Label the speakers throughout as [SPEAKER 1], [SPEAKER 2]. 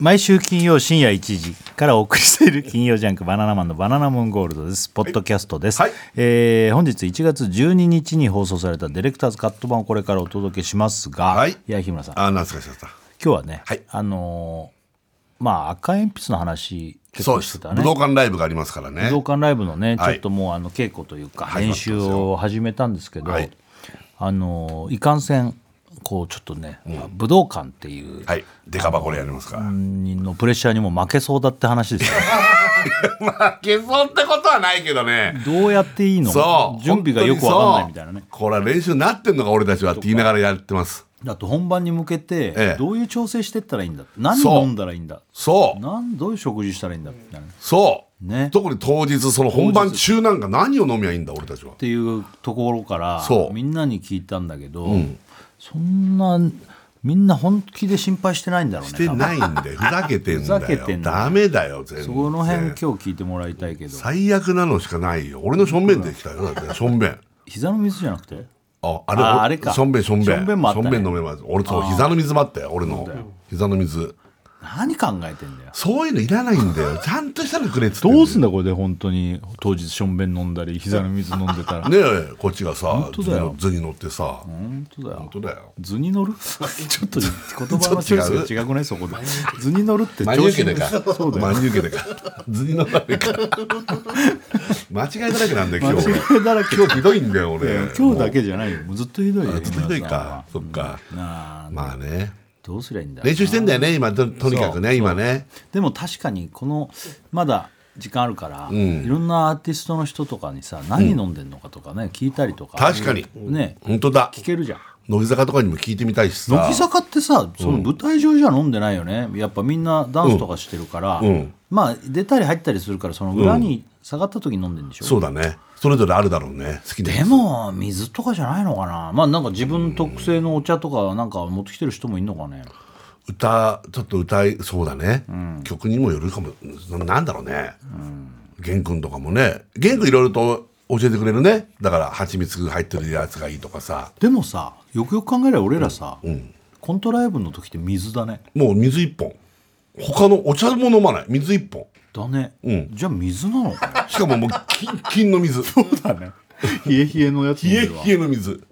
[SPEAKER 1] 毎週金曜深夜1時からお送りしている金曜ジャンク「バナナマンのバナナモンゴールド」ですポッドキャストです、
[SPEAKER 2] はい
[SPEAKER 1] えー本日1月12日に放送されたディレクターズカット版をこれからお届けしますが、
[SPEAKER 2] はい
[SPEAKER 1] や日村さん今
[SPEAKER 2] あ、懐かしかった。
[SPEAKER 1] 日はね、
[SPEAKER 2] はい
[SPEAKER 1] あのーまあ赤鉛筆の話結
[SPEAKER 2] そう
[SPEAKER 1] 構
[SPEAKER 2] で
[SPEAKER 1] し
[SPEAKER 2] す。
[SPEAKER 1] て
[SPEAKER 2] 武
[SPEAKER 1] たね
[SPEAKER 2] 道館ライブがありますからね
[SPEAKER 1] 武。道館ライブのね、
[SPEAKER 2] はい
[SPEAKER 1] ちょっともうあの稽古というか
[SPEAKER 2] 始まって
[SPEAKER 1] 練
[SPEAKER 2] ますよ
[SPEAKER 1] 習を始めたんですけど、
[SPEAKER 2] はい
[SPEAKER 1] あのーいかんせんこうちょっとね、武道館っていう
[SPEAKER 2] はい。デカ箱でやりますから。
[SPEAKER 1] のプレッシャーにも負けそうだって話ですよ
[SPEAKER 2] 負けそうってことはないけどね。
[SPEAKER 1] どうやっていいの
[SPEAKER 2] そう。
[SPEAKER 1] 準備がよくわかんないみたいなね
[SPEAKER 2] 本当にそうこれは練習になってんのか俺たちはって言いながらやってます。
[SPEAKER 1] だって本番に向け
[SPEAKER 2] え
[SPEAKER 1] て
[SPEAKER 2] え
[SPEAKER 1] どういう調整してったらいいんだ何
[SPEAKER 2] そう
[SPEAKER 1] 飲んだらいいんだ
[SPEAKER 2] そう。
[SPEAKER 1] なんどういう食事したらいいんだみたいなっ
[SPEAKER 2] そう。
[SPEAKER 1] ね
[SPEAKER 2] 特に当日、その本番中なんか何を飲みゃいいんだ俺たちは。
[SPEAKER 1] ていうところから
[SPEAKER 2] そう
[SPEAKER 1] みんなに聞いたんだけど、そんなみんな本気で心配してないんだろう
[SPEAKER 2] し
[SPEAKER 1] ね
[SPEAKER 2] て
[SPEAKER 1] 多分
[SPEAKER 2] ないんだよ。ふざけてんだ
[SPEAKER 1] ふざけて
[SPEAKER 2] よ。
[SPEAKER 1] んだよ
[SPEAKER 2] ダメだよ、全然。
[SPEAKER 1] そこの辺今日聞いてもらいたいけど
[SPEAKER 2] 最悪なのしかないよ。俺のしょんべんできたよ。だってしょんべん。
[SPEAKER 1] 膝の水じゃなくて
[SPEAKER 2] あ、あれ、
[SPEAKER 1] ああれか
[SPEAKER 2] しょんべん、しょんべん。
[SPEAKER 1] しょんべんもあったね
[SPEAKER 2] しょんべん飲めます。俺、そう、膝の水もあったよ、俺の。膝の水。
[SPEAKER 1] 何考えてんだよ
[SPEAKER 2] そういうのいらないんだ よ。ちゃんとしたのくれっつって。
[SPEAKER 1] どうす
[SPEAKER 2] ん
[SPEAKER 1] んだこれで本当に当日しょんべん飲んだり膝の水飲んでたら
[SPEAKER 2] ねえ、こっちがさ、
[SPEAKER 1] 当だよ
[SPEAKER 2] 図に乗ってさ。
[SPEAKER 1] 本当だよ
[SPEAKER 2] 本当だよ。
[SPEAKER 1] 図に乗 るちょっと言葉のチョイスが違くないそこで図に乗るって
[SPEAKER 2] 真に
[SPEAKER 1] 調子
[SPEAKER 2] 受けて
[SPEAKER 1] に
[SPEAKER 2] か。
[SPEAKER 1] そうだよ
[SPEAKER 2] 真に受けて か。図に乗らないか。間違いだらけなんだよ、今日。
[SPEAKER 1] 間違いだらけ
[SPEAKER 2] 今日ひどいんだよ、俺。
[SPEAKER 1] 今日だけじゃないよもうずっとひどいよ
[SPEAKER 2] もう。ずっとひどい
[SPEAKER 1] 今田さんは
[SPEAKER 2] か。そっか。
[SPEAKER 1] なあ
[SPEAKER 2] まあね。
[SPEAKER 1] どうすりゃいいんだろう
[SPEAKER 2] 練習してんだよね、今、ととにかくね、今ね。
[SPEAKER 1] でも確かにこのまだ時間あるから、いろんなアーティストの人とかにさ何飲んでんのかとかね聞いたりとか
[SPEAKER 2] 確かに。
[SPEAKER 1] ね
[SPEAKER 2] 本当だ。
[SPEAKER 1] 聞けるじゃん
[SPEAKER 2] 乃木坂とかにも聞いてみたいしさ。
[SPEAKER 1] 乃木坂ってさその舞台上じゃ飲んでないよね、やっぱみんなダンスとかしてるから、
[SPEAKER 2] うん
[SPEAKER 1] まあ出たり入ったりするからその裏に下がった時に飲んでんでしょ、
[SPEAKER 2] そうだね。それぞれあるだろうね。好きなやつ
[SPEAKER 1] でも水とかじゃないのかなまあなんか自分特製のお茶とかなんか持ってきてる人もいんのかね
[SPEAKER 2] 歌、ちょっと歌い、そうだね。曲にもよるかも。ななんだろうね。玄君とかもね。玄君いろいろと教えてくれるね。だから、蜂蜜入ってるやつがいいとかさ。
[SPEAKER 1] でもさよくよく考えれば俺らさ、コントライブの時って水だね
[SPEAKER 2] もう水一本。他のお茶も飲まない。水一本。
[SPEAKER 1] だね、
[SPEAKER 2] ん
[SPEAKER 1] じゃあ水なのかな
[SPEAKER 2] しかももう、 キンキンの水。
[SPEAKER 1] だね冷え冷えのやつ
[SPEAKER 2] 冷え冷えの水。
[SPEAKER 1] うん、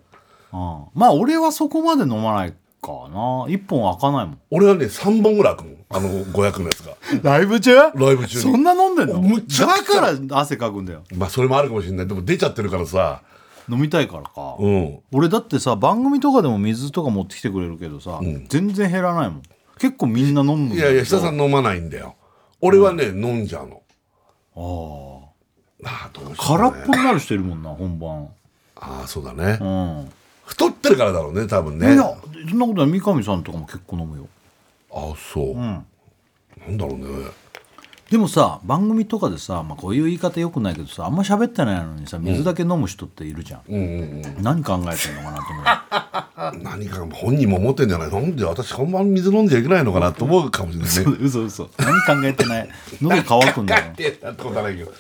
[SPEAKER 1] まあ俺はそこまで飲まないかな一本開かないもん
[SPEAKER 2] 俺はね、3本ぐらい開くもん。あの、500のやつが。
[SPEAKER 1] ライブ中
[SPEAKER 2] ライブ中に
[SPEAKER 1] そんな飲んでんの
[SPEAKER 2] むちゃ
[SPEAKER 1] だ
[SPEAKER 2] くちゃ
[SPEAKER 1] から汗かくんだよ
[SPEAKER 2] まあ、それもあるかもしれない。でも出ちゃってるからさ。
[SPEAKER 1] 飲みたいからか、
[SPEAKER 2] うん。
[SPEAKER 1] 俺だってさ番組とかでも水とか持ってきてくれるけどさ、全然減らないもん結構みんな飲むんだ
[SPEAKER 2] い
[SPEAKER 1] けど
[SPEAKER 2] やいや、久さん飲まないんだよ。俺はね、飲んじゃうの。
[SPEAKER 1] あー
[SPEAKER 2] ああ、どうしよう、
[SPEAKER 1] 空
[SPEAKER 2] ね。
[SPEAKER 1] っぽになる人いるもんな本番
[SPEAKER 2] ああ、そうだね、
[SPEAKER 1] うん
[SPEAKER 2] 太ってるからだろうね、多分
[SPEAKER 1] い
[SPEAKER 2] ね。
[SPEAKER 1] や
[SPEAKER 2] あ
[SPEAKER 1] そんなことない三上さんとかも結構飲むよ
[SPEAKER 2] あ、そう、なんだろうね。
[SPEAKER 1] でもさ番組とかでさ、まあ、こういう言い方よくないけどさあんま喋ってないのにさ水だけ飲む人っているじゃん、何考えてんのかなと思う
[SPEAKER 2] 何か本人も思ってんじゃないなんで私こんばん水飲んじゃいけないのかなと思うかもしれないね。
[SPEAKER 1] 嘘嘘何考えてない喉乾くんだよ
[SPEAKER 2] いややったことはないけど。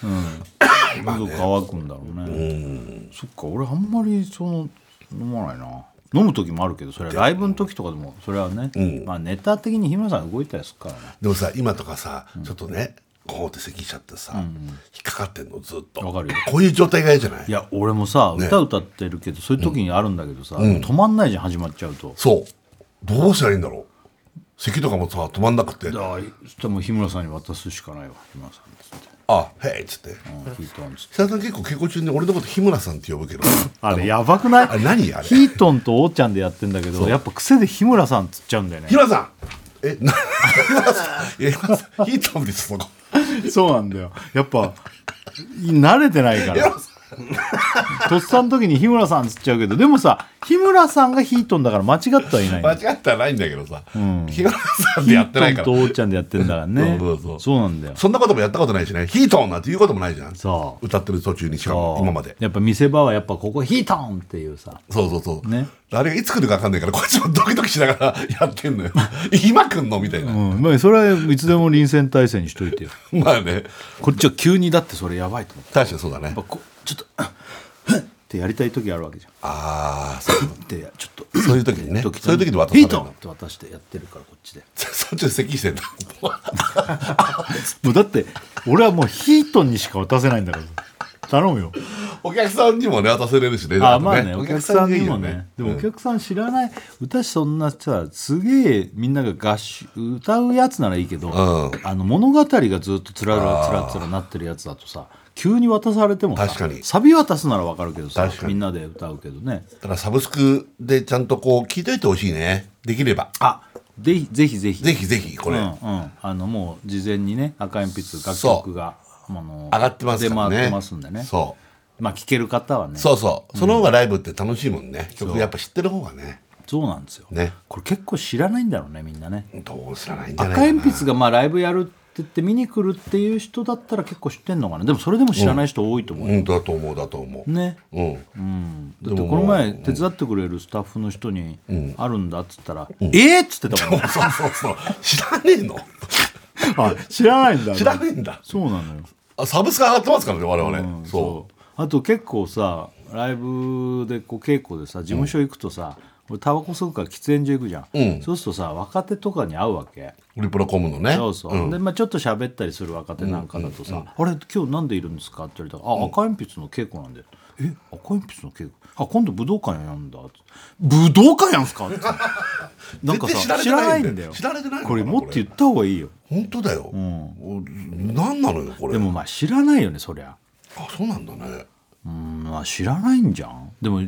[SPEAKER 1] 喉乾くんだろうねそっか俺あんまりその飲まないな飲む時もあるけどそれはライブの時とかでもそれはね、まあネタ的に日村さんが動いたりするからね
[SPEAKER 2] でもさ、今とかさ、ちょっとね、こうって咳しちゃってさ、引っかかってんの、ずっと。
[SPEAKER 1] わかるよ
[SPEAKER 2] こういう状態がいいじゃない
[SPEAKER 1] いや俺もさ歌歌ってるけど、そういう時にあるんだけどさ、止まんないじゃん始まっちゃうと
[SPEAKER 2] そう。どうしたらいいんだろう。咳とかもさ、止まんなくて
[SPEAKER 1] だ、からそしたらもう日村さんに渡すしかないわ日村さんにつって
[SPEAKER 2] あ、へいっつって。
[SPEAKER 1] 「うん、ヒートン」つって
[SPEAKER 2] 久田さん結構稽古中に俺のこと日村さんって呼ぶけど。
[SPEAKER 1] あれやばくない
[SPEAKER 2] あれ何あれ
[SPEAKER 1] ヒートンとおーちゃんでやってんだけどやっぱ癖で日村さんっつっちゃうんだよね
[SPEAKER 2] 日村さんえ、な、 日村さんえ、日村さんヒートンです、そこ。
[SPEAKER 1] そうなんだよやっぱ慣れてないからとっさの時に日村さんっつっちゃうけどでもさ日村さんがヒートンだから間違ってはいないんだ
[SPEAKER 2] 間
[SPEAKER 1] よ
[SPEAKER 2] 違ってはないんだけどさ、日村さんでやってないか
[SPEAKER 1] ヒートン
[SPEAKER 2] ら。
[SPEAKER 1] とおーちゃんでやってんだからね
[SPEAKER 2] そうそうそう
[SPEAKER 1] なんだよ
[SPEAKER 2] そんなこともやったことないしね、ヒートンなんて言うこともないじゃん。
[SPEAKER 1] そう
[SPEAKER 2] 歌ってる途中にしかも、今まで。
[SPEAKER 1] やっぱ見せ場はやっぱここヒートンっていうさ
[SPEAKER 2] そうそうそう。
[SPEAKER 1] ね
[SPEAKER 2] あれがいつ来るか分かんないから、こっちもドキドキしながらやって んのよ。今来んのみたいな。
[SPEAKER 1] うん、まあそれはいつでも臨戦態勢にしといてよ
[SPEAKER 2] まあね、
[SPEAKER 1] こっちは急にだってそれやばいと思って
[SPEAKER 2] 確かにそうだね
[SPEAKER 1] やっ。ぱこちょっとってやりたい時あるわ けじゃん
[SPEAKER 2] ああそういうこ
[SPEAKER 1] でちょっと
[SPEAKER 2] とそういう時にね
[SPEAKER 1] 時
[SPEAKER 2] そういう時に渡され
[SPEAKER 1] ヒー
[SPEAKER 2] る
[SPEAKER 1] ト
[SPEAKER 2] の
[SPEAKER 1] って渡してやってるからこっちで
[SPEAKER 2] そっちで咳してんだ
[SPEAKER 1] もうだって俺はもうヒートンにしか渡せないんだから 頼むよ
[SPEAKER 2] お客さんにもね渡せれるしね
[SPEAKER 1] あ
[SPEAKER 2] と
[SPEAKER 1] まあねお客さんにもねで
[SPEAKER 2] う
[SPEAKER 1] もお
[SPEAKER 2] ん
[SPEAKER 1] 客さん知らない、歌そんなさすげえみんなが合唱歌うやつならいいけど、
[SPEAKER 2] ん
[SPEAKER 1] あの物語がずっとつららつらつらなってるやつだとさ急に渡されてもさ
[SPEAKER 2] 確かに
[SPEAKER 1] サビ渡すならわかるけどさ
[SPEAKER 2] 確かに
[SPEAKER 1] みんなで歌うけどね
[SPEAKER 2] だからサブスクでちゃんとこう聞いといてほしいねできれば
[SPEAKER 1] あぜひぜひぜひ
[SPEAKER 2] ぜひぜひこれ、
[SPEAKER 1] うんうん、あのもう事前にね赤鉛筆楽曲があの
[SPEAKER 2] 上がってますからね
[SPEAKER 1] 出回ってますんでね
[SPEAKER 2] そう
[SPEAKER 1] まあ聴ける方はね
[SPEAKER 2] そうそうその方がライブって楽しいもんね、曲やっぱ知ってる方がね
[SPEAKER 1] そうなんですよ、
[SPEAKER 2] ね
[SPEAKER 1] これ結構知らないんだろうねみんなね
[SPEAKER 2] どう知らないんじゃ
[SPEAKER 1] 赤
[SPEAKER 2] ないかな
[SPEAKER 1] 鉛筆がまあライブやるって言って見に来るっていう人だったら結構知ってんのかなでもそれでも知らない人多いと思うよ、
[SPEAKER 2] うんだと思うだと思う、
[SPEAKER 1] ね
[SPEAKER 2] うん
[SPEAKER 1] だってこの前手伝ってくれるスタッフの人に「あるんだ」っつったら「えっ!」っつってたもん、ね、
[SPEAKER 2] そうそうそう知らねえの
[SPEAKER 1] あ知らないんだ
[SPEAKER 2] 知らねえんだ
[SPEAKER 1] そうなのよ
[SPEAKER 2] あサブスク上がってますからね我々、そ
[SPEAKER 1] そうあと結構さライブでこう稽古でさ事務所行くとさ、俺タバコ吸うから喫煙所行くじゃん、そうするとさ若手とかに会うわけ
[SPEAKER 2] うリプロコムのね
[SPEAKER 1] そうそう、で、まあ、ちょっと喋ったりする若手なんかだとさ「あれ今日なんでいるんですか?」って言われたら「あ赤鉛筆の稽古なんで」え赤鉛筆の稽古あ今度武道館やんだ」って武道館やんす か?」ってなんかさ
[SPEAKER 2] 絶対
[SPEAKER 1] 知
[SPEAKER 2] 知
[SPEAKER 1] ら
[SPEAKER 2] ら
[SPEAKER 1] な
[SPEAKER 2] れ
[SPEAKER 1] い
[SPEAKER 2] てないんだよ
[SPEAKER 1] んだよ
[SPEAKER 2] 知られてないのかな
[SPEAKER 1] これもっと
[SPEAKER 2] これ
[SPEAKER 1] 言った方がいいよ
[SPEAKER 2] 本当だよ、うん、何なのよこれ
[SPEAKER 1] でもまあ知らないよねそりゃ
[SPEAKER 2] あそうなんだね
[SPEAKER 1] うんまあ知らないんじゃんでも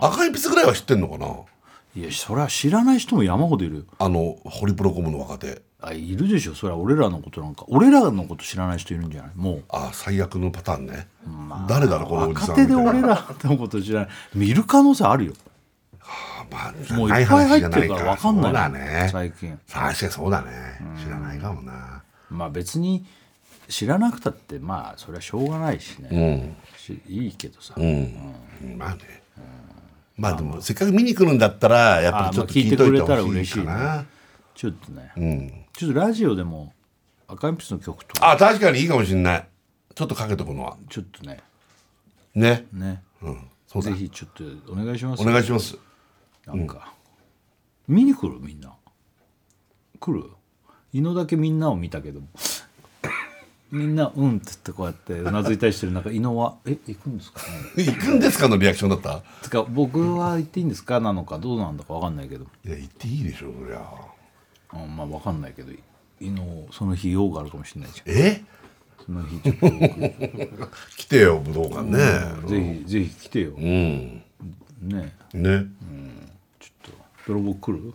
[SPEAKER 2] 赤い筆ぐらいは知ってんのかない
[SPEAKER 1] やそりゃ知らない人も山ほどいるよ
[SPEAKER 2] あのホリプロコムの若手
[SPEAKER 1] あいるでしょそりゃ俺らのことなんか俺らのこと知らない人いるんじゃないも
[SPEAKER 2] あ最悪のパターンね、誰だろう
[SPEAKER 1] う
[SPEAKER 2] このおじさ
[SPEAKER 1] 若
[SPEAKER 2] んみた
[SPEAKER 1] 手で
[SPEAKER 2] いな
[SPEAKER 1] 俺らのこと知らないいる可能性あるよ
[SPEAKER 2] あまあ
[SPEAKER 1] もういっぱい入ってるから分かんない
[SPEAKER 2] そうだね
[SPEAKER 1] 最近
[SPEAKER 2] 確かにそうだね知らないかもな
[SPEAKER 1] まあ別に知らなくたってまあそれはしょうがないし
[SPEAKER 2] う
[SPEAKER 1] ね、
[SPEAKER 2] ん
[SPEAKER 1] しいいけどさ、
[SPEAKER 2] うんまあねまあでもせっかく見に来るんだったらやっぱりちょっと
[SPEAKER 1] あまあ聞
[SPEAKER 2] 聞
[SPEAKER 1] い
[SPEAKER 2] いて
[SPEAKER 1] てく
[SPEAKER 2] おい
[SPEAKER 1] れ
[SPEAKER 2] て
[SPEAKER 1] たら
[SPEAKER 2] ほ
[SPEAKER 1] 嬉
[SPEAKER 2] しい
[SPEAKER 1] しいね
[SPEAKER 2] かな
[SPEAKER 1] ちょっとね、
[SPEAKER 2] うん
[SPEAKER 1] ちょっとラジオでも赤鉛筆の曲とか
[SPEAKER 2] あ確かにいいかもしれないちょっとかけとくのは
[SPEAKER 1] ちょっとね
[SPEAKER 2] ね
[SPEAKER 1] ね
[SPEAKER 2] うんそうだ
[SPEAKER 1] ぜひちょっとお願いします
[SPEAKER 2] お
[SPEAKER 1] よ
[SPEAKER 2] 願いします
[SPEAKER 1] なんか、見に来るみんな来る犬だけみんなを見た けどみんな「うん」って言ってこうやってうなずいたりしてる中犬は「え行くんですかね?
[SPEAKER 2] 行くんですかのリアクションだった」
[SPEAKER 1] つか「僕は行っていいんですか?」なのかどうなんだか分かんないけど、
[SPEAKER 2] いや行っていいでしょそりゃ
[SPEAKER 1] うん、まあ分かんないけど犬をその日用があるかもしれないじゃ
[SPEAKER 2] え
[SPEAKER 1] んその日ちょっと僕
[SPEAKER 2] 来てよ武道館ね
[SPEAKER 1] ぜひぜひ来てよ、ねえ
[SPEAKER 2] ね
[SPEAKER 1] ちょっと泥棒来る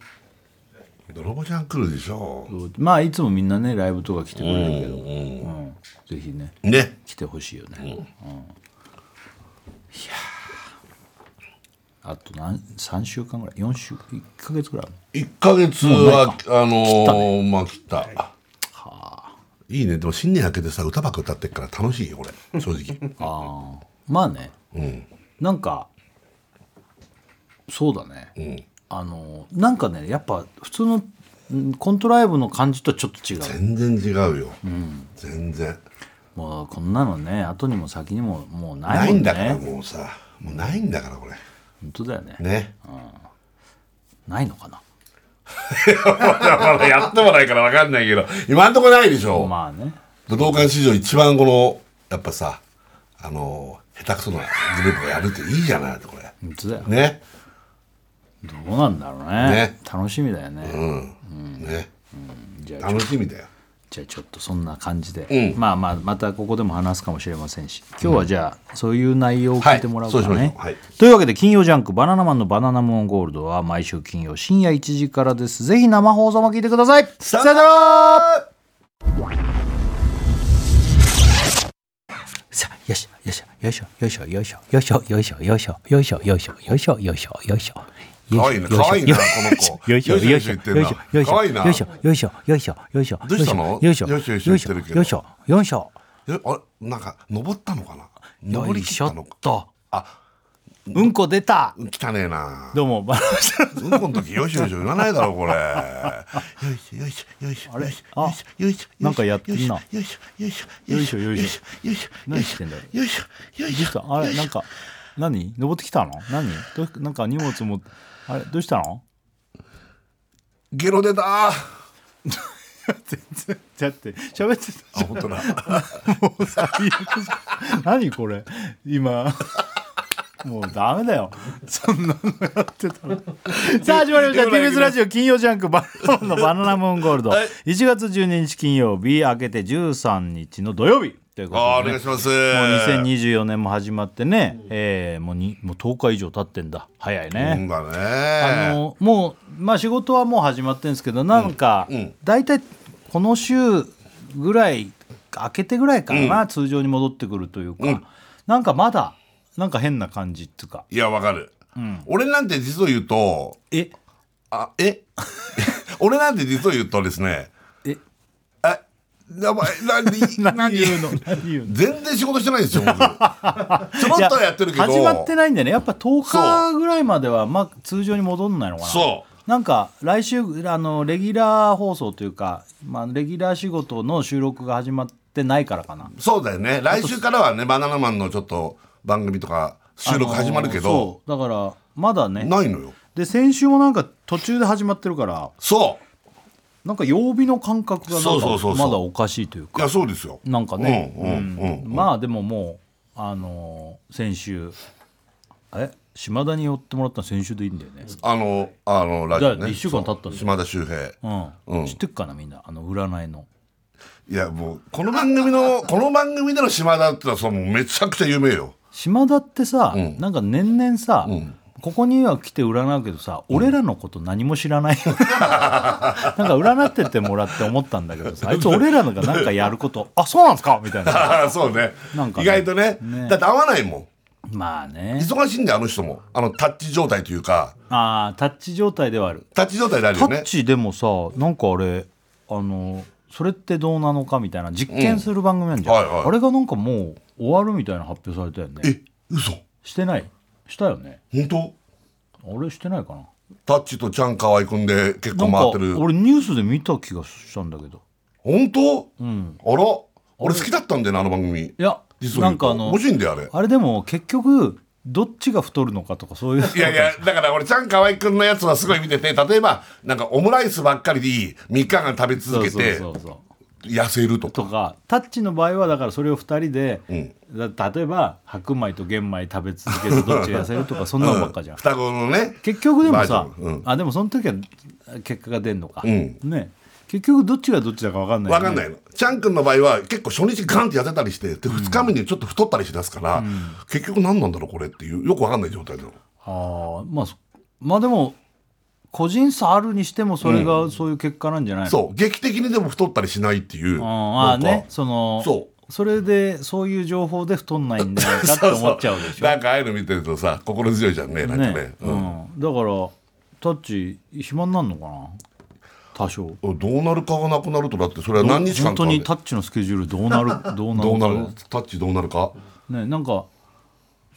[SPEAKER 2] 泥棒ちゃん来るでしょ
[SPEAKER 1] そうまあいつもみんなねライブとか来てくれるけど、うんぜひね
[SPEAKER 2] ね
[SPEAKER 1] 来てほしいよね、うんいやーあと何3週間ぐらい4週1か月ぐらいあるの
[SPEAKER 2] 一ヶ月はあのーまあ切った、いいねでも新年明けてさ歌ばっか歌ってっから楽しいよ俺正 直
[SPEAKER 1] ああまあね、なんかそうだね、あのなんかねやっぱ普通のんコントライブの感じとはちょっと違う
[SPEAKER 2] 全然違うよ、全然
[SPEAKER 1] もうこんなのね後にも先にももうな
[SPEAKER 2] ないい
[SPEAKER 1] も
[SPEAKER 2] ん
[SPEAKER 1] んね
[SPEAKER 2] だからもうさもうないんだからこれ
[SPEAKER 1] 本当だよね
[SPEAKER 2] ね
[SPEAKER 1] ないのかな
[SPEAKER 2] まだまだやってもないから分かんないけど今んとこないでしょ、
[SPEAKER 1] まあね
[SPEAKER 2] 武道館史上一番このやっぱさあのー下手くそなグループがやるっていいじゃないこれ
[SPEAKER 1] 本当だよ
[SPEAKER 2] ね
[SPEAKER 1] どうなんだろうね
[SPEAKER 2] ね
[SPEAKER 1] 楽しみだよね、
[SPEAKER 2] うんね
[SPEAKER 1] じゃあ
[SPEAKER 2] 楽しみだよ
[SPEAKER 1] じゃあちょっとそんな感じで、まあまあまたここでも話すかもしれませんし今日はじゃあそういう内容を聞いてもらおうかね、
[SPEAKER 2] はいそうしましょうはい
[SPEAKER 1] というわけで金曜ジャンク「バナナマンのバナナムーンゴールド」は毎週金曜深夜1時からですぜひ生放送も聞いてくださいさよならさあよいしょよいしょよいしょよいしょよいしょよいしょよいしょよいしょよいしょよいしょよいしょよいしょよいしょ
[SPEAKER 2] かわいいな、かわいいな、この子。
[SPEAKER 1] よいしょよいし
[SPEAKER 2] 言
[SPEAKER 1] ょ
[SPEAKER 2] ってんな。かわいいな。
[SPEAKER 1] よいしょよいしょよいしょよいしょ
[SPEAKER 2] どうしたの
[SPEAKER 1] よいしょ
[SPEAKER 2] よいしょよいしょ言ってるけど
[SPEAKER 1] よいしょよいしょ
[SPEAKER 2] えあれなんか登ったのかな
[SPEAKER 1] よ
[SPEAKER 2] 登り
[SPEAKER 1] い
[SPEAKER 2] 切
[SPEAKER 1] し
[SPEAKER 2] っ
[SPEAKER 1] ょ
[SPEAKER 2] たの
[SPEAKER 1] っ
[SPEAKER 2] か
[SPEAKER 1] と
[SPEAKER 2] あ
[SPEAKER 1] うんこ出た
[SPEAKER 2] 汚ねえな
[SPEAKER 1] どうもバランス
[SPEAKER 2] うんこの時よしよし言わないだろこれ。 よいしょよいしょよいしょ
[SPEAKER 1] あれ
[SPEAKER 2] よいしょよいしょよいしょ
[SPEAKER 1] なんかやってんな
[SPEAKER 2] よいしょよいしょよいしょ
[SPEAKER 1] よいし
[SPEAKER 2] ょよいしょよ
[SPEAKER 1] 何
[SPEAKER 2] い
[SPEAKER 1] し
[SPEAKER 2] してょ
[SPEAKER 1] んだろ
[SPEAKER 2] よいしょよいしょよいしょ
[SPEAKER 1] あれなんか何登ってきたの何どうなんか荷物もあれどうしたの
[SPEAKER 2] ゲロ出たあ
[SPEAKER 1] 全然だって喋って
[SPEAKER 2] 本当だ。
[SPEAKER 1] もう最悪じゃん何これ今もうダメだよそんなのやってたらさあ始まりました TBS ラジオ金曜ジャンクバナナモンのバナナムーンゴール ド、1月12日金曜日明けて13日の土曜日ということ
[SPEAKER 2] あーお
[SPEAKER 1] で、
[SPEAKER 2] 願
[SPEAKER 1] ね、
[SPEAKER 2] いします。
[SPEAKER 1] もう2024年も始まってね、えーもうにもう10日以上経ってんだ早いね、
[SPEAKER 2] そうだ
[SPEAKER 1] あ
[SPEAKER 2] ね。
[SPEAKER 1] のもう、まあ、仕事はもう始まってるんですけどなんか大体、この週ぐらい明けてぐらいかな、通常に戻ってくるというか、なんかまだなんか変な感じっていうか
[SPEAKER 2] いやわかる。俺なんて実を言うと
[SPEAKER 1] え
[SPEAKER 2] あえ 俺なんて実を言うとですね
[SPEAKER 1] え
[SPEAKER 2] あや ばい何
[SPEAKER 1] 何言うの何言うの
[SPEAKER 2] 全然仕事してないんですよ僕ちょろっとはやってるけど
[SPEAKER 1] 始まってないんだよねやっぱ10
[SPEAKER 2] そ
[SPEAKER 1] 日ぐらいまでは、まあ、通常に戻んないのかな
[SPEAKER 2] そう
[SPEAKER 1] なんか来週あのレギュラー放送というか、まあ、レギュラー仕事の収録が始まってないからかな
[SPEAKER 2] そうだよね来週からはねバナナマンのちょっと番組とか収録始まるけ
[SPEAKER 1] あの
[SPEAKER 2] ど、
[SPEAKER 1] そうだからまだね
[SPEAKER 2] ないのよ
[SPEAKER 1] で先週もなんか途中で始まってるから
[SPEAKER 2] そ
[SPEAKER 1] なんか曜日の感覚がなん
[SPEAKER 2] そう
[SPEAKER 1] か
[SPEAKER 2] そうそうそう
[SPEAKER 1] まだおかしいという
[SPEAKER 2] うい
[SPEAKER 1] か
[SPEAKER 2] やそうですよ
[SPEAKER 1] なんかね、
[SPEAKER 2] うんうんうん
[SPEAKER 1] うんまあでももうあのー先週え島田に寄ってもらったの先週でいいんだよね、
[SPEAKER 2] あのあのラジオ
[SPEAKER 1] だから
[SPEAKER 2] ね
[SPEAKER 1] 一週間経ったんだ
[SPEAKER 2] そ
[SPEAKER 1] よ
[SPEAKER 2] う島田秀平
[SPEAKER 1] うん知ってっかなみんなあの占いの
[SPEAKER 2] いやもうこの番組 のこの番組での島田ってのはそうもうめちゃくちゃ有名よ
[SPEAKER 1] 島田ってさ、なんか年々さ、ここには来て占うけどさ、俺らのこと何も知らないよ なんか占ってってもらって思ったんだけどさあいつ俺らのがなんかやることあそうなんですかみた いな
[SPEAKER 2] ああそうね
[SPEAKER 1] なんかね
[SPEAKER 2] 意外とねだって合わないもん
[SPEAKER 1] まあね
[SPEAKER 2] 忙しいんだよあの人もあのタッチ状態というか
[SPEAKER 1] ああタッチ状態ではある
[SPEAKER 2] タッチ状態である
[SPEAKER 1] タ
[SPEAKER 2] よ
[SPEAKER 1] ッ
[SPEAKER 2] ね
[SPEAKER 1] チでもさなんかあれあのそれってどうなのかみたいな実験する番組なんじゃん、
[SPEAKER 2] はいはい
[SPEAKER 1] あれがなんかもう終わるみたいな発表されたよね
[SPEAKER 2] え嘘
[SPEAKER 1] してないしたよね
[SPEAKER 2] 本当
[SPEAKER 1] あれしてないかな
[SPEAKER 2] タッチとちゃん河合くんで結
[SPEAKER 1] な
[SPEAKER 2] 構
[SPEAKER 1] ん
[SPEAKER 2] 回
[SPEAKER 1] か
[SPEAKER 2] ってる
[SPEAKER 1] 俺ニュースで見た気がしたんだけど
[SPEAKER 2] 本当、あら俺好きだったんだよなあの番組
[SPEAKER 1] いや
[SPEAKER 2] 実を
[SPEAKER 1] な
[SPEAKER 2] 言
[SPEAKER 1] ん
[SPEAKER 2] うと
[SPEAKER 1] かあの
[SPEAKER 2] 面白いん だよあれ
[SPEAKER 1] あれでも結局どっちが太るのかとかそういう
[SPEAKER 2] いやいやだから俺ちゃん河合くんのやつはすごい見てて例えばなんかオムライスばっかりでいい3日間食べ続
[SPEAKER 1] そう
[SPEAKER 2] け
[SPEAKER 1] そう
[SPEAKER 2] て
[SPEAKER 1] そうそう
[SPEAKER 2] 痩せると
[SPEAKER 1] と
[SPEAKER 2] か
[SPEAKER 1] かタッチの場合はだからそれを2人で、だ例えば白米と玄米食べ続けてどっちが痩せるとかそんなのばっかじゃん、
[SPEAKER 2] 双子のね
[SPEAKER 1] 結局でも
[SPEAKER 2] バ、
[SPEAKER 1] さ
[SPEAKER 2] ージョンうん
[SPEAKER 1] あでもその時は結果が出るのか、ね結局どっちがどっちだか分かんないよ
[SPEAKER 2] わ
[SPEAKER 1] ね、
[SPEAKER 2] かんないのちゃんくんの場合は結構初日ガンって痩せたりしてで2日目にちょっと太ったりしだすから、結局何なんだろうこれっていうよくわかんない状態なの
[SPEAKER 1] あーまあそまあでも個人差あるにしてもそれがそういう結果なんじゃないの、
[SPEAKER 2] そう劇的にでも太ったりしないっていう
[SPEAKER 1] うんあ
[SPEAKER 2] な
[SPEAKER 1] あ
[SPEAKER 2] ん
[SPEAKER 1] ね
[SPEAKER 2] か
[SPEAKER 1] その
[SPEAKER 2] そ
[SPEAKER 1] れでそういう情報で太んないんじゃないかって思っちゃうでしょ
[SPEAKER 2] なんかああいうの見てるとさ心強いじゃんねなんかね
[SPEAKER 1] ね
[SPEAKER 2] うん
[SPEAKER 1] うん、だからタッチ暇になるのかな多少
[SPEAKER 2] どうなるかがなくなるとだってそれは何日間か
[SPEAKER 1] 本当
[SPEAKER 2] ある
[SPEAKER 1] にタッチのスケジュールどう なるどうなる
[SPEAKER 2] どう
[SPEAKER 1] のか
[SPEAKER 2] なるタッチどうなるか
[SPEAKER 1] ねなんか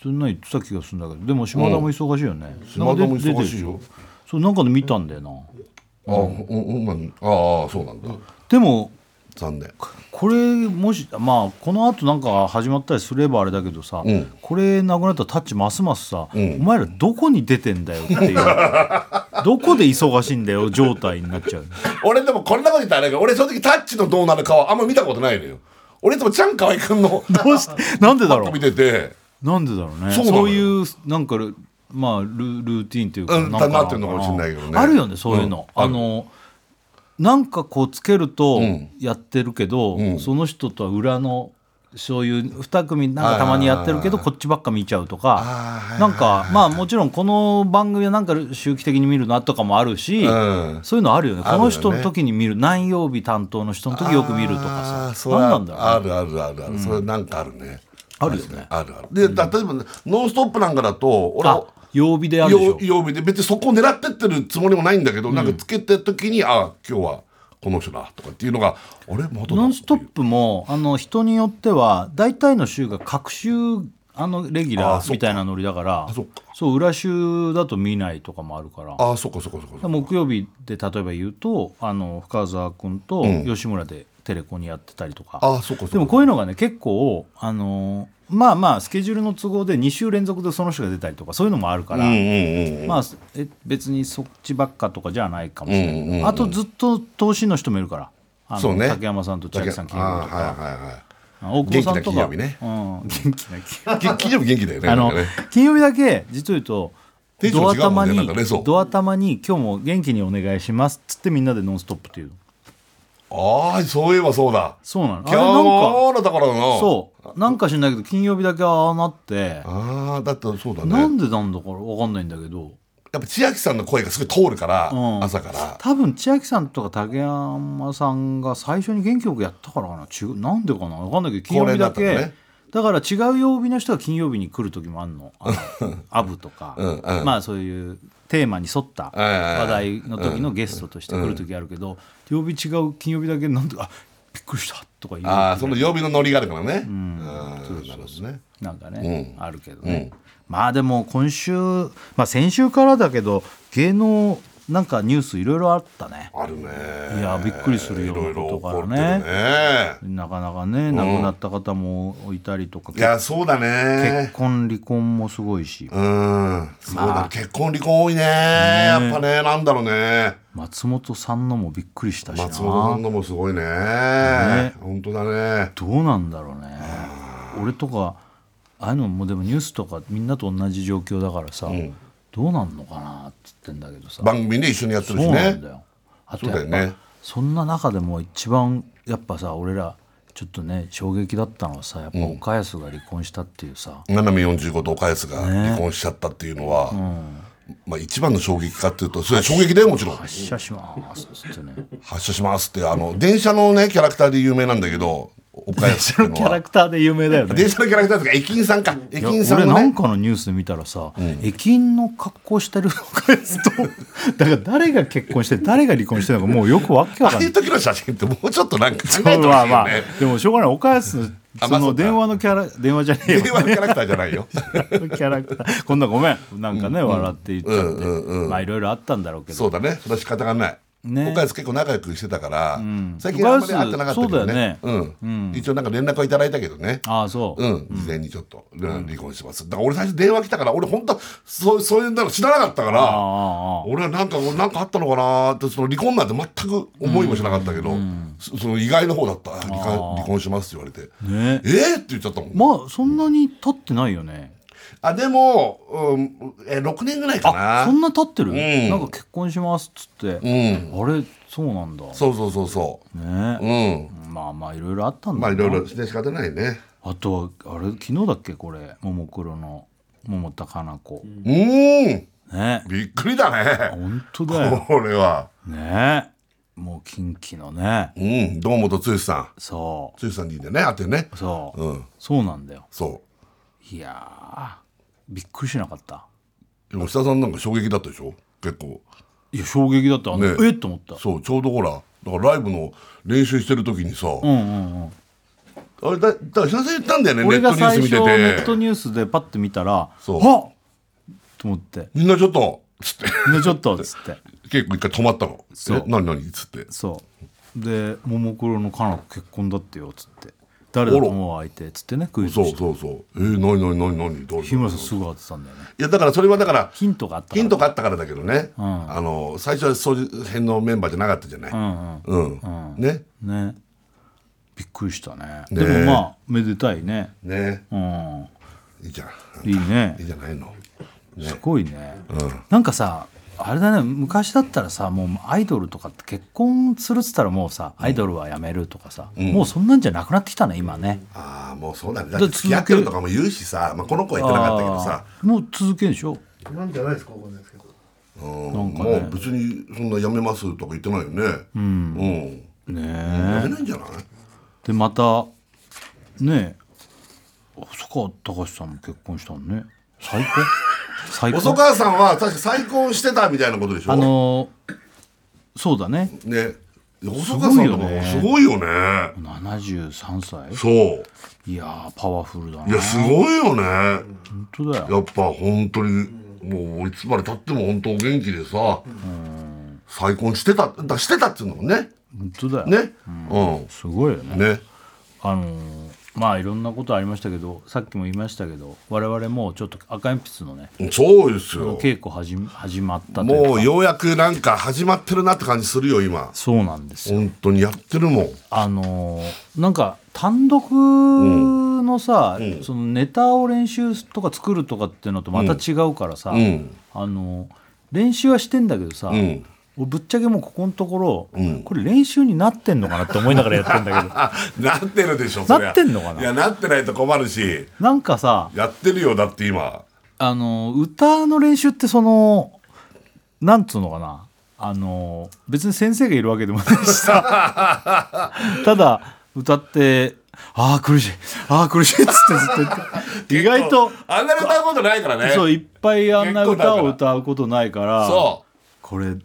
[SPEAKER 1] そんな言ってた気がするんだけどでも島田も忙しいよね、
[SPEAKER 2] 島田
[SPEAKER 1] なん
[SPEAKER 2] も
[SPEAKER 1] かで
[SPEAKER 2] 忙しいよ
[SPEAKER 1] 出てるそうなんかで見たんだよな
[SPEAKER 2] あ、うんうんうん、ああそうなんだ
[SPEAKER 1] でも
[SPEAKER 2] 残念
[SPEAKER 1] これもしまあこのあとんか始まったりすればあれだけどさ、これなくなったらタッチますますさ、お前らどこに出てんだよっ ていうどこで忙しいんだよ状態になっちゃう
[SPEAKER 2] 俺でもこんなこと言ったらあれだけど俺正直タッチのどうなるかはあんま見たことないのよ俺いつもちゃんかわいくんの
[SPEAKER 1] どうしてなんでだろ
[SPEAKER 2] 見てて
[SPEAKER 1] うなんでだろうね
[SPEAKER 2] そ
[SPEAKER 1] そうう
[SPEAKER 2] なのよ
[SPEAKER 1] いうなんかルまあルルーティンというか,、
[SPEAKER 2] うん
[SPEAKER 1] なんか
[SPEAKER 2] なってるのかもしれないけどね
[SPEAKER 1] あるよねそういうの、
[SPEAKER 2] うんあ
[SPEAKER 1] あ
[SPEAKER 2] る
[SPEAKER 1] のなんかこうつけるとやってるけど、その人とは裏のそういう2組なんかたまにやってるけどこっちばっか見ちゃうとかなんかまあもちろんこの番組はなんか周期的に見るなとかもあるし、
[SPEAKER 2] ん
[SPEAKER 1] そういうのあるよね
[SPEAKER 2] るよね
[SPEAKER 1] この人の時に見る何曜日担当の人の時よく見る
[SPEAKER 2] あ
[SPEAKER 1] とか
[SPEAKER 2] ー
[SPEAKER 1] さ
[SPEAKER 2] それは
[SPEAKER 1] 何なんだろうね
[SPEAKER 2] あるあるあるある、それなんかあるね
[SPEAKER 1] あるよね
[SPEAKER 2] あるあるで、だ例えば「ノンストップ!」なんかだと俺
[SPEAKER 1] あ曜日であるでし
[SPEAKER 2] 曜
[SPEAKER 1] ょ
[SPEAKER 2] 曜日で別にそこを狙ってってるつもりもないんだけど、なんかつけてる時に「ああ今日はこの人だ」とかっていうのが「あれまだだ」
[SPEAKER 1] ノンストップもあの人によっては大体の週が隔週あのレギュ
[SPEAKER 2] あ
[SPEAKER 1] ラ
[SPEAKER 2] そっ
[SPEAKER 1] ー
[SPEAKER 2] か
[SPEAKER 1] みたいなノリだから
[SPEAKER 2] あそっか
[SPEAKER 1] そう裏週だと見ないとかもあるから
[SPEAKER 2] ああそっかそっかそっかそっか
[SPEAKER 1] 木曜日で例えば言うとあの深澤君と吉村でテレコにやってたりとか、
[SPEAKER 2] ああそっかそっか
[SPEAKER 1] でもこういうのがね結構あのーまあまあスケジュールの都合で2週連続でその人が出たりとかそういうのもあるから、
[SPEAKER 2] うんうんうんうん
[SPEAKER 1] まあえ別にそっちばっかとかじゃないかもしれないけど、
[SPEAKER 2] うんうんうん
[SPEAKER 1] あとずっと投資の人もいるからあの
[SPEAKER 2] そうね
[SPEAKER 1] 竹山さんと千秋さん金曜
[SPEAKER 2] あー
[SPEAKER 1] 日と
[SPEAKER 2] はい
[SPEAKER 1] か
[SPEAKER 2] はいはい
[SPEAKER 1] 大久保さんと
[SPEAKER 2] 元気な
[SPEAKER 1] か
[SPEAKER 2] 金曜日ね
[SPEAKER 1] うん、元気な金 曜
[SPEAKER 2] き
[SPEAKER 1] 日
[SPEAKER 2] 金曜日元気だよね。
[SPEAKER 1] あの
[SPEAKER 2] なんかね
[SPEAKER 1] 金曜日だけ実を言うと
[SPEAKER 2] テンション
[SPEAKER 1] ド
[SPEAKER 2] 違
[SPEAKER 1] ア
[SPEAKER 2] うも
[SPEAKER 1] 玉
[SPEAKER 2] んね
[SPEAKER 1] に、
[SPEAKER 2] なんかねそう
[SPEAKER 1] ドア玉に今日も元気にお願いしますっつってみんなで「ノンストップ!」っていう
[SPEAKER 2] ああ、そういえばそうだ。
[SPEAKER 1] そうなのあ
[SPEAKER 2] 今日
[SPEAKER 1] れなんか
[SPEAKER 2] のだからな。
[SPEAKER 1] そうなんか知んないけど金曜日だけああなって
[SPEAKER 2] ああ、だってそうだ
[SPEAKER 1] な
[SPEAKER 2] ね。
[SPEAKER 1] んでなんだかわかんないんだけど
[SPEAKER 2] やっぱ千秋さんの声がすごい通るから、
[SPEAKER 1] うん
[SPEAKER 2] 朝から。
[SPEAKER 1] 多分千秋さんとか竹山さんが最初に元気よくやったからかな違うなんでかなわかんないけど金曜日だ
[SPEAKER 2] 恒例
[SPEAKER 1] け
[SPEAKER 2] だ
[SPEAKER 1] だ,、
[SPEAKER 2] ったのね
[SPEAKER 1] から違う曜日の人は金曜日に来る時もあんのあ のアブとか、
[SPEAKER 2] うんうん
[SPEAKER 1] まあそういうテーマに沿った
[SPEAKER 2] はいはいはい
[SPEAKER 1] 話題の時のゲストとして来る時あるけど、曜日違う金曜日だけなんとあびっくりしたとか言う
[SPEAKER 2] ああ、その曜日のノリがあるからね。うん。なるほどね。
[SPEAKER 1] なんかね、あるけどね、まあでも今週、まあ、先週からだけど芸能なんかニュースいろいろあったね
[SPEAKER 2] あるね。
[SPEAKER 1] いやびっくりする
[SPEAKER 2] い
[SPEAKER 1] よ
[SPEAKER 2] うろ
[SPEAKER 1] ない
[SPEAKER 2] ろ
[SPEAKER 1] こと
[SPEAKER 2] 起
[SPEAKER 1] か
[SPEAKER 2] こ
[SPEAKER 1] ら
[SPEAKER 2] ってる
[SPEAKER 1] ね
[SPEAKER 2] ね。
[SPEAKER 1] なかなかね亡くなった方もいたりとか、
[SPEAKER 2] いや、そうだ
[SPEAKER 1] 結
[SPEAKER 2] ね。
[SPEAKER 1] 婚離婚もすごいし
[SPEAKER 2] うん。そうだ、結婚離婚多いね。やっぱね、なんだろうね。
[SPEAKER 1] 松本さんのもびっくりしたしな
[SPEAKER 2] 松本さんのもすごいね。本当だね。
[SPEAKER 1] どうなんだろうね俺とかああいうのもでもニュースとかみんなと同じ状況だからさ、どうなんのかなっつってんだけどさ
[SPEAKER 2] 番組で一緒にやってるし
[SPEAKER 1] そうなん
[SPEAKER 2] ね
[SPEAKER 1] だ。よあと
[SPEAKER 2] そう
[SPEAKER 1] やっ
[SPEAKER 2] だ
[SPEAKER 1] ぱ
[SPEAKER 2] よ
[SPEAKER 1] そ,、
[SPEAKER 2] ね。
[SPEAKER 1] んな中でも一番やっぱさ俺らちょっとね衝撃だったのはさやっぱ岡安が離婚したっていうさ、
[SPEAKER 2] 斜め45度岡安が離婚しちゃったっていうのは、まあ、一番の衝撃かっていうとそれは衝撃だよもちろん
[SPEAKER 1] 発射しますっつってね
[SPEAKER 2] 発車しますってあの電車のねキャラクターで有名なんだけど岡安っていう
[SPEAKER 1] キ
[SPEAKER 2] の
[SPEAKER 1] ャ
[SPEAKER 2] は
[SPEAKER 1] ラクターで有名だよね
[SPEAKER 2] 電車のキャラクターですか駅員さんか駅
[SPEAKER 1] いや
[SPEAKER 2] 員さ
[SPEAKER 1] 俺
[SPEAKER 2] んの
[SPEAKER 1] なん
[SPEAKER 2] ね
[SPEAKER 1] かのニュースで見たらさ、駅員の格好してる岡安と だから誰が結婚して誰が離婚してるのかもうよくわけわ
[SPEAKER 2] あ
[SPEAKER 1] かん
[SPEAKER 2] あい
[SPEAKER 1] な
[SPEAKER 2] う
[SPEAKER 1] い
[SPEAKER 2] 時の写真ってもうちょっとなんか考えてほしいよね、
[SPEAKER 1] まあまあでもしょうがない岡安
[SPEAKER 2] あ
[SPEAKER 1] の
[SPEAKER 2] まあ
[SPEAKER 1] そ
[SPEAKER 2] そう
[SPEAKER 1] の
[SPEAKER 2] か
[SPEAKER 1] 電話のキャラ電話じゃねえよ
[SPEAKER 2] 電話のキャラクターじゃない よ
[SPEAKER 1] キャラクターこんなごめんなんかね、笑って言っちゃって、
[SPEAKER 2] うんうん
[SPEAKER 1] まあいろいろあったんだろうけど
[SPEAKER 2] そうだねそれは仕方がない、
[SPEAKER 1] ね
[SPEAKER 2] 岡安結構仲良くしてたから、最近あんまり会ってなかったけどね
[SPEAKER 1] 岡
[SPEAKER 2] うん一応なんか連絡はいただいたけどね
[SPEAKER 1] ああそう、
[SPEAKER 2] うん、事前にちょっと、うん離婚します。だから俺最初電話来たから、俺本当はそうそういうの知らなかったか
[SPEAKER 1] あ
[SPEAKER 2] ら、
[SPEAKER 1] ああ
[SPEAKER 2] 俺はなんか俺なんかあったのかなってその離婚なんて全く思いもしなかったけど、そその意外の方だった。あ離婚離婚しますって言われて。
[SPEAKER 1] あね
[SPEAKER 2] えー、って言っちゃったもん。
[SPEAKER 1] まあそんなに経ってないよね
[SPEAKER 2] あでも、うん、え6年ぐらいかな。
[SPEAKER 1] そんな経ってる、
[SPEAKER 2] ん
[SPEAKER 1] なんか結婚しますっつって、
[SPEAKER 2] うん。
[SPEAKER 1] あれそうなんだね
[SPEAKER 2] そうそうそうそう。うん。
[SPEAKER 1] まあまあいろいろあったん
[SPEAKER 2] まあ
[SPEAKER 1] だ
[SPEAKER 2] い
[SPEAKER 1] な、
[SPEAKER 2] ろいろして仕方ないね。
[SPEAKER 1] あとはあれ昨日だっけこれももクロの桃田加奈子、
[SPEAKER 2] うーん。
[SPEAKER 1] ね
[SPEAKER 2] びっくりだね。
[SPEAKER 1] 本当だよ
[SPEAKER 2] これは。
[SPEAKER 1] ねもう近畿のね
[SPEAKER 2] うん。堂本剛さ
[SPEAKER 1] そ
[SPEAKER 2] ん。剛さんにいてね、あってね
[SPEAKER 1] う。そう、
[SPEAKER 2] うん。
[SPEAKER 1] そうなんだよ
[SPEAKER 2] そう。
[SPEAKER 1] いやーびっくりしなかった
[SPEAKER 2] でも下さんなんか衝撃だったでしょ結構
[SPEAKER 1] いや衝撃だったあの、
[SPEAKER 2] ねえ
[SPEAKER 1] えっと思った
[SPEAKER 2] そうちょうどほらだからライブの練習してる時にさ、
[SPEAKER 1] うんうんうん
[SPEAKER 2] あれだだから久々に言ったんだよねネ
[SPEAKER 1] 俺
[SPEAKER 2] ット
[SPEAKER 1] が
[SPEAKER 2] ニュース
[SPEAKER 1] 最
[SPEAKER 2] 見
[SPEAKER 1] 初
[SPEAKER 2] て
[SPEAKER 1] ネット
[SPEAKER 2] て
[SPEAKER 1] ニュースでパッて見たら「
[SPEAKER 2] そう
[SPEAKER 1] はっ!」と思って
[SPEAKER 2] みんなちょっとつって
[SPEAKER 1] 「ねちょっと」っつって
[SPEAKER 2] 結構一回止まったの「
[SPEAKER 1] そう
[SPEAKER 2] え何何?」っつって
[SPEAKER 1] そうで「ももクロのかな子結婚だってよ」っつって「誰だと思う相手」っつってねクイズ
[SPEAKER 2] そう
[SPEAKER 1] して
[SPEAKER 2] そうそう「えー、何何何何どう
[SPEAKER 1] 日
[SPEAKER 2] ぞ
[SPEAKER 1] 村さんすぐ当てたんだよね
[SPEAKER 2] いやだからそれはだから
[SPEAKER 1] ヒントがあったから
[SPEAKER 2] ヒントがあったからだけどね、あの最初はそういう辺のメンバーじゃなかったじゃない、
[SPEAKER 1] うん
[SPEAKER 2] うんね
[SPEAKER 1] うんねびっくりしたね
[SPEAKER 2] ねえ
[SPEAKER 1] でもまあめでたいね
[SPEAKER 2] ね
[SPEAKER 1] うん
[SPEAKER 2] いいじゃん
[SPEAKER 1] いいね
[SPEAKER 2] いいじゃないの
[SPEAKER 1] すごいね、なんかさあれだね昔だったらさもうアイドルとかって結婚するっつったらもうさアイドルはやめるとかさ、もうそんなんじゃなくなってきたね今ね、
[SPEAKER 2] ああもうそうだねだって付き合ってるとかも言うしさ、まあ、この子は言ってなかったけどさ
[SPEAKER 1] あーもう続けんでしょ
[SPEAKER 3] なんじゃないですかわかんないですけど
[SPEAKER 2] うんまあ別にそんなやめますとか言ってないよねうん、
[SPEAKER 1] ね
[SPEAKER 2] や
[SPEAKER 1] え
[SPEAKER 2] めないんじゃない
[SPEAKER 1] でまたねえ細川隆さんも結婚したのね最高 最
[SPEAKER 2] 細
[SPEAKER 1] 高
[SPEAKER 2] 川さんは確か再婚してたみたいなことでしょ
[SPEAKER 1] あのーそうだね
[SPEAKER 2] ね細川さんとかもすごいよね
[SPEAKER 1] 73歳
[SPEAKER 2] そう
[SPEAKER 1] いやーパワフルだない
[SPEAKER 2] やすごいよね
[SPEAKER 1] 本当だよ
[SPEAKER 2] やっぱ本当にもういつまでたっても本当お元気でさ再婚してただしてたっていうのもね
[SPEAKER 1] 本当だよ、
[SPEAKER 2] ねう
[SPEAKER 1] すごいよね
[SPEAKER 2] んね
[SPEAKER 1] あのーまあいろんなことありましたけどさっきも言いましたけど我々もうちょっと赤鉛筆のね
[SPEAKER 2] そうですよ
[SPEAKER 1] 稽古始め始まったという
[SPEAKER 2] も
[SPEAKER 1] か
[SPEAKER 2] うようやくなんか始まってるなって感じするよ今
[SPEAKER 1] そうなんですよ
[SPEAKER 2] 本当にやってるもん
[SPEAKER 1] あのーなんか単独のさ、そのネタを練習とか作るとかっていうのとまた違うからさ、
[SPEAKER 2] ん
[SPEAKER 1] あのー練習はしてんだけどさ、
[SPEAKER 2] ん
[SPEAKER 1] 俺ぶっちゃけもうここのところ、これ練習になってんのかなって思いながらやってんだけ ど
[SPEAKER 2] あなってるでしょそりゃ
[SPEAKER 1] なってんのかない
[SPEAKER 2] やなってないと困るし
[SPEAKER 1] なんかさ
[SPEAKER 2] やってるよだって今
[SPEAKER 1] あの歌の練習ってそのなんつうのかなあの別に先生がいるわけでもないしさ ただ歌って「ああ苦しいああ苦しい」っつってずっと 言って意外と
[SPEAKER 2] あんなに歌うことないからね
[SPEAKER 1] そういっぱいあんな
[SPEAKER 2] 結構だか
[SPEAKER 1] 歌
[SPEAKER 2] ら
[SPEAKER 1] を歌うことないから
[SPEAKER 2] そ
[SPEAKER 1] これ
[SPEAKER 2] う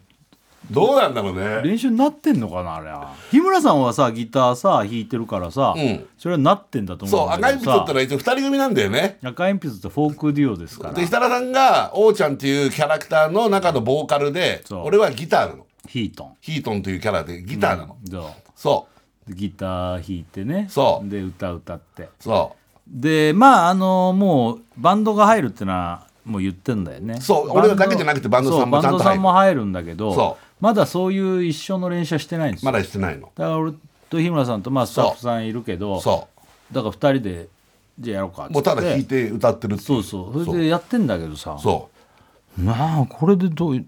[SPEAKER 2] どうなんだろうね
[SPEAKER 1] 練習になってんのかなあれは日村さんはさギターさ弾いてるからさ、
[SPEAKER 2] うん
[SPEAKER 1] それはなってんだと
[SPEAKER 2] そ
[SPEAKER 1] 思
[SPEAKER 2] う
[SPEAKER 1] うん
[SPEAKER 2] 赤
[SPEAKER 1] だ
[SPEAKER 2] 鉛
[SPEAKER 1] けど
[SPEAKER 2] 筆だ
[SPEAKER 1] さ
[SPEAKER 2] ったら一応二人組なんだよね
[SPEAKER 1] 赤鉛筆ってフォークデュオですから
[SPEAKER 2] で
[SPEAKER 1] 弾
[SPEAKER 2] 設楽さんが王ちゃんっていうキャラクターの中のボーカルで
[SPEAKER 1] そう
[SPEAKER 2] 俺はギターなの
[SPEAKER 1] いたん
[SPEAKER 2] ヒートンというキャラでギターなの、
[SPEAKER 1] どう
[SPEAKER 2] そ
[SPEAKER 1] ギター弾いてね
[SPEAKER 2] そう
[SPEAKER 1] で歌歌って
[SPEAKER 2] うそ
[SPEAKER 1] でまああのもうバンドが入るってのはもう言ってんだよね
[SPEAKER 2] そう
[SPEAKER 1] バンド
[SPEAKER 2] 俺らだけじゃなくてバンドさんも
[SPEAKER 1] そう
[SPEAKER 2] ちゃんと入る
[SPEAKER 1] バンドさんも入るんだけど
[SPEAKER 2] そ
[SPEAKER 1] まだそういう一緒の練習はしてないんです
[SPEAKER 2] う
[SPEAKER 1] よ
[SPEAKER 2] まだしてないの
[SPEAKER 1] だから俺と日村さんとまあスタッフさんいるけど
[SPEAKER 2] そ
[SPEAKER 1] だから2人でじゃあやろうかっ
[SPEAKER 2] う
[SPEAKER 1] つって
[SPEAKER 2] もうただ弾いて歌ってるってい
[SPEAKER 1] そうそうそれでやってんだけどさ
[SPEAKER 2] そ
[SPEAKER 1] まあこれでどうい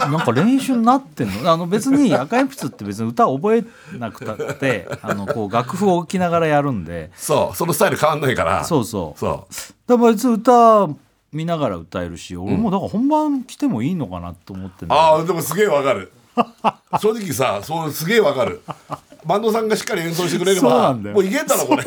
[SPEAKER 1] なんか練習になってんのあの 別に赤鉛筆って別に歌覚えなくたって あのこう楽譜を置きながらやるんで
[SPEAKER 2] うそうそのスタイル変わんないから
[SPEAKER 1] そうそう
[SPEAKER 2] そう
[SPEAKER 1] だから別に歌見ながら歌えるし俺もだから本番来てもいいのかなと思ってんだ
[SPEAKER 2] ああでもすげえわか る正直さそうすげえわかるバンドさんがしっかり演奏してくれれ
[SPEAKER 1] そうな
[SPEAKER 2] ば
[SPEAKER 1] んだよ
[SPEAKER 2] もういけんだろこ れ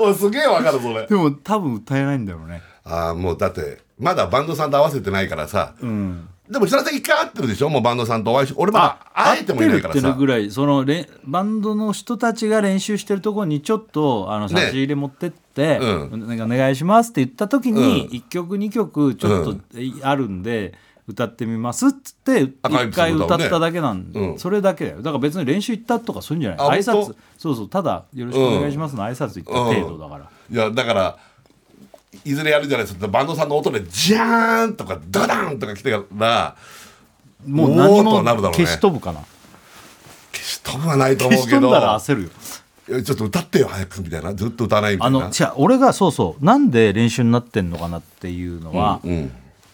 [SPEAKER 2] 俺すげえわかるそれ
[SPEAKER 1] けどでも多分歌えないんだろうね
[SPEAKER 2] ああもうだってまだバンドさんと合わせてないからさ、でも設楽さん一回会ってるでしょもうバンドさんとお会いし俺まあ会えてもいないから
[SPEAKER 1] 合ってるって
[SPEAKER 2] さ
[SPEAKER 1] るぐらいそのれんバンドの人たちが練習してるところにちょっとあの
[SPEAKER 2] ね
[SPEAKER 1] 差し入れ持ってって、
[SPEAKER 2] う
[SPEAKER 1] なんかお願いしますって言った時に、
[SPEAKER 2] う
[SPEAKER 1] 1曲2曲ちょっと、えあるんで歌ってみますっつって
[SPEAKER 2] 赤い
[SPEAKER 1] 1回
[SPEAKER 2] そうだも
[SPEAKER 1] 歌っ
[SPEAKER 2] んね
[SPEAKER 1] ただけなんで、
[SPEAKER 2] うん
[SPEAKER 1] それだけだよだから別に練習行ったとかそういうんじゃな
[SPEAKER 2] あ
[SPEAKER 1] い挨
[SPEAKER 2] 本
[SPEAKER 1] 拶そうそうただ「よろしくお願いします」の挨拶行った程度だから、
[SPEAKER 2] いやだからいずれやるじゃないですかバンドさんの音でジャーンとかダダンとか来てから
[SPEAKER 1] もう
[SPEAKER 2] お
[SPEAKER 1] 何
[SPEAKER 2] ーとはなるだろう
[SPEAKER 1] も
[SPEAKER 2] ね
[SPEAKER 1] 消し飛ぶかな
[SPEAKER 2] 消し飛ぶはないと
[SPEAKER 1] 消
[SPEAKER 2] 思う
[SPEAKER 1] し
[SPEAKER 2] け
[SPEAKER 1] 飛ん
[SPEAKER 2] ど
[SPEAKER 1] だら焦るよ
[SPEAKER 2] いやちょっと歌ってよ早くみたいなずっと歌わないみた
[SPEAKER 1] あ
[SPEAKER 2] いな
[SPEAKER 1] の違う俺がそうそうなんで練習になってんのかなっていうのは、
[SPEAKER 2] うん、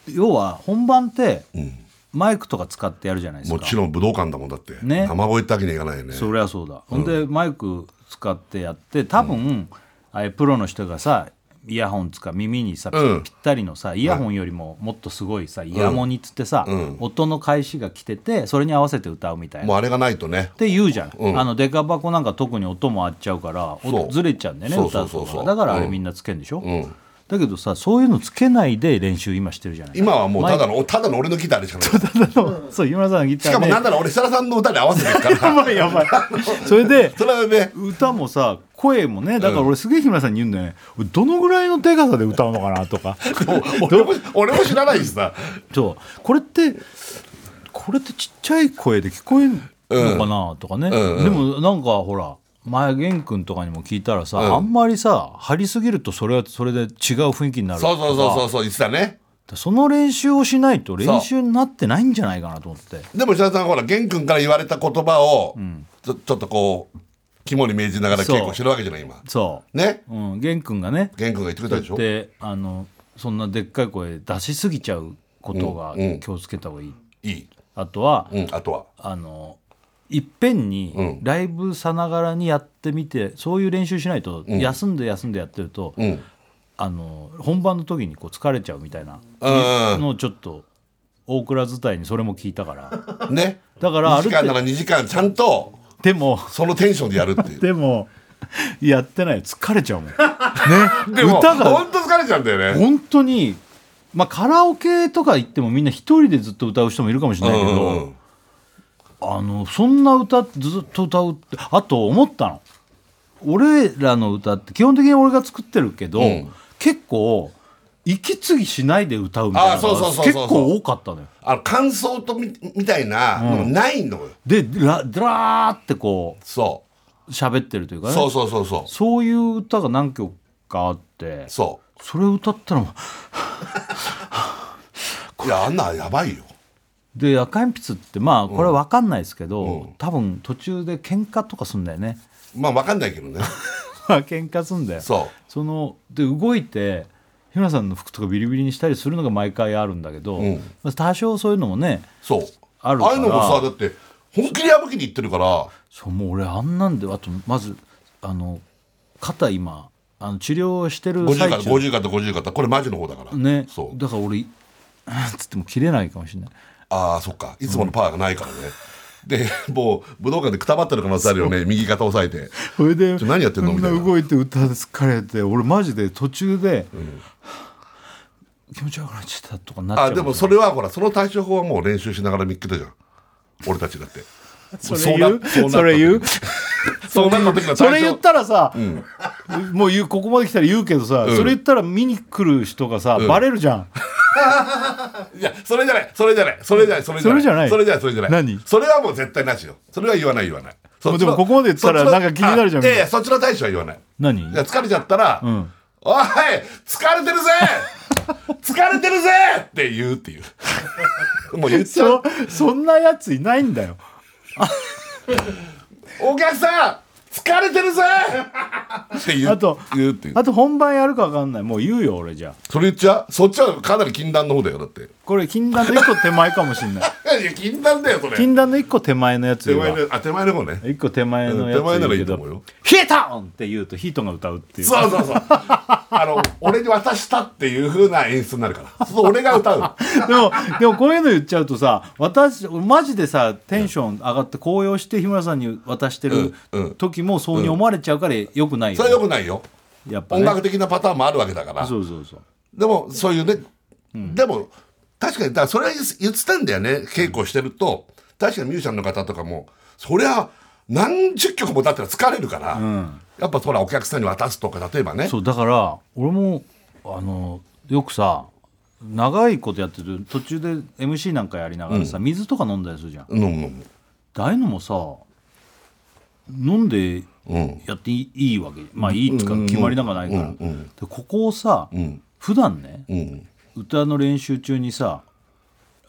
[SPEAKER 1] 要は本番って
[SPEAKER 2] うん、
[SPEAKER 1] マイクとか使ってやるじゃないですか
[SPEAKER 2] もちろん武道館だもんだって、
[SPEAKER 1] ね
[SPEAKER 2] 生声ってわけにはいかないよね
[SPEAKER 1] そりゃそうだ、ほんでマイク使ってやって多分、ああいうプロの人がさイヤホンつか耳にさ、
[SPEAKER 2] うん
[SPEAKER 1] ぴったりのさイヤホンよりももっとすごいさ、イヤモニっつってさ、
[SPEAKER 2] ん
[SPEAKER 1] 音の返しが来ててそれに合わせて歌うみたいな
[SPEAKER 2] もうあれがないとね
[SPEAKER 1] って言うじゃん、
[SPEAKER 2] うん
[SPEAKER 1] あのデカ箱なんか特に音も合っちゃうから音
[SPEAKER 2] そう
[SPEAKER 1] ずれちゃうんだよね
[SPEAKER 2] そう
[SPEAKER 1] 歌
[SPEAKER 2] そうそ
[SPEAKER 1] う
[SPEAKER 2] う
[SPEAKER 1] と
[SPEAKER 2] そう
[SPEAKER 1] かだからあれ
[SPEAKER 2] うん
[SPEAKER 1] みんなつけんでしょ、
[SPEAKER 2] うん
[SPEAKER 1] だけどさそういうのつけないで練習今してるじゃない
[SPEAKER 2] 今はもうただのただの俺のギターでしかない
[SPEAKER 1] そう井村さんのギタ
[SPEAKER 2] しか
[SPEAKER 1] ー
[SPEAKER 2] も
[SPEAKER 1] で
[SPEAKER 2] なんなら俺設楽さんの歌に合わせてるから
[SPEAKER 1] やばい やばいそれで
[SPEAKER 2] それはね
[SPEAKER 1] 歌もさ声もねだから俺すげえ日村さんに言うんだよね俺どのぐらいのデカさで歌うのかなとか
[SPEAKER 2] 俺も俺も知らないしさ
[SPEAKER 1] そうこれってこれってちっちゃい声で聞こえんのかなとかね、
[SPEAKER 2] んうん
[SPEAKER 1] でもなんかほら前玄君とかにも聞いたらさ、あんまりさ張りすぎるとそれはそれで違う雰囲気になる
[SPEAKER 2] そうそうそう
[SPEAKER 1] う
[SPEAKER 2] そうそう言ってたね
[SPEAKER 1] その練習をしないと練習になってないんじゃないかなと思って
[SPEAKER 2] でも設楽さんほら玄君から言われた言葉を、ちょちょっとこう肝に銘じながら稽古してるわけじゃない今
[SPEAKER 1] そ
[SPEAKER 2] ね
[SPEAKER 1] う、うん、玄君がね
[SPEAKER 2] 玄君が言ってくれたでしょ
[SPEAKER 1] であのそんなでっかい声出しすぎちゃうことが
[SPEAKER 2] うんうん
[SPEAKER 1] 気をつけた方がいい、
[SPEAKER 2] いい、
[SPEAKER 1] あとは、
[SPEAKER 2] うん、あとは
[SPEAKER 1] あのいっぺ
[SPEAKER 2] う
[SPEAKER 1] んに
[SPEAKER 2] ん
[SPEAKER 1] ライブさながらにやってみてそういう練習しないと休んで休んでやってると、
[SPEAKER 2] うん
[SPEAKER 1] あの本番の時にこう疲れちゃうみたいな
[SPEAKER 2] う
[SPEAKER 1] のをちょっと大蔵伝いにそれも聞いたから
[SPEAKER 2] んね
[SPEAKER 1] だからあ
[SPEAKER 2] 2
[SPEAKER 1] る
[SPEAKER 2] 時
[SPEAKER 1] 程
[SPEAKER 2] 間
[SPEAKER 1] 度
[SPEAKER 2] なら2時間ちゃんと
[SPEAKER 1] でも
[SPEAKER 2] そのテンションでやるっていう
[SPEAKER 1] でもやってない疲れちゃうもんね
[SPEAKER 2] でも
[SPEAKER 1] 歌が
[SPEAKER 2] 本当疲れちゃうんだよね
[SPEAKER 1] 本当にまあカラオケとか行ってもみんな一人でずっと歌う人もいるかもしれないけど、
[SPEAKER 2] うんうんうん
[SPEAKER 1] あのそんな歌ずっと歌うってあと思ったの俺らの歌って基本的に俺が作ってるけど、
[SPEAKER 2] うん
[SPEAKER 1] 結構息継ぎしないで歌うみたいなのが
[SPEAKER 2] あそうそうそうそう
[SPEAKER 1] 結構多かったのよ
[SPEAKER 2] あの感想とみみたいなのがないのよ、
[SPEAKER 1] でラドラーってこ
[SPEAKER 2] そう
[SPEAKER 1] 喋ってるというか
[SPEAKER 2] う
[SPEAKER 1] ね
[SPEAKER 2] そうそうそうそう
[SPEAKER 1] そういう歌が何曲かあって
[SPEAKER 2] そ
[SPEAKER 1] それを歌ったらもう
[SPEAKER 2] ういやあんなやばいよ
[SPEAKER 1] で赤鉛筆ってまあこれは分かんないですけど、
[SPEAKER 2] うん
[SPEAKER 1] 多分途中で喧嘩とかすんだよね
[SPEAKER 2] まあわかんないけどね
[SPEAKER 1] 喧嘩すんだよ
[SPEAKER 2] そ
[SPEAKER 1] そので動いて日村さんの服とかビリビリにしたりするのが毎回あるんだけど、
[SPEAKER 2] うん
[SPEAKER 1] まあ多少そういうのもね
[SPEAKER 2] うそう
[SPEAKER 1] あるから
[SPEAKER 2] あいうのもさだって本気で破けにいってるから
[SPEAKER 1] そうもう俺あんなんであとまずあの肩今あの治療してる
[SPEAKER 2] 50
[SPEAKER 1] 最
[SPEAKER 2] 肩
[SPEAKER 1] 中
[SPEAKER 2] 50肩50肩これマジの方だから
[SPEAKER 1] ね
[SPEAKER 2] そう
[SPEAKER 1] だから俺 つっても切れないかもしれない
[SPEAKER 2] ああそっかいつものパワーがないからね、でもう武道館でくたばってる可能性あるよね右肩押さえ て
[SPEAKER 1] それで
[SPEAKER 2] ちょ何やってんの
[SPEAKER 1] こ
[SPEAKER 2] みたいな
[SPEAKER 1] な動いて歌で疲れて俺マジで途中で、気持ち悪くなっちゃったとかなっちゃう
[SPEAKER 2] あでもそれはほらその対処法はもう練習しながら見っけたじゃん俺たちだって
[SPEAKER 1] それ言う
[SPEAKER 2] そうな
[SPEAKER 1] それ言う
[SPEAKER 2] そうなった時の対処
[SPEAKER 1] それ言ったらさ、もう言うここまで来たら言うけどさ、
[SPEAKER 2] うん
[SPEAKER 1] それ言ったら見に来る人がさ、バレるじゃん
[SPEAKER 2] いやそれじゃないそれじゃないそれじゃないそれじゃない
[SPEAKER 1] それじゃない
[SPEAKER 2] それじゃないそれじゃない
[SPEAKER 1] 何
[SPEAKER 2] それはもう絶対なしよそれは言わない言わないそっちの
[SPEAKER 1] もうでもここまで言ったら
[SPEAKER 2] そちの
[SPEAKER 1] なんか気になるじゃん
[SPEAKER 2] あいやいやそっちの対処は言わない
[SPEAKER 1] 何
[SPEAKER 2] いや疲れちゃったら「
[SPEAKER 1] ん
[SPEAKER 2] おい疲れてる ぜ疲れてるぜ!」って言うって いうもう言っちゃう
[SPEAKER 1] そそんなやついないんだよ
[SPEAKER 2] お客さん疲れてるぜって言う
[SPEAKER 1] あと
[SPEAKER 2] 言うっていう
[SPEAKER 1] あと本番やるか分かんないもう言うよ俺じゃあ
[SPEAKER 2] それ言っちゃうそっちはかなり禁断の方だよだってい
[SPEAKER 1] これ禁断の一個手前かもし んない
[SPEAKER 2] やいや禁断だよそれ
[SPEAKER 1] 禁断の一個手前のやつ
[SPEAKER 2] 手
[SPEAKER 1] 言う
[SPEAKER 2] 前
[SPEAKER 1] わ
[SPEAKER 2] のあ手前の方ね
[SPEAKER 1] 一個手前のや
[SPEAKER 2] 手前
[SPEAKER 1] つ
[SPEAKER 2] ならい
[SPEAKER 1] 言うけ
[SPEAKER 2] いと
[SPEAKER 1] ど
[SPEAKER 2] 思うよ
[SPEAKER 1] ヒートンって言うとヒートンが歌うっていう
[SPEAKER 2] そうそう そうあの俺に渡したっていう風な演出になるからそう俺が歌う
[SPEAKER 1] でもでもこういうの言っちゃうとさ私マジでさテンション上がって高揚して日村さんに渡してる
[SPEAKER 2] うんうん
[SPEAKER 1] 時もそうに思われちゃうからよくない
[SPEAKER 2] そ
[SPEAKER 1] よ、
[SPEAKER 2] れはよくないよ
[SPEAKER 1] やっぱ
[SPEAKER 2] 音
[SPEAKER 1] ね
[SPEAKER 2] 楽的なパターンもあるわけだから
[SPEAKER 1] そうそうそう
[SPEAKER 2] でもそういうね、でも確かにだからそれは言ってたんだよね稽古してると、確かにミュージシャンの方とかもそりゃ何十曲もだったら疲れるから、やっぱほらお客さんに渡すとか例えばね
[SPEAKER 1] そうだから俺もあのよくさ長いことやってる途中で MC なんかやりながらさ、水とか飲んだりするじゃん
[SPEAKER 2] うんうん
[SPEAKER 1] ああいうのもさ飲んで
[SPEAKER 2] うん
[SPEAKER 1] やっていいいいわけまあいいっつうか決まりなんかないから、
[SPEAKER 2] うんうん
[SPEAKER 1] でここをさ、普段ね
[SPEAKER 2] うん
[SPEAKER 1] 歌の練習中にさ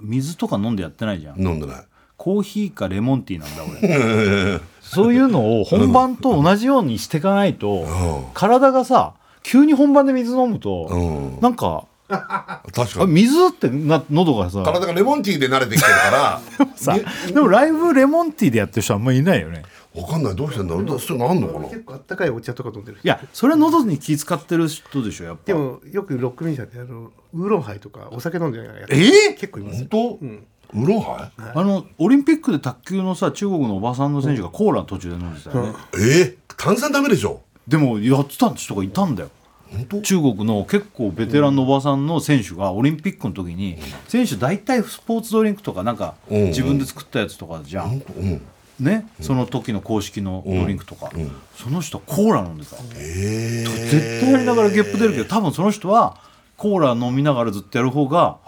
[SPEAKER 1] 水とか飲んでやってないじゃん、
[SPEAKER 2] 飲んでない
[SPEAKER 1] コーヒーかレモンティーなんだ俺そういうのを本番と同じようにしていかないと体がさ急に本番で水飲むと、
[SPEAKER 2] うん
[SPEAKER 1] なんか
[SPEAKER 2] 確
[SPEAKER 1] あ
[SPEAKER 2] かに
[SPEAKER 1] 水ってな喉がさ
[SPEAKER 2] 体がレモンティーで慣れてきてる から
[SPEAKER 1] さでもライブレモンティーでやってる人あんまりいないよね
[SPEAKER 2] わかんないどうしてんだろうだそういうのあんのかな
[SPEAKER 3] 結構あったかいお茶とか飲んでる
[SPEAKER 1] いやそれは喉に気使ってる人でしょやっぱ
[SPEAKER 3] でもよくロックミュージシャンってあのウーロンハイとかお酒飲んでないやつ
[SPEAKER 1] えー
[SPEAKER 3] 結構います
[SPEAKER 2] 本
[SPEAKER 3] よ
[SPEAKER 2] 当、ウーロンハイ
[SPEAKER 1] あのオリンピックで卓球のさ中国のおばさんの選手がコーラの途中で飲んでたよね、
[SPEAKER 2] えー、炭酸ダメでしょ
[SPEAKER 1] でもやってた人がいたんだよ
[SPEAKER 2] 本当
[SPEAKER 1] 中国の結構ベテランのおばさんの選手がオリンピックの時に選手大体スポーツドリンクとかなんか
[SPEAKER 2] うんうん
[SPEAKER 1] 自分で作ったやつとかじゃ
[SPEAKER 2] う
[SPEAKER 1] ん、
[SPEAKER 2] ん
[SPEAKER 1] ね、その時の公式のドリンクとか、その人コーラ飲んでた、
[SPEAKER 2] えー、
[SPEAKER 1] 絶対やりながらゲップ出るけど多分その人はコーラ飲みながらずっとやる方があ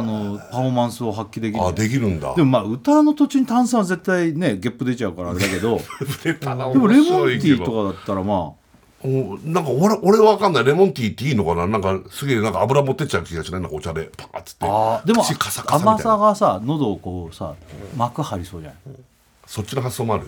[SPEAKER 1] のパフォーマンスを発揮できる
[SPEAKER 2] あできるんだ
[SPEAKER 1] でもまあ歌の途中に炭酸は絶対ねゲップ出ちゃうからあれだけ どでもレモンティーとかだったらまあ
[SPEAKER 2] おなんか俺俺わかんないレモンティーっていいのかななんかすげえなんか油持ってっちゃう気がしないなんかお茶でパーッつって
[SPEAKER 1] あーでも
[SPEAKER 2] 口カサカサみたいな
[SPEAKER 1] 甘さがさ喉をこうさ膜張りそうじゃない、
[SPEAKER 2] そっちの発想もある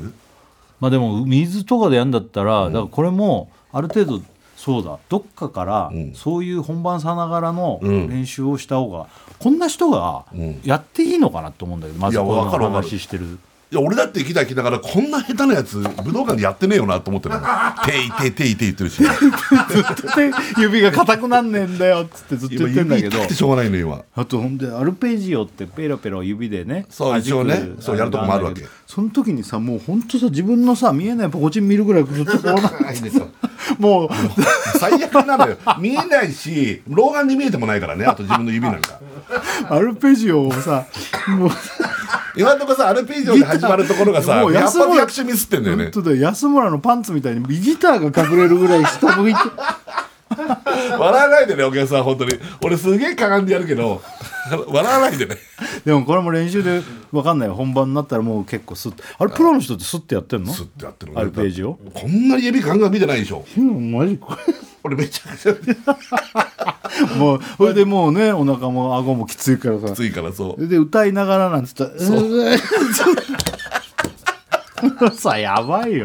[SPEAKER 1] まあでも水とかでやんだったら、だからこれもある程度そうだどっかからそういう本番さながらの
[SPEAKER 2] ん
[SPEAKER 1] 練習をした方が、こんな人がやっていいのかなと思うんだけどまず
[SPEAKER 2] いや
[SPEAKER 1] この
[SPEAKER 2] わかるわかる
[SPEAKER 1] 話してる
[SPEAKER 2] いや俺だって生きた生きながらこんな下手なやつ武道館でやってねえよなと思ってる 「ていていていてい」言ってるし
[SPEAKER 1] で指が硬くなんねえんだよっつってずっと
[SPEAKER 2] 今
[SPEAKER 1] 言ってんだ
[SPEAKER 2] 指
[SPEAKER 1] け
[SPEAKER 2] 痛
[SPEAKER 1] ど
[SPEAKER 2] くてしょうがないの今
[SPEAKER 1] あとほんでアルペジオってペロペロ指でね
[SPEAKER 2] そう
[SPEAKER 1] 弾く
[SPEAKER 2] 一応ねそうやるとこもあるわけ
[SPEAKER 1] なんだどその時にさもうほんとさ自分のさ見えないポコチン見るぐらいずっとこうな もう
[SPEAKER 2] 最悪なのよ見えないし老眼に見えてもないからねあと自分の指なんか
[SPEAKER 1] アルペジオをさもう
[SPEAKER 2] 今のところさアルペジオで始まるところがさ
[SPEAKER 1] もう
[SPEAKER 2] やっ
[SPEAKER 1] 安
[SPEAKER 2] ぱ
[SPEAKER 1] 村
[SPEAKER 2] 役者ミスってんだよね
[SPEAKER 1] 本当だよ安村のパンツみたいにギターが隠れるぐらい下向いて
[SPEAKER 2] 笑わないでねお客さん本当に俺すげえかがんでやるけど笑わないでね
[SPEAKER 1] でもこれも練習で分かんないよ本番になったらもう結構スッてあれプロの人ってスッてやってんの
[SPEAKER 2] ずっとやってる
[SPEAKER 1] アルページを
[SPEAKER 2] こんなに指ガンガン見てないでしょ
[SPEAKER 1] うんマジか
[SPEAKER 2] 俺めちゃくちゃ
[SPEAKER 1] もうそれでもうねお腹も顎もきついからさ
[SPEAKER 2] 熱いからそう
[SPEAKER 1] それで歌いながらなんつったら「 さあやばいよ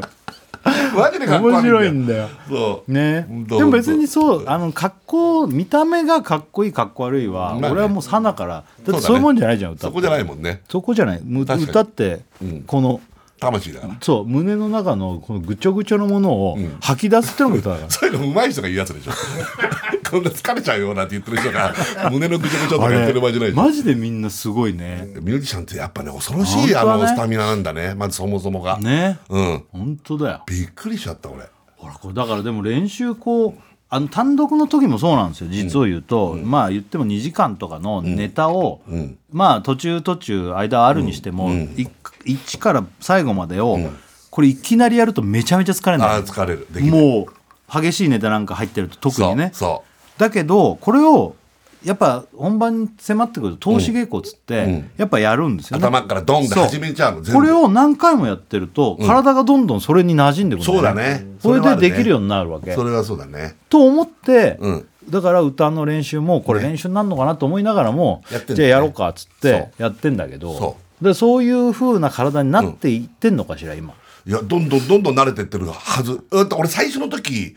[SPEAKER 2] マジでかっこ悪
[SPEAKER 1] 面
[SPEAKER 2] い
[SPEAKER 1] 白いんだよ
[SPEAKER 2] そう
[SPEAKER 1] ね
[SPEAKER 2] ほんと
[SPEAKER 1] でも別に
[SPEAKER 2] ほん
[SPEAKER 1] そうあの格好見た目がかっこいいかっこ悪いは、
[SPEAKER 2] まあね
[SPEAKER 1] 俺はもうさなから
[SPEAKER 2] だ
[SPEAKER 1] だっ
[SPEAKER 2] ね
[SPEAKER 1] てそういうもんじゃないじゃん
[SPEAKER 2] と
[SPEAKER 1] 歌
[SPEAKER 2] そ
[SPEAKER 1] っ
[SPEAKER 2] こ
[SPEAKER 1] て
[SPEAKER 2] じゃないもんね
[SPEAKER 1] そこじゃないむ
[SPEAKER 2] 確かに
[SPEAKER 1] 歌って、この
[SPEAKER 2] 魂だから
[SPEAKER 1] そう胸の中のこのぐちょぐちょのものを吐き出すってのが歌だか ら、
[SPEAKER 2] そういうの上手い人が言うやつでしょ こんな疲れちゃうよなんて言ってる人が胸のぐちゃぐちゃとか
[SPEAKER 1] あれ
[SPEAKER 2] やってる場合じゃないでしょ
[SPEAKER 1] マジでみんなすごいね
[SPEAKER 2] ミュージシャンってやっぱね恐ろしい、あ
[SPEAKER 1] 本当はね
[SPEAKER 2] のスタミナなんだねまずそもそもが
[SPEAKER 1] ね
[SPEAKER 2] うん
[SPEAKER 1] 本当だよ
[SPEAKER 2] びっくりしちゃった俺
[SPEAKER 1] ほらこれだからでも練習こうあの単独の時もそうなんですよ実を言うと、まあ言っても2時間とかのネタを、まあ途中途中間あるにしても、い1から最後までを、これいきなりやるとめちゃめちゃ疲れるんだ
[SPEAKER 2] ああ
[SPEAKER 1] よ
[SPEAKER 2] 疲れるできない
[SPEAKER 1] もう激しいネタなんか入ってると特にね
[SPEAKER 2] そう
[SPEAKER 1] だけどこれをやっぱ本番に迫ってくると投資稽古っつって、やっぱやるんです
[SPEAKER 2] そう
[SPEAKER 1] よね
[SPEAKER 2] 頭からドンって
[SPEAKER 1] そう
[SPEAKER 2] 始めちゃうの全部
[SPEAKER 1] これを何回もやってると体がどんどんそれに馴染んでくる
[SPEAKER 2] そうだね
[SPEAKER 1] それ
[SPEAKER 2] それはあ
[SPEAKER 1] で
[SPEAKER 2] るね
[SPEAKER 1] できるようになるわけ
[SPEAKER 2] それはそうだね
[SPEAKER 1] と思って、
[SPEAKER 2] うん
[SPEAKER 1] だから歌の練習もこれ練習になるのかなと思いながらも、
[SPEAKER 2] やってんだよね
[SPEAKER 1] じゃあやろうかっつってやってんだけど
[SPEAKER 2] そ
[SPEAKER 1] でそういう風な体になっていってんのかしら今、
[SPEAKER 2] いやどんどんどんどん慣れてってるはずだって俺最初の時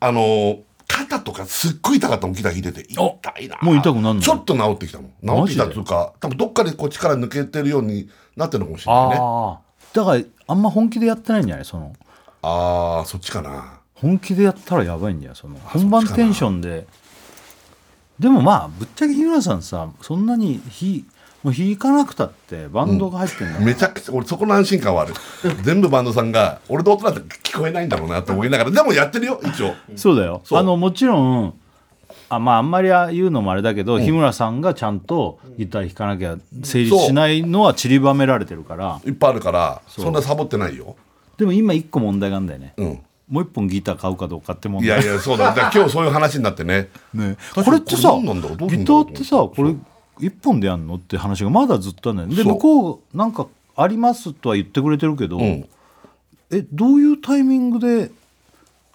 [SPEAKER 2] あのー肩とかすっごい痛かったもんギター弾いてて痛いな
[SPEAKER 1] もう痛くなんの
[SPEAKER 2] ちょっと治ってきたもん
[SPEAKER 1] マ
[SPEAKER 2] 治ってき
[SPEAKER 1] ジで
[SPEAKER 2] たというか多分どっかでこう力抜けてるようになってるのかもしれないね
[SPEAKER 1] ああだからあんま本気でやってないんじゃないその
[SPEAKER 2] ああそっちかな
[SPEAKER 1] 本気でやったらやばいんだよその本番テンションででもまあぶっちゃけ日村さんさそんなに火もう火行かなくたってバンドが入ってんだから、
[SPEAKER 2] めちゃくちゃ俺そこの安心感はある 全部バンドさんが俺の音なんて聞こえないんだろうなと思いながらでもやってるよ一応
[SPEAKER 1] そうだよ
[SPEAKER 2] そう
[SPEAKER 1] あのもちろんあまああんまり言うのもあれだけど、日村さんがちゃんとギター弾かなきゃ成立しないのは散りばめられてるから
[SPEAKER 2] いっぱいあるからそんなサボってないよ
[SPEAKER 1] でも今一個問題があるんだよね、
[SPEAKER 2] うん
[SPEAKER 1] もう一本ギター買うかどうかって問
[SPEAKER 2] い
[SPEAKER 1] 題
[SPEAKER 2] やいやそうだだから今日そういう話になってね
[SPEAKER 1] ね、
[SPEAKER 2] 確かに
[SPEAKER 1] これってさ
[SPEAKER 2] これ何
[SPEAKER 1] ギタ
[SPEAKER 2] なんだろうどうすんだろう
[SPEAKER 1] ーってさこれ一本でやんのって話がまだずっとあるんだよねで
[SPEAKER 2] そう
[SPEAKER 1] 向こうなんかありますとは言ってくれてるけど、
[SPEAKER 2] ん
[SPEAKER 1] えどういうタイミングで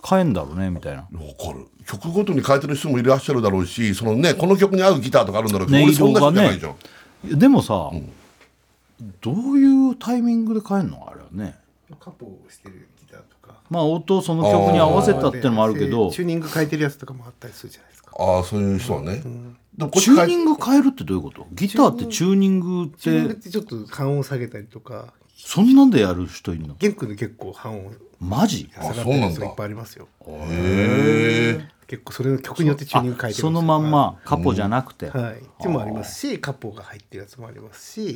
[SPEAKER 1] 買えんだろうねみたいな
[SPEAKER 2] わかる曲ごとに変えてる人もいらっしゃるだろうしそのねこの曲に合うギターとかあるんだろうけど、
[SPEAKER 1] 音
[SPEAKER 2] 俺そん
[SPEAKER 1] 色
[SPEAKER 2] な
[SPEAKER 1] が
[SPEAKER 2] 人じゃない
[SPEAKER 1] ね
[SPEAKER 2] じゃん、
[SPEAKER 1] いやでもさ、どういうタイミングで変えんのあれはね
[SPEAKER 3] カポをしてるギターとか
[SPEAKER 1] まあ音をその曲に合わせたってのもあるけど
[SPEAKER 3] でチ
[SPEAKER 1] チ
[SPEAKER 3] ューニング変えてるやつとかもあったりするじゃないですか
[SPEAKER 2] ああそういう人はね、でもこっち
[SPEAKER 1] ュ
[SPEAKER 2] 変え
[SPEAKER 1] ーニング変えるってどういうことギターってチューニングっ
[SPEAKER 3] チューニングっててちょっと半音下げたりとか
[SPEAKER 1] そんなんでやる人いるの
[SPEAKER 3] 玄君で結構半音
[SPEAKER 1] マジ
[SPEAKER 3] 下がって
[SPEAKER 2] そう
[SPEAKER 3] る
[SPEAKER 2] な
[SPEAKER 3] や
[SPEAKER 2] ん
[SPEAKER 3] つ
[SPEAKER 2] だ
[SPEAKER 3] いっぱいありますよ
[SPEAKER 2] へえ
[SPEAKER 3] 結構それの曲によってチューニング変えて
[SPEAKER 1] あ
[SPEAKER 3] る
[SPEAKER 1] そのまんまカポじゃなくて、
[SPEAKER 3] はいでもありますしカポが入ってるやつもありますし
[SPEAKER 2] へ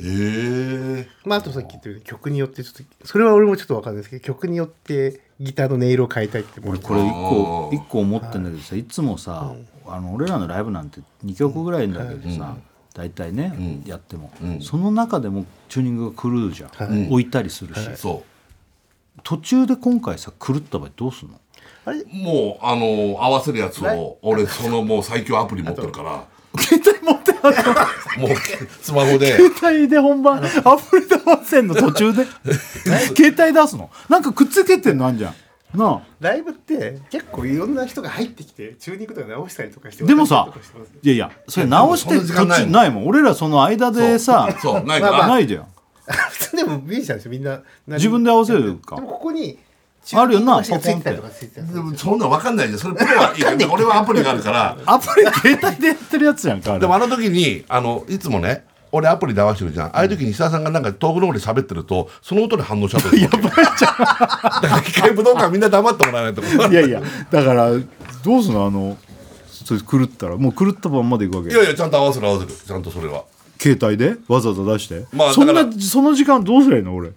[SPEAKER 2] え
[SPEAKER 3] まあ、あとさっき言ったように曲によってちょっとそれは俺もちょっと分かんないですけど曲によってギターの音色を変えたいって
[SPEAKER 1] 俺これ一個一個思ってんだけどさいつもさ、あの俺らのライブなんて2曲ぐらいだけどさ、大体ね、やっても、その中でもチューニングが狂うじゃん、
[SPEAKER 3] はい
[SPEAKER 1] 置いたりするし、
[SPEAKER 2] そ
[SPEAKER 1] 途中で今回さ狂った場合どうすんの
[SPEAKER 3] あれ
[SPEAKER 2] うもうあのー合わせるやつを俺そのもう最強アプリ持ってる から
[SPEAKER 1] 携帯持ってなかった
[SPEAKER 2] もうスマホ で
[SPEAKER 1] 携帯で本番アプリで合わせんの途中で携帯出すのなんかくっつけてんのあんじゃんなあ
[SPEAKER 3] ライブって結構いろんな人が入ってきてチューニングとか直したりとかして
[SPEAKER 1] でもさ
[SPEAKER 3] 分かったりとかしてます
[SPEAKER 1] いやいやそれ直して
[SPEAKER 2] いやそんな時間
[SPEAKER 1] 途
[SPEAKER 2] ない
[SPEAKER 1] 中ないもん俺らその間でさ
[SPEAKER 2] そうないから、
[SPEAKER 3] まあまあ
[SPEAKER 1] ないじゃん
[SPEAKER 3] 普通でもミュージシャンですよみんな
[SPEAKER 1] 自分で合わせるか
[SPEAKER 3] でもここに
[SPEAKER 1] あるよな
[SPEAKER 3] チューニングの話がついてたりとかついてたりす
[SPEAKER 2] で
[SPEAKER 3] る
[SPEAKER 2] もそんなん分かんないじゃんそれプロはいいから俺はアプリがあるから
[SPEAKER 1] アプリ携帯でやってるやつじゃんかあれ
[SPEAKER 2] でもあの時にあのいつもね俺アプリで合わせてるじゃんああいう時に久田さんがなんか遠くの方で喋ってるとその音に反応しちゃってる やばいじゃんだから機械武道館みんな黙ってもらわないとい
[SPEAKER 1] いやいやだからどうすんのあのそれ狂ったらもう狂ったまんまでいくわけ
[SPEAKER 2] やいやちゃんと合わせる合わせるちゃんとそれは
[SPEAKER 1] 携帯でわざわざ出して、
[SPEAKER 2] まあ
[SPEAKER 1] そん
[SPEAKER 2] だか
[SPEAKER 1] なその時間どうすりゃいいの俺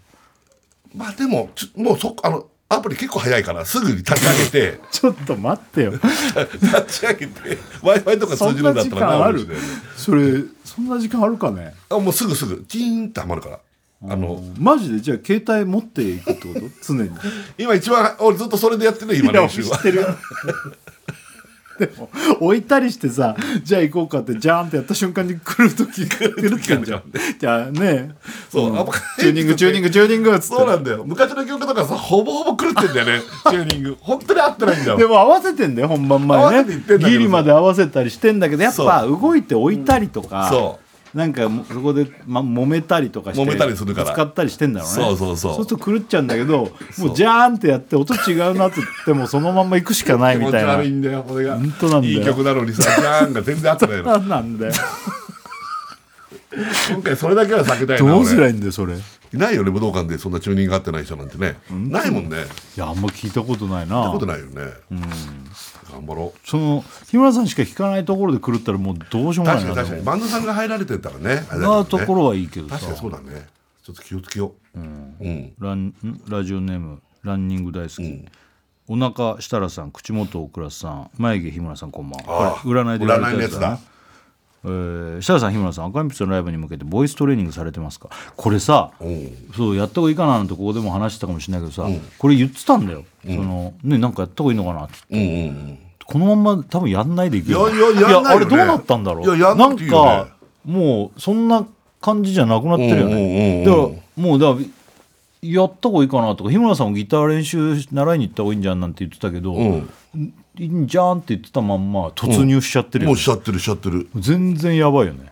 [SPEAKER 2] まあでもちょもうそあのアプリ結構早いからすぐに立ち上げ て
[SPEAKER 1] ちょっと待ってよ
[SPEAKER 2] 立ち上げて w i f i とか
[SPEAKER 1] そ
[SPEAKER 2] 通
[SPEAKER 1] ん
[SPEAKER 2] じる
[SPEAKER 1] なん
[SPEAKER 2] だっ
[SPEAKER 1] 時
[SPEAKER 2] たら
[SPEAKER 1] 間あ
[SPEAKER 2] 直る
[SPEAKER 1] るそれそんな時間あるかね
[SPEAKER 2] あもうすぐすぐチーンってはまるからあの
[SPEAKER 1] マジでじゃあ携帯持っていくって こと常に
[SPEAKER 2] 今一番俺ずっとそれでやってるよ今練習は
[SPEAKER 1] てるでも置いたりしてさじゃあ行こうかってジャーンってやった瞬間に来る時来る時あ るじゃんじゃあね
[SPEAKER 2] そう
[SPEAKER 1] うん
[SPEAKER 2] あんま
[SPEAKER 1] チューニングチューニングチューニングっつっ
[SPEAKER 2] そう
[SPEAKER 1] て
[SPEAKER 2] なんだよ昔の曲とかさほぼほぼ狂ってんだよ ねチューニング本当に合ってないんだ
[SPEAKER 1] で
[SPEAKER 2] よ
[SPEAKER 1] も合わせてんだよ本番
[SPEAKER 2] 合わ
[SPEAKER 1] 前
[SPEAKER 2] せてい
[SPEAKER 1] ね
[SPEAKER 2] ってんだけどさ
[SPEAKER 1] ギリまで合わせたりしてんだけどやっぱ
[SPEAKER 2] そ
[SPEAKER 1] 動いて置いたりとか、
[SPEAKER 2] そ
[SPEAKER 1] なんかもそこで、ま、揉めたりとかして
[SPEAKER 2] 揉めたりするから
[SPEAKER 1] 使ったりしてんだろうね
[SPEAKER 2] そうそうそう
[SPEAKER 1] そうすると狂っちゃうんだけど
[SPEAKER 2] そう
[SPEAKER 1] もうジャーンってやって音違うなって言ってもそのまんま行くしかない
[SPEAKER 2] 気
[SPEAKER 1] み
[SPEAKER 2] 持ち
[SPEAKER 1] たいな
[SPEAKER 2] 悪いんだよこれが
[SPEAKER 1] 本当なんだよ
[SPEAKER 2] いい曲なのにさジャーンが全然合って ないの
[SPEAKER 1] なんな んだよ
[SPEAKER 2] 今回それだけは避けたいな
[SPEAKER 1] どうすりゃ
[SPEAKER 2] 俺
[SPEAKER 1] いいんだよそれい
[SPEAKER 2] いないよね武道館でそんなチューニング合ってない人なんてねないもんね
[SPEAKER 1] やあんま聞いたことな
[SPEAKER 2] そ
[SPEAKER 1] い
[SPEAKER 2] んな
[SPEAKER 1] な
[SPEAKER 2] ことないよね頑張ろう
[SPEAKER 1] その日村さんしか弾かないところで狂ったらもうどうしようもな
[SPEAKER 2] 確
[SPEAKER 1] い
[SPEAKER 2] か
[SPEAKER 1] な
[SPEAKER 2] に確かに
[SPEAKER 1] でも
[SPEAKER 2] バンドさんが入られてたらねあれだけどね
[SPEAKER 1] なところはいいけどさ
[SPEAKER 2] 確かにそうだねちょっと気をつけよううん
[SPEAKER 1] ランんラジオネームランニング大好き、お腹設楽さん口元大倉さん眉毛日村さんこんばん
[SPEAKER 2] あ
[SPEAKER 1] はこれ占いで言われ
[SPEAKER 2] 占い
[SPEAKER 1] た
[SPEAKER 2] の
[SPEAKER 1] や
[SPEAKER 2] や
[SPEAKER 1] つ
[SPEAKER 2] つ
[SPEAKER 1] だ
[SPEAKER 2] だ
[SPEAKER 1] ねえー設楽さん日村さん赤鉛筆のライブに向けてボイストレーニングされてますかこれさ
[SPEAKER 2] ん
[SPEAKER 1] そうやった方がいいかななんてここでも話してたかもしれないけどさ、これ言ってたんだよ、そのねなんかやった方がいいのかなって
[SPEAKER 2] うんうんうん
[SPEAKER 1] このまんま多分やんないでいくよ
[SPEAKER 2] いやいややんないよね
[SPEAKER 1] あれどうなったんだろう
[SPEAKER 2] いややんなくていいよね
[SPEAKER 1] んかもうそんな感じじゃなくなってるよね、
[SPEAKER 2] うんうんうんうん
[SPEAKER 1] だからもうだからやった方がいいかなとか日村さんもギター練習習いに行った方がいいんじゃんなんて言ってたけど、
[SPEAKER 2] ん
[SPEAKER 1] いいんじゃんって言ってたまんま突入しちゃってる
[SPEAKER 2] も
[SPEAKER 1] よ
[SPEAKER 2] う
[SPEAKER 1] ね
[SPEAKER 2] しちゃってるしちゃってる
[SPEAKER 1] 全然やばいよね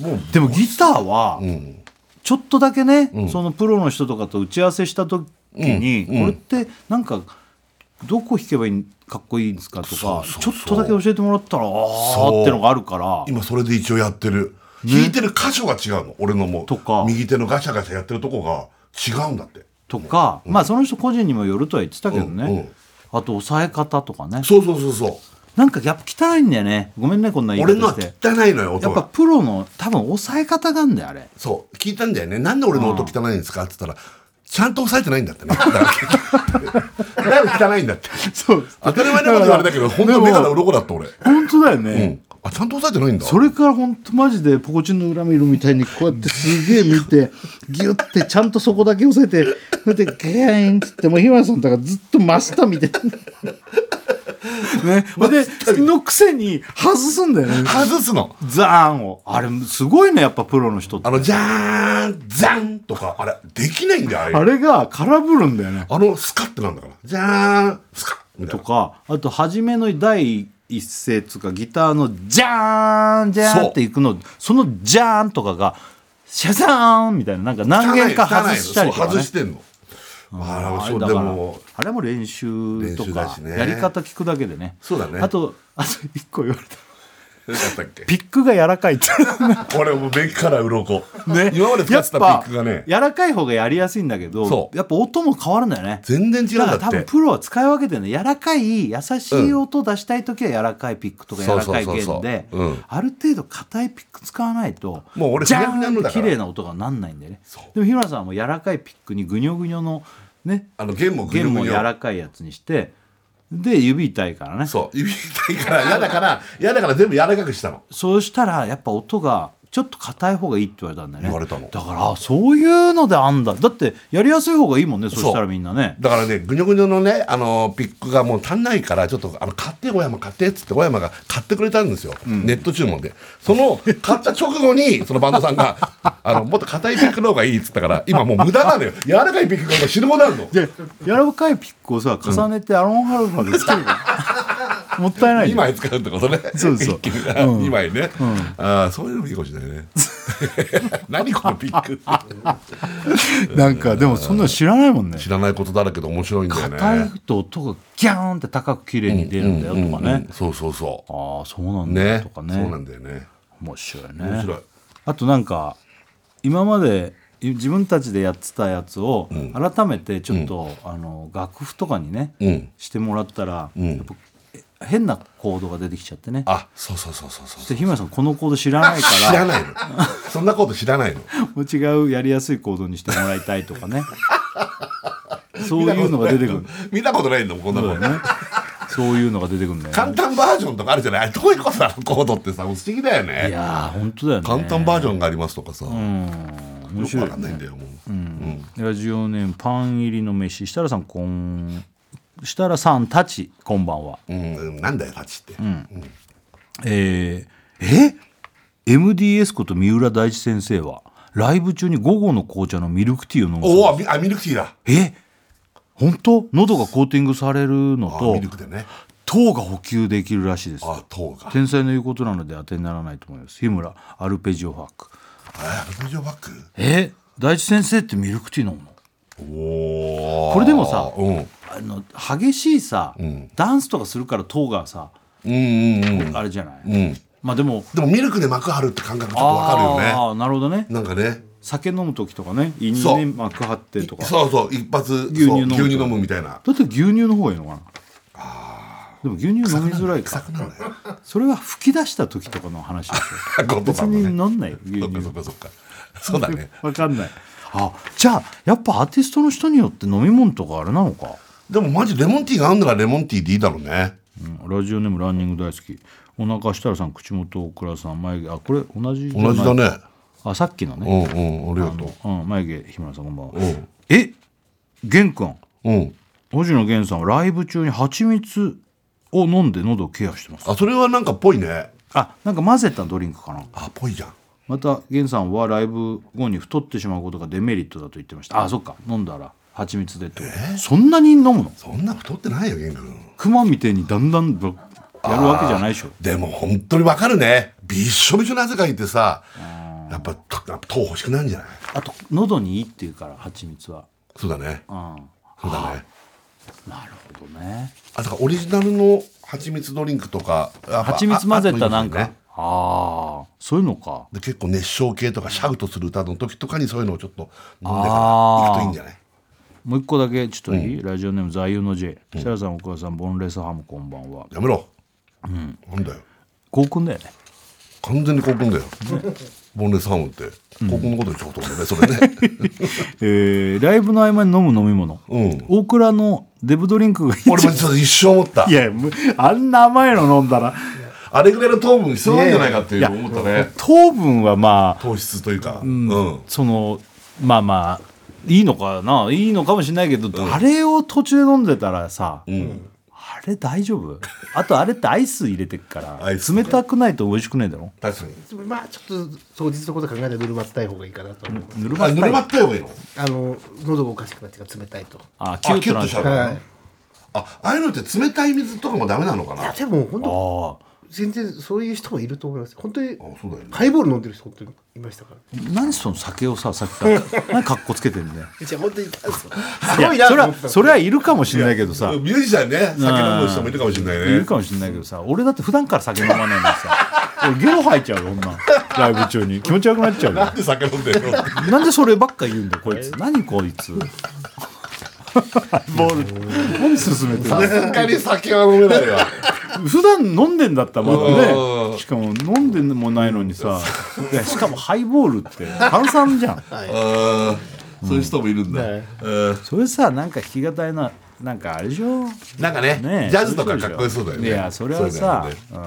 [SPEAKER 2] もう
[SPEAKER 1] でもギターは、
[SPEAKER 2] ん
[SPEAKER 1] ちょっとだけね、そのプロの人とかと打ち合わせした時に、
[SPEAKER 2] うんうん
[SPEAKER 1] これってなんかどこ弾けばいいんかっこいいんですかと
[SPEAKER 2] そ
[SPEAKER 1] か
[SPEAKER 2] うそうそう
[SPEAKER 1] ちょっとだけ教えてもらったらあ
[SPEAKER 2] そ
[SPEAKER 1] ー
[SPEAKER 2] う
[SPEAKER 1] ってのがあるから
[SPEAKER 2] 今それで一応やってる、弾いてる箇所が違うの俺のもう
[SPEAKER 1] とか
[SPEAKER 2] 右手のガシャガシャやってるとこが違うんだって
[SPEAKER 1] とか、まあその人個人にもよるとは言ってたけどね、
[SPEAKER 2] うんうん
[SPEAKER 1] あと抑え方とかね
[SPEAKER 2] そうそうそうそう
[SPEAKER 1] なんかやっぱ汚いんだよねごめんねこんな言い
[SPEAKER 2] 俺
[SPEAKER 1] 方
[SPEAKER 2] のは
[SPEAKER 1] して
[SPEAKER 2] 汚いのよ
[SPEAKER 1] や
[SPEAKER 2] 音
[SPEAKER 1] っぱ
[SPEAKER 2] が
[SPEAKER 1] プロの多分抑え方があんだよあれ
[SPEAKER 2] そう聞いたんだよねなんで俺の音汚いんですかって言ったらちゃんと押さえてないんだってねだから だから汚いんだって
[SPEAKER 1] そう
[SPEAKER 2] 当たり前のこと言われたけど本当目から鱗だった俺、
[SPEAKER 1] 本当だよね、
[SPEAKER 2] うん、あちゃんと押さえてないんだ
[SPEAKER 1] それから本当マジでポコチンの裏見るみたいにこうやってすげえ見て ギュッてちゃんとそこだけ押さえてそれでゲーンっつってもう日村さんとかずっと真下見てねほんでのくせに外すんだよね
[SPEAKER 2] 外すの
[SPEAKER 1] ザーンをあれすごいねやっぱプロの人って
[SPEAKER 2] あのじゃーんザンとかあれできないんだよあれ
[SPEAKER 1] あれが空振るんだよね
[SPEAKER 2] あのスカってなんだからじゃーんスカみたい
[SPEAKER 1] と
[SPEAKER 2] な
[SPEAKER 1] かあと初めの第一声つうかギターのジャーンジャーンっていくのそのジャーンとかがシャザーンみたいななんか何
[SPEAKER 2] 汚い
[SPEAKER 1] 軒か外したりとか、
[SPEAKER 2] そう
[SPEAKER 1] ね
[SPEAKER 2] 外、してんのあ
[SPEAKER 1] あ
[SPEAKER 2] あ
[SPEAKER 1] れ
[SPEAKER 2] そう
[SPEAKER 1] だ
[SPEAKER 2] で
[SPEAKER 1] から
[SPEAKER 2] も
[SPEAKER 1] あれも練習と
[SPEAKER 2] 練習だ
[SPEAKER 1] か
[SPEAKER 2] しね
[SPEAKER 1] やり方聞くだけでね
[SPEAKER 2] そうだね
[SPEAKER 1] あとあと一個言われた
[SPEAKER 2] 何だったっけ
[SPEAKER 1] ピックが柔らかいって
[SPEAKER 2] これもう目から鱗
[SPEAKER 1] ね
[SPEAKER 2] 今まで使ってたピックが
[SPEAKER 1] やっ
[SPEAKER 2] ね
[SPEAKER 1] ぱ柔らかい方がやりやすいんだけど
[SPEAKER 2] そう
[SPEAKER 1] やっぱ音も変わるんだよね
[SPEAKER 2] 全然違う
[SPEAKER 1] だから
[SPEAKER 2] んだ
[SPEAKER 1] 多
[SPEAKER 2] っ
[SPEAKER 1] 分
[SPEAKER 2] て
[SPEAKER 1] プロは使い分けてるの柔らかい優しい音を出したい時は柔らかいピックとか柔らかい
[SPEAKER 2] そうそうそう
[SPEAKER 1] 弦
[SPEAKER 2] そう
[SPEAKER 1] で
[SPEAKER 2] うん
[SPEAKER 1] ある程度硬いピック使わないと
[SPEAKER 2] もう俺
[SPEAKER 1] ジャー
[SPEAKER 2] ふにゃふにゃ
[SPEAKER 1] ン
[SPEAKER 2] の
[SPEAKER 1] って
[SPEAKER 2] だか
[SPEAKER 1] 綺
[SPEAKER 2] ら
[SPEAKER 1] 麗な音がなんないんだよね
[SPEAKER 2] そう
[SPEAKER 1] でも日村さんはもう柔らかいピックにぐにょぐにょのね
[SPEAKER 2] あの弦もグニ
[SPEAKER 1] 弦
[SPEAKER 2] ョ
[SPEAKER 1] も
[SPEAKER 2] グニ
[SPEAKER 1] 柔
[SPEAKER 2] ョ
[SPEAKER 1] らかいやつにしてで指痛いからね
[SPEAKER 2] そう指痛いから嫌だから嫌だから全部柔らかくしたの
[SPEAKER 1] そうしたらやっぱ音がちょっと硬い方がいいって言われたんだよね
[SPEAKER 2] 言われたの
[SPEAKER 1] だからあそういうのであんだだってやりやすい方がいいもんねそうしたらみんなね
[SPEAKER 2] だからねグニョグニョのねあのピックがもう足んないからちょっとあの買って小山買ってっつって小山が買ってくれたんですよ、ネット注文でその買った直後にそのバンドさんが あのもっと硬いピックの方がいいっつったから今もう無駄なのよ柔らかいピックが今死ぬほどあるの
[SPEAKER 1] で柔らかいピックをさ重ねてアロンハルファでつけるの もったいない
[SPEAKER 2] 2
[SPEAKER 1] よ
[SPEAKER 2] 枚使うってことね。
[SPEAKER 1] そうそう
[SPEAKER 2] 一気にあ二枚ね。ああ、そういうのもいいかもしれないね。 何このピック。
[SPEAKER 1] なんかでもそんなの知らないもんね
[SPEAKER 2] 知らないことだらけど面白いんだよね。
[SPEAKER 1] 硬いと音がギャーンって高く綺麗に出るんだよとか
[SPEAKER 2] うんうん
[SPEAKER 1] ね
[SPEAKER 2] そうそうそ
[SPEAKER 1] ああそうな
[SPEAKER 2] う。
[SPEAKER 1] んだ
[SPEAKER 2] ね。そ
[SPEAKER 1] とか
[SPEAKER 2] う
[SPEAKER 1] ね
[SPEAKER 2] なんだよね。
[SPEAKER 1] 面白いね
[SPEAKER 2] 面白い
[SPEAKER 1] あとなんか今までい自分たちでやってたやつを改めてちょっと、あの楽譜とかにね、
[SPEAKER 2] うん
[SPEAKER 1] してもらったら、
[SPEAKER 2] ん
[SPEAKER 1] やっぱえ変なコードが出てきちゃってね
[SPEAKER 2] あ、そうそうそうそうそう。
[SPEAKER 1] で日村さんこのコード 知らないから
[SPEAKER 2] 知らないの。 そんなこと知らないの。
[SPEAKER 1] もう違うやりやすい行動にしてもらいたいとか ねそういうのが出てくる
[SPEAKER 2] 見たことないの。見たことないのこんなの
[SPEAKER 1] そうだよねそういうのが出てくるんだよ
[SPEAKER 2] 簡
[SPEAKER 1] ね
[SPEAKER 2] 単バージョンとかあるじゃない。あれどういうことなのコードってさ、不思議だよ
[SPEAKER 1] い
[SPEAKER 2] ね。
[SPEAKER 1] やー本当だよね
[SPEAKER 2] 簡単バージョンがありますとかさ。
[SPEAKER 1] うん面白い
[SPEAKER 2] よくわかんないんだよもう、
[SPEAKER 1] ラジオネームパン入りの飯設楽さんこん設楽さんたちこんばんは
[SPEAKER 2] うんなんだよタチって、
[SPEAKER 1] えーえ MDS こと三浦大知先生はライブ中に午後の紅茶のミルクティーを飲む
[SPEAKER 2] お
[SPEAKER 1] そう
[SPEAKER 2] おあミルクティーだ
[SPEAKER 1] え本当喉がコーティングされるの
[SPEAKER 2] あ
[SPEAKER 1] と
[SPEAKER 2] ミルクでね
[SPEAKER 1] 糖が補給できるらしいです
[SPEAKER 2] あ糖が
[SPEAKER 1] 天才の言うことなので当てにならないと思います日村アルペジオファック
[SPEAKER 2] あアルペジオバック
[SPEAKER 1] え大地先生ってミルクティー飲むの
[SPEAKER 2] おお
[SPEAKER 1] これでもさ
[SPEAKER 2] うんうん
[SPEAKER 1] あの激しいさ、ダンスとかするから糖がさ
[SPEAKER 2] うんうん
[SPEAKER 1] あれじゃない、
[SPEAKER 2] うん
[SPEAKER 1] まあでも
[SPEAKER 2] でもミルクで膜張るって感覚ちょっとわかるよね
[SPEAKER 1] あーなるほどね
[SPEAKER 2] なんかね
[SPEAKER 1] 酒飲む時とかね胃に
[SPEAKER 2] そ
[SPEAKER 1] ね
[SPEAKER 2] う
[SPEAKER 1] 膜張ってとかだ
[SPEAKER 2] そうそう一発
[SPEAKER 1] 牛乳
[SPEAKER 2] そう
[SPEAKER 1] 飲む
[SPEAKER 2] 牛乳飲むみたいな
[SPEAKER 1] って牛乳の方がいいのかなでも牛乳飲みづらい
[SPEAKER 2] 臭
[SPEAKER 1] か
[SPEAKER 2] くなるね
[SPEAKER 1] それは吹き出した時とかの話でしょ
[SPEAKER 2] 言
[SPEAKER 1] 別
[SPEAKER 2] 葉もね
[SPEAKER 1] に飲んないよ牛
[SPEAKER 2] そっか
[SPEAKER 1] 乳
[SPEAKER 2] そっかそっかそうだね
[SPEAKER 1] わかんないあじゃあやっぱアーティストの人によって飲み物とかあれなのか
[SPEAKER 2] でもマジレモンティーがあんならレモンティーでいいだろうね
[SPEAKER 1] うんラジオネームランニング大好きお腹したらさん口元大倉さん眉毛あこれ同じじゃな
[SPEAKER 2] 同
[SPEAKER 1] い
[SPEAKER 2] じだね
[SPEAKER 1] あさっきの
[SPEAKER 2] う
[SPEAKER 1] ね、
[SPEAKER 2] んうんありがと
[SPEAKER 1] うん、眉毛日村さんこんばんは、
[SPEAKER 2] うん
[SPEAKER 1] え玄君
[SPEAKER 2] ううん
[SPEAKER 1] 星野源さんはライブ中に蜂蜜を飲んで喉をケアしてます
[SPEAKER 2] あそれはなんかぽいね
[SPEAKER 1] あなんか混ぜたドリンクかな
[SPEAKER 2] あぽいじゃん
[SPEAKER 1] また源さんはライブ後に太ってしまうことがデメリットだと言ってましたあそっか飲んだら蜂蜜でってことそんなに飲むの
[SPEAKER 2] そんな太ってないよ玄君
[SPEAKER 1] クマみてえにだんだんぶやるわけじゃないでしょ
[SPEAKER 2] でも本当にわかるねびっしょびしょの汗かいてさやっぱとやっぱ糖欲しくなるんじゃない
[SPEAKER 1] あと喉にいいっていうから蜂蜜は
[SPEAKER 2] そうだね
[SPEAKER 1] うん
[SPEAKER 2] そうだね
[SPEAKER 1] なるほどね
[SPEAKER 2] あとからオリジナルの蜂蜜ドリンクとかやっぱ
[SPEAKER 1] 蜂蜜混ぜたなんか
[SPEAKER 2] ああといいですよ
[SPEAKER 1] あ
[SPEAKER 2] ね
[SPEAKER 1] あーそういうのか
[SPEAKER 2] で結構熱唱系とかシャウトする歌の時とかにそういうのをちょっと飲んでから
[SPEAKER 1] あー
[SPEAKER 2] 行くといいんじゃない
[SPEAKER 1] もう一個だけちょっといい、ラジオネーム座右の J 設楽さんお母さんボンレスハムこんばんは
[SPEAKER 2] やめろ、なんだよ
[SPEAKER 1] 合コンだよね
[SPEAKER 2] 完全に高君だよ、ボンレスハムって高君のことでしょほとんどねそれね
[SPEAKER 1] えーライブの合間に飲む飲み物、
[SPEAKER 2] うん
[SPEAKER 1] 大倉のデブドリンクが一
[SPEAKER 2] 俺も実は一生思った
[SPEAKER 1] いやむあんな甘いの飲んだら
[SPEAKER 2] あれぐらいの糖分必要なんじゃないかっていう思ったね
[SPEAKER 1] 糖分はまあ
[SPEAKER 2] 糖質というかうん
[SPEAKER 1] そのまあまあいいのかないいのかもしれないけど、あれを途中で飲んでたらさ、あれ大丈夫あとあれってアイス入れてっか
[SPEAKER 2] ア
[SPEAKER 1] ら
[SPEAKER 2] イス
[SPEAKER 1] 冷たくないと美味しくないだろ
[SPEAKER 2] 確かに
[SPEAKER 3] まあちょっと当日のこと考えてぬるまったい方がいいかなと思います、
[SPEAKER 1] ぬるま
[SPEAKER 2] あ、
[SPEAKER 1] っ
[SPEAKER 2] ぬ
[SPEAKER 1] た
[SPEAKER 2] る
[SPEAKER 1] い
[SPEAKER 2] まったよがいいの
[SPEAKER 3] あの喉がおかしくなってから冷たいと
[SPEAKER 1] あキュッとな
[SPEAKER 2] あ
[SPEAKER 1] っ
[SPEAKER 2] キ
[SPEAKER 1] ち
[SPEAKER 2] ュ
[SPEAKER 1] ゃ
[SPEAKER 2] ッ
[SPEAKER 1] う
[SPEAKER 2] とし
[SPEAKER 3] はい
[SPEAKER 2] あ、ああいうのって冷たい水とかもダメなのか
[SPEAKER 3] い
[SPEAKER 2] な
[SPEAKER 3] や
[SPEAKER 2] あ、
[SPEAKER 3] でも本
[SPEAKER 1] あ
[SPEAKER 3] 当
[SPEAKER 1] ー
[SPEAKER 3] 全然そういう人もいると思います本当に
[SPEAKER 2] そうだ よね
[SPEAKER 3] ハイボール飲んでる人本当にいましたから
[SPEAKER 1] 何その酒をささっき から何かっこつけてんだよ
[SPEAKER 3] じゃあ本当にす
[SPEAKER 1] い
[SPEAKER 3] ごい
[SPEAKER 1] や
[SPEAKER 3] な
[SPEAKER 1] それ
[SPEAKER 3] と思
[SPEAKER 1] は
[SPEAKER 3] ってた
[SPEAKER 1] それはいるかもしれないけどさ
[SPEAKER 2] ミュージシャンね、酒飲む人もいるかもしれない
[SPEAKER 1] いる
[SPEAKER 2] ね
[SPEAKER 1] かもしれないけどさ俺だって普段から酒飲まないのにさ俺ゲロ吐いちゃうよ女ライブ中に気持ち悪くなっちゃう
[SPEAKER 2] な
[SPEAKER 1] よ
[SPEAKER 2] んで酒飲んでるの
[SPEAKER 1] なんでそればっか言うんだよこいつ何こいつボール何進めて
[SPEAKER 2] さ
[SPEAKER 1] る
[SPEAKER 2] すがに酒は飲めないわ
[SPEAKER 1] 普段飲んでんだったらまだ
[SPEAKER 2] うん
[SPEAKER 1] ねしかも飲んでもないのにさいやしかもハイボールって炭酸じゃん
[SPEAKER 2] あーそういう人もいるんだ
[SPEAKER 3] はい
[SPEAKER 2] うん
[SPEAKER 1] それさなんか弾き語りななんかあれでしょ
[SPEAKER 2] なんかね
[SPEAKER 1] ね、え
[SPEAKER 2] ジャズとかかっこよそうだよね
[SPEAKER 1] いやそれ
[SPEAKER 2] う
[SPEAKER 1] は
[SPEAKER 2] だよ
[SPEAKER 1] さ
[SPEAKER 2] ね
[SPEAKER 1] うん、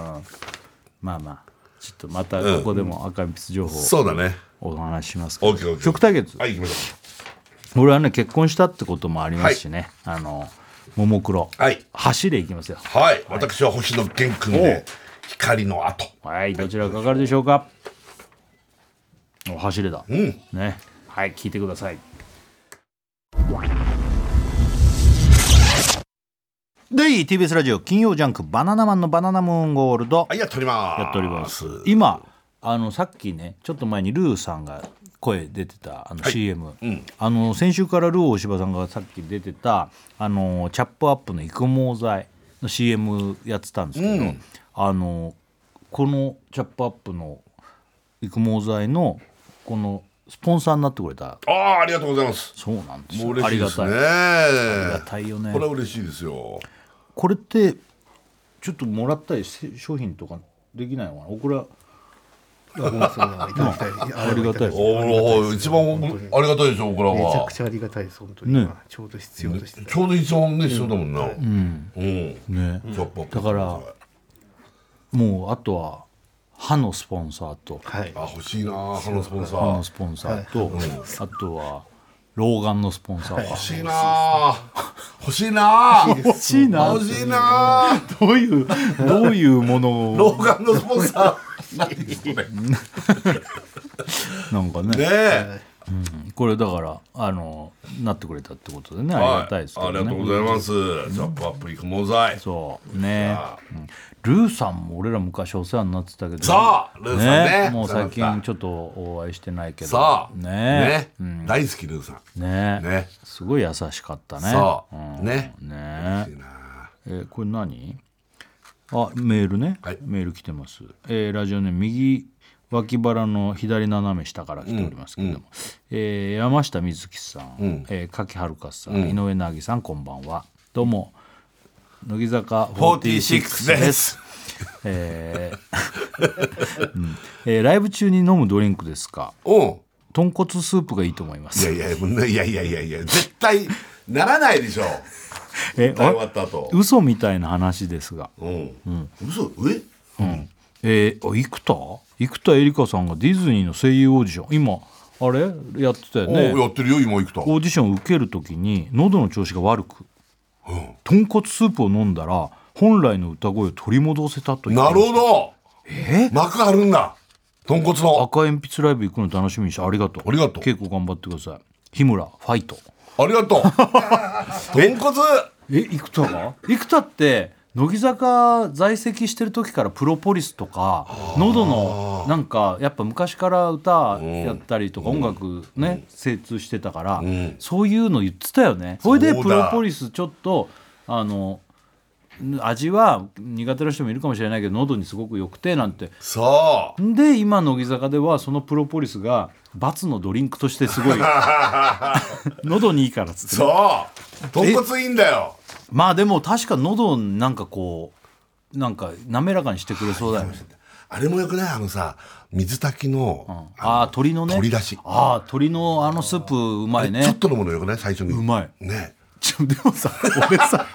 [SPEAKER 1] まあまあちょっとまたここでも赤鉛筆情報
[SPEAKER 2] そうだね
[SPEAKER 1] をお話ししますけ
[SPEAKER 2] オ
[SPEAKER 1] ど、
[SPEAKER 2] ッケーオッケー
[SPEAKER 1] 曲対決、
[SPEAKER 2] はい、行きましょ
[SPEAKER 1] 俺はね結婚したってこともありますしね、あのももクロ、
[SPEAKER 2] はい
[SPEAKER 1] 走れいきますよ
[SPEAKER 2] うはい、私は星野源君で光の後
[SPEAKER 1] はいどちらがかかるでしょうかお走れだ、
[SPEAKER 2] ん
[SPEAKER 1] ねはい聞いてくださいで TBS ラジオ金曜ジャンク「バナナマンのバナナムーンゴールド」
[SPEAKER 2] はい、やっております
[SPEAKER 1] やっております今あのさっきねちょっと前にルーさんが声出てたあの CM、あの先週からルー大柴さんがさっき出てたあのチャップアップの育毛剤の CM やってたんですけど、あのこのチャップアップの育毛剤のこのスポンサーになってくれた
[SPEAKER 2] ああ、ありがとうございます
[SPEAKER 1] そうなんです
[SPEAKER 2] もう
[SPEAKER 1] よ
[SPEAKER 2] 嬉し
[SPEAKER 1] あり
[SPEAKER 2] いで
[SPEAKER 1] が
[SPEAKER 2] すね
[SPEAKER 1] たい
[SPEAKER 2] あ
[SPEAKER 1] りがたいよね
[SPEAKER 2] これは嬉しいですよ
[SPEAKER 1] これってちょっともらったりし商品とかできないのかなこれは
[SPEAKER 3] ごめんなさいいただきたいあ
[SPEAKER 1] ありがたいです
[SPEAKER 2] おお、一番ありがたいでしょ、僕らは。
[SPEAKER 3] めちゃくちゃありがたいです本当に、
[SPEAKER 1] ね
[SPEAKER 3] ちょうど必要として
[SPEAKER 2] ちょうど一番ね、必要だもんな。うん。うん。
[SPEAKER 1] ね
[SPEAKER 2] チョップアップ
[SPEAKER 1] だからもうあとは歯のスポンサーと
[SPEAKER 3] はい
[SPEAKER 2] あ欲しいな歯のスポンサ
[SPEAKER 1] 歯の
[SPEAKER 2] ー
[SPEAKER 1] スポンサーと、あとは老眼のスポンサー
[SPEAKER 2] 欲しいな欲しいな
[SPEAKER 1] 欲しいな
[SPEAKER 2] 欲しいな
[SPEAKER 1] どういうどういうものを
[SPEAKER 2] 老眼のスポンサー何それね
[SPEAKER 1] なんか ね
[SPEAKER 2] え
[SPEAKER 1] これだからあのなってくれたってことでね、ありがたいですけ
[SPEAKER 2] は
[SPEAKER 1] ど
[SPEAKER 2] い、あ
[SPEAKER 1] ね
[SPEAKER 2] りがとうございます。ジャップアップ育毛剤。さ
[SPEAKER 1] そうね、うんルーさんも俺ら昔お世話になってたけど
[SPEAKER 2] あ、ルーさんね。
[SPEAKER 1] もう最近ち
[SPEAKER 2] ょっ
[SPEAKER 1] ょっとお会いしてないけど
[SPEAKER 2] さあ、
[SPEAKER 1] ね
[SPEAKER 2] ね大好きルーさん。
[SPEAKER 1] ね
[SPEAKER 2] ね
[SPEAKER 1] すごい優しかったね
[SPEAKER 2] そう
[SPEAKER 1] うん
[SPEAKER 2] ね
[SPEAKER 1] ね
[SPEAKER 2] いいな
[SPEAKER 1] えーこれ何あメールね、
[SPEAKER 2] はい
[SPEAKER 1] メール来てます、えーラジオネーム右脇腹の左斜め下から来ておりますけれども、えー山下美月さん、えー柿はるかさん、井上凪さんこんばんはどうも乃木坂46
[SPEAKER 2] 46
[SPEAKER 1] で
[SPEAKER 2] ですす。
[SPEAKER 1] えー うんえーライブ中に飲むドリンクですか
[SPEAKER 2] うん。
[SPEAKER 1] 豚骨スープがいいと思いま
[SPEAKER 2] いや
[SPEAKER 1] す
[SPEAKER 2] いや、もうねいやいやいやいや、絶対ならないで しょ。
[SPEAKER 1] え
[SPEAKER 2] 終わ
[SPEAKER 1] あ
[SPEAKER 2] った後。
[SPEAKER 1] 嘘みたいな話ですが
[SPEAKER 2] うん。嘘、え
[SPEAKER 1] えー、あ生田生田絵梨花さんがディズニーの声優オーディション今あれやってたよ
[SPEAKER 2] おう
[SPEAKER 1] ね
[SPEAKER 2] やってるよ、今行くと。
[SPEAKER 1] オーディションを受ける時に喉の調子が悪く、豚骨スープを飲んだら本来の歌声を取り戻せたという
[SPEAKER 2] なるほど。え幕あるんだ。豚骨の。
[SPEAKER 1] 赤鉛筆ライブ行くの楽しみにしてありがとう
[SPEAKER 2] ありがとう
[SPEAKER 1] 稽古頑張ってください日村ファイト
[SPEAKER 2] ありが とう。豚骨。
[SPEAKER 1] え生田が生田って乃木坂在籍してる時からプロポリスとか喉のなんかやっぱ昔から歌やったりとか音楽ね精通してたからそういうの言ってたよねそれで
[SPEAKER 2] そうだ
[SPEAKER 1] プロポリスちょっとあの味は苦手な人もいるかもしれないけど喉にすごく良くてなんて
[SPEAKER 2] そ
[SPEAKER 1] で今乃木坂ではそのプロポリスが罰のドリンクとしてすごい 喉にいいからっつって
[SPEAKER 2] う。そう。豚骨いいんだよ。
[SPEAKER 1] まあでも確か喉なんかこうなんか滑らかにしてくれそうだよね。
[SPEAKER 2] あれもよくないあのさ、水炊きの、
[SPEAKER 1] ああ鳥のね。
[SPEAKER 2] 鶏だし
[SPEAKER 1] ああ鳥のあのスープうまい
[SPEAKER 2] ちょっ
[SPEAKER 1] ね。
[SPEAKER 2] とのものよくない最初に。
[SPEAKER 1] うまい。
[SPEAKER 2] ね。
[SPEAKER 1] ちょでもさ俺さ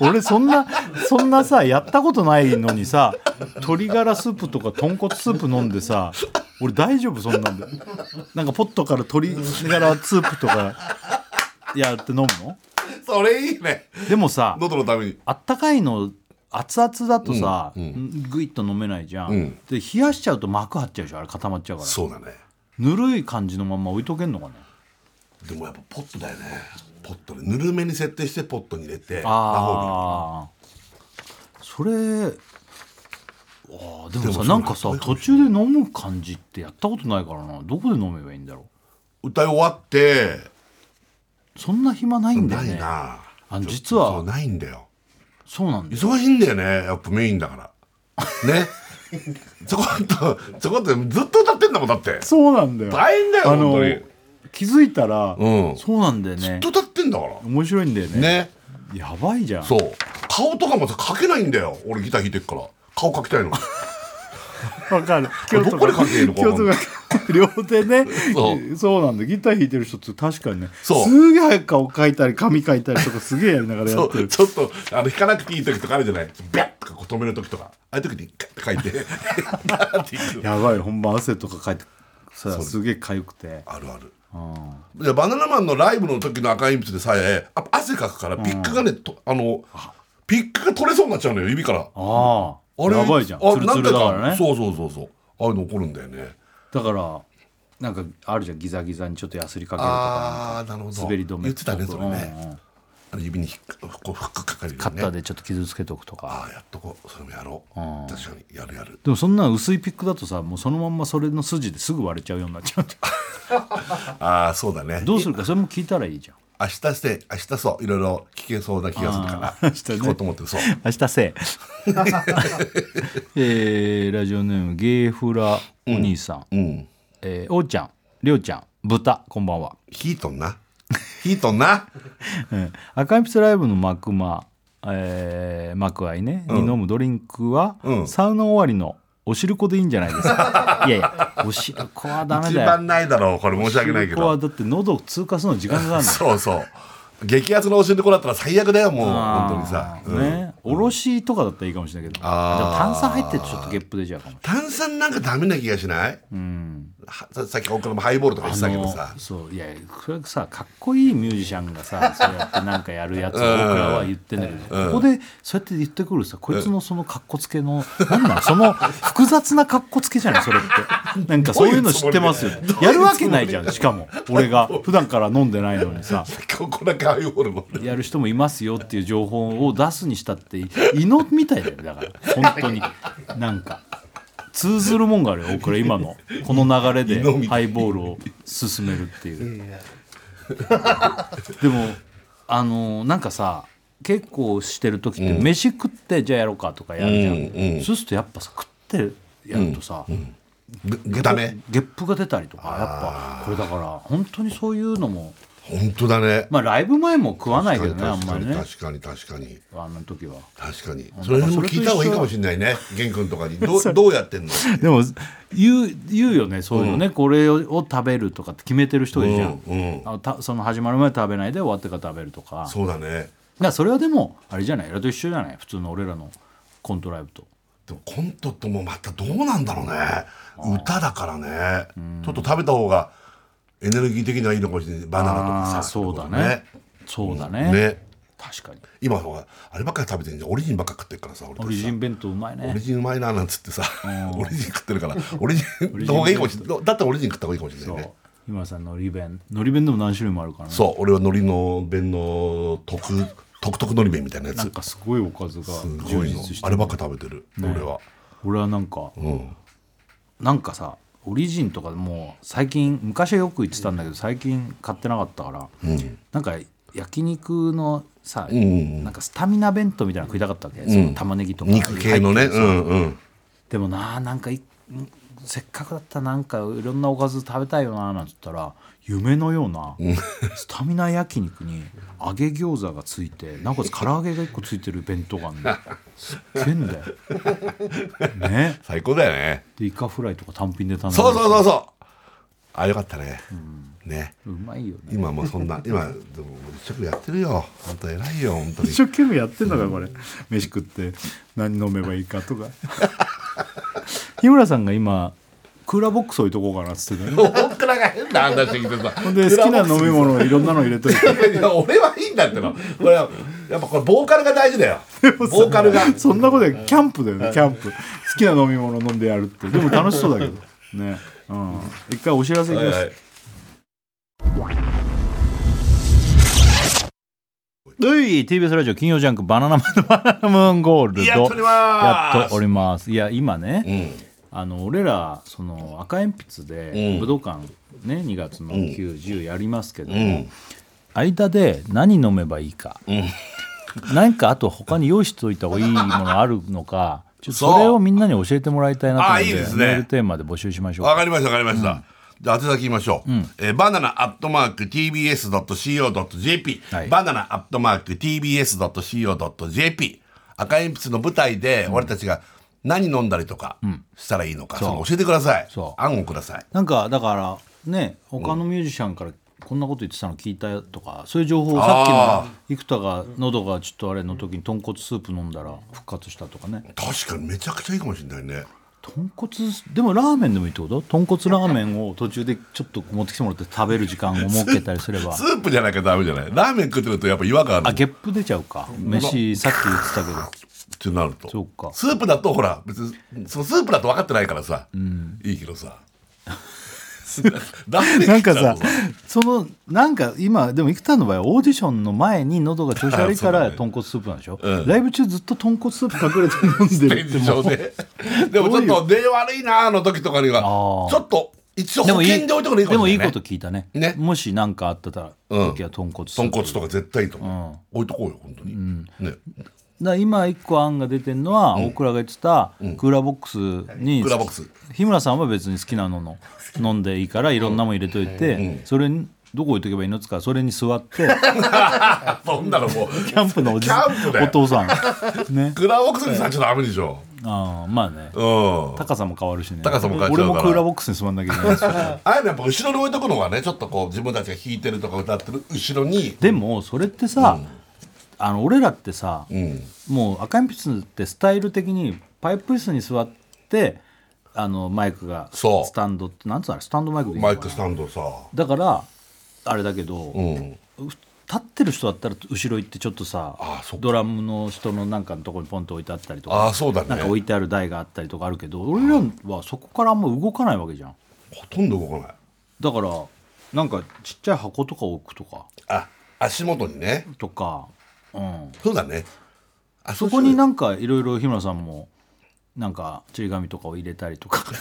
[SPEAKER 1] 俺そんなそんなさやったことないのにさ鶏ガラスープとか豚骨スープ飲んでさ俺大丈夫そんなんでなんかポットから鶏ガラスープとかやって飲むの
[SPEAKER 2] それいいね。
[SPEAKER 1] でもさ
[SPEAKER 2] 喉のために。
[SPEAKER 1] あったかいの熱々だとさ、ぐいっと飲めないじゃん、で冷やしちゃうと膜張っちゃうでしょあれ固まっちゃうから
[SPEAKER 2] そうだね。
[SPEAKER 1] ぬるい感じのまま置いとけんのかね
[SPEAKER 2] でもやっぱポットだよね。ポットでぬるめに設定してポットに入れて、ア
[SPEAKER 1] ああそれあーでも
[SPEAKER 2] で
[SPEAKER 1] さ
[SPEAKER 2] も
[SPEAKER 1] なんか
[SPEAKER 2] そ
[SPEAKER 1] さ
[SPEAKER 2] れ
[SPEAKER 1] 途中で飲む感じってやったことないからなどこで飲めばいいんだろ
[SPEAKER 2] ホに歌い終わって、
[SPEAKER 1] うそんな暇ないんだよ
[SPEAKER 2] ない
[SPEAKER 1] ね
[SPEAKER 2] な。
[SPEAKER 1] あの実は
[SPEAKER 2] そうないんだよ。
[SPEAKER 1] そうなんだよ
[SPEAKER 2] 忙しいんだよね。やっぱメインだから。 ね。ちょこっと、ちょこっとずっと歌ってんだもん、だって。
[SPEAKER 1] そうなんだよ
[SPEAKER 2] 大変だよ、
[SPEAKER 1] あ
[SPEAKER 2] 本
[SPEAKER 1] の
[SPEAKER 2] 当に。ず
[SPEAKER 1] 気づいたら、
[SPEAKER 2] うん
[SPEAKER 1] そうなんだよね
[SPEAKER 2] っと歌ってんだから。
[SPEAKER 1] 面白いんだよね
[SPEAKER 2] ね。
[SPEAKER 1] やばいじゃん
[SPEAKER 2] そう。顔とかもさ、描けないんだよ。俺ギター弾いてっから。顔描き たいの。
[SPEAKER 1] わかる。
[SPEAKER 2] れ どこで書けるのか
[SPEAKER 1] 京都が両手ね。そ
[SPEAKER 2] そうう
[SPEAKER 1] なんだ。ギター弾いてる人って確かにね。
[SPEAKER 2] そう
[SPEAKER 1] すげえ早く顔描いたり紙描いたりとかすげえやりながらや
[SPEAKER 2] そ
[SPEAKER 1] って
[SPEAKER 2] う
[SPEAKER 1] る。
[SPEAKER 2] ちょっとあの弾かなくていい時とかあるじゃないビャッとかこう止める時とかああいう時にガッて書いて ガーっていく
[SPEAKER 1] やばい。ほんま汗とかかいてさすげえ痒くて。
[SPEAKER 2] あるあるいやバナナマンのライブの時の赤鉛筆でさえあ汗かくからピックがね、とあのピックが取れそうになっちゃうのよ指から
[SPEAKER 1] ああ。
[SPEAKER 2] あれ
[SPEAKER 1] やばいじゃん。
[SPEAKER 2] あ
[SPEAKER 1] ツルツルだから
[SPEAKER 2] なんで
[SPEAKER 1] ね。
[SPEAKER 2] そうそうそうそうああいうの起こるんだよね
[SPEAKER 1] だからなんかあるじゃん。ギザギザにちょっとヤスリかけるとか。
[SPEAKER 2] ああなるほど
[SPEAKER 1] 滑り止め
[SPEAKER 2] 言ってたねそれ
[SPEAKER 1] うんう
[SPEAKER 2] ね、あの指にひっかこうフックかかるよね
[SPEAKER 1] カッターでちょっと傷つけとくとか。
[SPEAKER 2] ああやっとこうそれもやろう確かにやるやる
[SPEAKER 1] でもそんな薄いピックだとさもうそのまんまそれの筋ですぐ割れちゃうようになっちゃうんだよ
[SPEAKER 2] ああそうだね
[SPEAKER 1] どうするかそれも聞いたらいいじゃん
[SPEAKER 2] 明日して明日そういろいろ聞けそうな気がするから
[SPEAKER 1] あー明日ね
[SPEAKER 2] 聞こうと思ってるそう
[SPEAKER 1] 明日せ ええーラジオネームゲーフラお兄さん、
[SPEAKER 2] うん
[SPEAKER 1] えーおうちゃんりょうちゃん豚こんばんは、
[SPEAKER 2] ヒートンなヒートンな
[SPEAKER 1] うん、赤鉛筆ライブの幕間、えー、幕愛ね、に飲むドリンクは、
[SPEAKER 2] うん
[SPEAKER 1] サウナ終わりのおしるこでいいんじゃないです かいやいやおしるこはダメ
[SPEAKER 2] 一
[SPEAKER 1] だよ
[SPEAKER 2] 番ないだろうこれ申し訳ないけ
[SPEAKER 1] おしるこは
[SPEAKER 2] ど
[SPEAKER 1] だって喉を通過するの時間がかかるんだよ
[SPEAKER 2] そうそう激アツのおしるこだったら最悪だよもう本当にさ、うん
[SPEAKER 1] ねおろしとかだったらいいかもしれないけど、
[SPEAKER 2] あー
[SPEAKER 1] でも炭酸入ってるとちょっとゲップ出ちゃうかもし
[SPEAKER 2] 炭酸なんかダメな気がしない、
[SPEAKER 1] れない、うん、
[SPEAKER 2] はささっき僕らもハイボールとか言ってたけど
[SPEAKER 1] あ
[SPEAKER 2] さ
[SPEAKER 1] のそういやそれさかっこいいミュージシャン がさそうやってなんかやるやつを僕らは言ってんだけど、ここでそうやって言ってくるさこいつのそのかっこつけの、なんなんその複雑なかっこつけじゃないそれってなんかそういうの知ってますよねやるわけないじゃんしかも俺が普段から飲んでないのにさ
[SPEAKER 2] さっき僕らがハイボールも
[SPEAKER 1] やる人もいますよっていう情報を出すにしたって胃のみたいだよねだから本当になんか通ずるもんがあるよ僕ら今のこの流れ
[SPEAKER 2] 胃のみ
[SPEAKER 1] でハイボールを進めるっていうでもあのなんかさ結構してる時って飯食ってじゃあやろうかとかやるじゃん、
[SPEAKER 2] うんうん
[SPEAKER 1] そうするとやっぱさ食ってやるとさ、
[SPEAKER 2] げダメ
[SPEAKER 1] ゲップが出たりとかやっぱこれだから本当にそういうのも
[SPEAKER 2] 本当だね、
[SPEAKER 1] まあライブ前も食わないけどねあん
[SPEAKER 2] 確
[SPEAKER 1] ま
[SPEAKER 2] か
[SPEAKER 1] り
[SPEAKER 2] に
[SPEAKER 1] ね
[SPEAKER 2] 確かに確かに
[SPEAKER 1] あの時は。
[SPEAKER 2] 確かにそれも聞いた方がいいかもしれないね玄君とかにどうどうやってんの
[SPEAKER 1] でも言う言うよねそういうのね、これを食べるとかって決めてる人がいるじゃん、
[SPEAKER 2] うんうん
[SPEAKER 1] あのたその始まる前食べないで終わってから食べるとかだか
[SPEAKER 2] そうだね
[SPEAKER 1] らそれはでもあれじゃない俺と一緒じゃない普通の俺らのコントライブと
[SPEAKER 2] でもコントともまたどうなんだろうね歌だからねちょっと食べた方がエネルギー的にはいいのかもしれないバナナとか
[SPEAKER 1] あ
[SPEAKER 2] さ
[SPEAKER 1] ーそうだねそうだね,、
[SPEAKER 2] ね
[SPEAKER 1] 確かに
[SPEAKER 2] 今ほらあればっかり食べてんじゃんオリジンばっか食ってるからさ俺たちさ
[SPEAKER 1] オリジン弁当うまい
[SPEAKER 2] オリ
[SPEAKER 1] ね
[SPEAKER 2] ジンうまいななんつってさオリジン食ってるからオリジンの方がいいかもしれないだったらオリジン食った方がいいかもしれない
[SPEAKER 1] そう
[SPEAKER 2] ね
[SPEAKER 1] 日村さんのり弁のり弁でも何種類もあるからね
[SPEAKER 2] そう俺は海苔の弁の特特特海苔弁みたいなや
[SPEAKER 1] なん
[SPEAKER 2] つ
[SPEAKER 1] かすごいおかずが
[SPEAKER 2] すご
[SPEAKER 1] 充
[SPEAKER 2] いの
[SPEAKER 1] 実して
[SPEAKER 2] あ
[SPEAKER 1] る
[SPEAKER 2] ればっか食べてる俺は
[SPEAKER 1] 俺はなんか、
[SPEAKER 2] うん
[SPEAKER 1] なんかさオリジンとかもう最近昔はよく行ってたんだけど最近買ってなかったから、なんか焼肉のさ、
[SPEAKER 2] んうん
[SPEAKER 1] なんかスタミナ弁当みたいなの食いたかったわけ、その玉ねぎとか
[SPEAKER 2] 肉系のねうんうん
[SPEAKER 1] でもなあなんかいせっかくだったらなんかいろんなおかず食べたいよななんて言ったら夢のようなスタミナ焼肉に揚げ餃子がついてなおかつ唐揚げが1個ついてる弁当があ んのすっげえんだよ。ね
[SPEAKER 2] 最高だよね
[SPEAKER 1] でイカフライとか単品で頼んで
[SPEAKER 2] そうそうそうそうあよかったねね
[SPEAKER 1] うまいよね
[SPEAKER 2] 今もうそんな今でも一生やってるよ本当偉いよ本当に
[SPEAKER 1] 一生懸命やってんのかよこれ飯食って何飲めばいいかと か日村さんが今クーラーボックス置いとこうかなっつってたね
[SPEAKER 2] 僕らが変な話してきてさ
[SPEAKER 1] ほんで好きな飲み物をいろんなの入れといて
[SPEAKER 2] いや俺はいいんだってのこれはやっぱこれボーカルが大事だよボーカルが
[SPEAKER 1] そんなことでキャンプだよねキャンプ好きな飲み物飲んでやるってでも楽しそうだけどねうん一回お知らせいきます、
[SPEAKER 2] はいはい
[SPEAKER 1] はい TBS ラジオ金曜ジャンク「バナナマンのバナナムーンゴールド」
[SPEAKER 2] やっております
[SPEAKER 1] やっておりますいや今ね、
[SPEAKER 2] うん
[SPEAKER 1] あの俺らその赤鉛筆
[SPEAKER 2] う
[SPEAKER 1] で
[SPEAKER 2] ん
[SPEAKER 1] 武道館ね、2月の910やりますけど、
[SPEAKER 2] うん
[SPEAKER 1] 間で何飲めばいいか、何かあと他に用意しておいた方がいいものあるのかちょっと
[SPEAKER 2] そう
[SPEAKER 1] それをみんなに教えてもらいたいなと思って
[SPEAKER 2] あいいですね
[SPEAKER 1] メールテーマで募集しましょう
[SPEAKER 2] わ
[SPEAKER 1] か
[SPEAKER 2] かりましたわかりました、じゃあ宛先言いましょう、えーバナナアットマーク TBS.CO.JP、
[SPEAKER 1] はい
[SPEAKER 2] バナナアットマーク TBS.CO.JP 赤鉛筆の舞台で俺たちが何飲んだりとかしたらいいのか、その教えてください
[SPEAKER 1] そう
[SPEAKER 2] 案をください
[SPEAKER 1] なんかだからね他のミュージシャンからこんなこと言ってたの聞いたとかそういう情報をさ
[SPEAKER 2] あ
[SPEAKER 1] っきの生田が喉がちょっとあれの時に豚骨スープ飲んだら復活したとかね
[SPEAKER 2] 確かにめちゃくちゃいいかもしれないね
[SPEAKER 1] 豚骨でもラーメンでもいいってこと豚骨ラーメンを途中でちょっと持ってきてもらって食べる時間を設けたりすれば
[SPEAKER 2] スープじゃなきゃダメじゃないラーメン食ってるとやっぱ違和感あ
[SPEAKER 1] あ
[SPEAKER 2] る
[SPEAKER 1] ゲップ出ちゃうか飯さっき言ってたけど
[SPEAKER 2] ってなると
[SPEAKER 1] そうか
[SPEAKER 2] スープだとほら別にそのスープだと分かってないからさ、いいけど さラーメン食
[SPEAKER 1] な
[SPEAKER 2] っ
[SPEAKER 1] ん
[SPEAKER 2] ちゃ
[SPEAKER 1] か
[SPEAKER 2] うと
[SPEAKER 1] さ そのなんか今でも生田の場合はオーディションの前に喉が調子悪い か
[SPEAKER 2] あそう
[SPEAKER 1] ら
[SPEAKER 2] だね
[SPEAKER 1] 豚骨スープなんでしょ、
[SPEAKER 2] うん
[SPEAKER 1] ライブ中ずっと豚骨スープ隠れて 飲んでるって
[SPEAKER 2] で
[SPEAKER 1] も
[SPEAKER 2] でも
[SPEAKER 1] う
[SPEAKER 2] ちょっと出悪いなあの時とかには
[SPEAKER 1] あー
[SPEAKER 2] ちょっと一応
[SPEAKER 1] で
[SPEAKER 2] 保
[SPEAKER 1] もいい
[SPEAKER 2] 険で置いとくのいいか
[SPEAKER 1] で
[SPEAKER 2] も
[SPEAKER 1] も
[SPEAKER 2] し
[SPEAKER 1] い
[SPEAKER 2] れない、
[SPEAKER 1] いこ
[SPEAKER 2] ね、
[SPEAKER 1] と聞いたね
[SPEAKER 2] ね
[SPEAKER 1] もし何かあってたら
[SPEAKER 2] うん
[SPEAKER 1] 時は豚骨スープ
[SPEAKER 2] 豚骨とか絶対いいと思う、置いとこうよ本当に、ね
[SPEAKER 1] だから今一個案が出てるのは大倉が言ってたクーラーボックスに
[SPEAKER 2] クーラーボックス
[SPEAKER 1] 日村さんは別に好きなのの飲んでいいからいろんなもん入れといてそれにどこ置いとけばいいのっつうからそれに座って
[SPEAKER 2] あそんなの もう
[SPEAKER 1] キャンプのおじさ
[SPEAKER 2] キャンプだ
[SPEAKER 1] ん
[SPEAKER 2] よ
[SPEAKER 1] お父 さんね
[SPEAKER 2] クーラーボックスにされちゃダメでしょ、
[SPEAKER 1] ああまあね
[SPEAKER 2] うん
[SPEAKER 1] 高さも変わるしね
[SPEAKER 2] 高さも変わっちゃうか
[SPEAKER 1] 俺
[SPEAKER 2] ら
[SPEAKER 1] もクーラーボックスに座んなきゃいけないんですよ
[SPEAKER 2] ああいうのやっぱ後ろに置いとくのはねちょっとこう自分たちが弾いてるとか歌ってる後ろに
[SPEAKER 1] でもそれってさあの俺らってさ、
[SPEAKER 2] うん
[SPEAKER 1] もう赤鉛筆ってスタイル的にパイプ椅子に座ってあのマイクが
[SPEAKER 2] そう
[SPEAKER 1] スタンドってなんつうのあれスタンドマイクでいいの
[SPEAKER 2] マ
[SPEAKER 1] か
[SPEAKER 2] イ
[SPEAKER 1] な
[SPEAKER 2] クスタンドさ
[SPEAKER 1] だからあれだけど、
[SPEAKER 2] うん
[SPEAKER 1] 立ってる人だったら後ろ行ってちょっとさ
[SPEAKER 2] あそっか
[SPEAKER 1] ドラムの人のなんかのところにポンと置いてあったりとか
[SPEAKER 2] ああそうだ
[SPEAKER 1] なんか置
[SPEAKER 2] ね
[SPEAKER 1] いてある台があったりとかあるけど俺らはそこからあんま動かないわけじゃん
[SPEAKER 2] ほとんど動かない
[SPEAKER 1] だからなんかちっちゃい箱とか置くとか
[SPEAKER 2] あ足元にね
[SPEAKER 1] とか、うん、
[SPEAKER 2] そうだねあ
[SPEAKER 1] そこに
[SPEAKER 2] な
[SPEAKER 1] なんかいろいろ日村さんもなんかちり紙とかを入れたりとか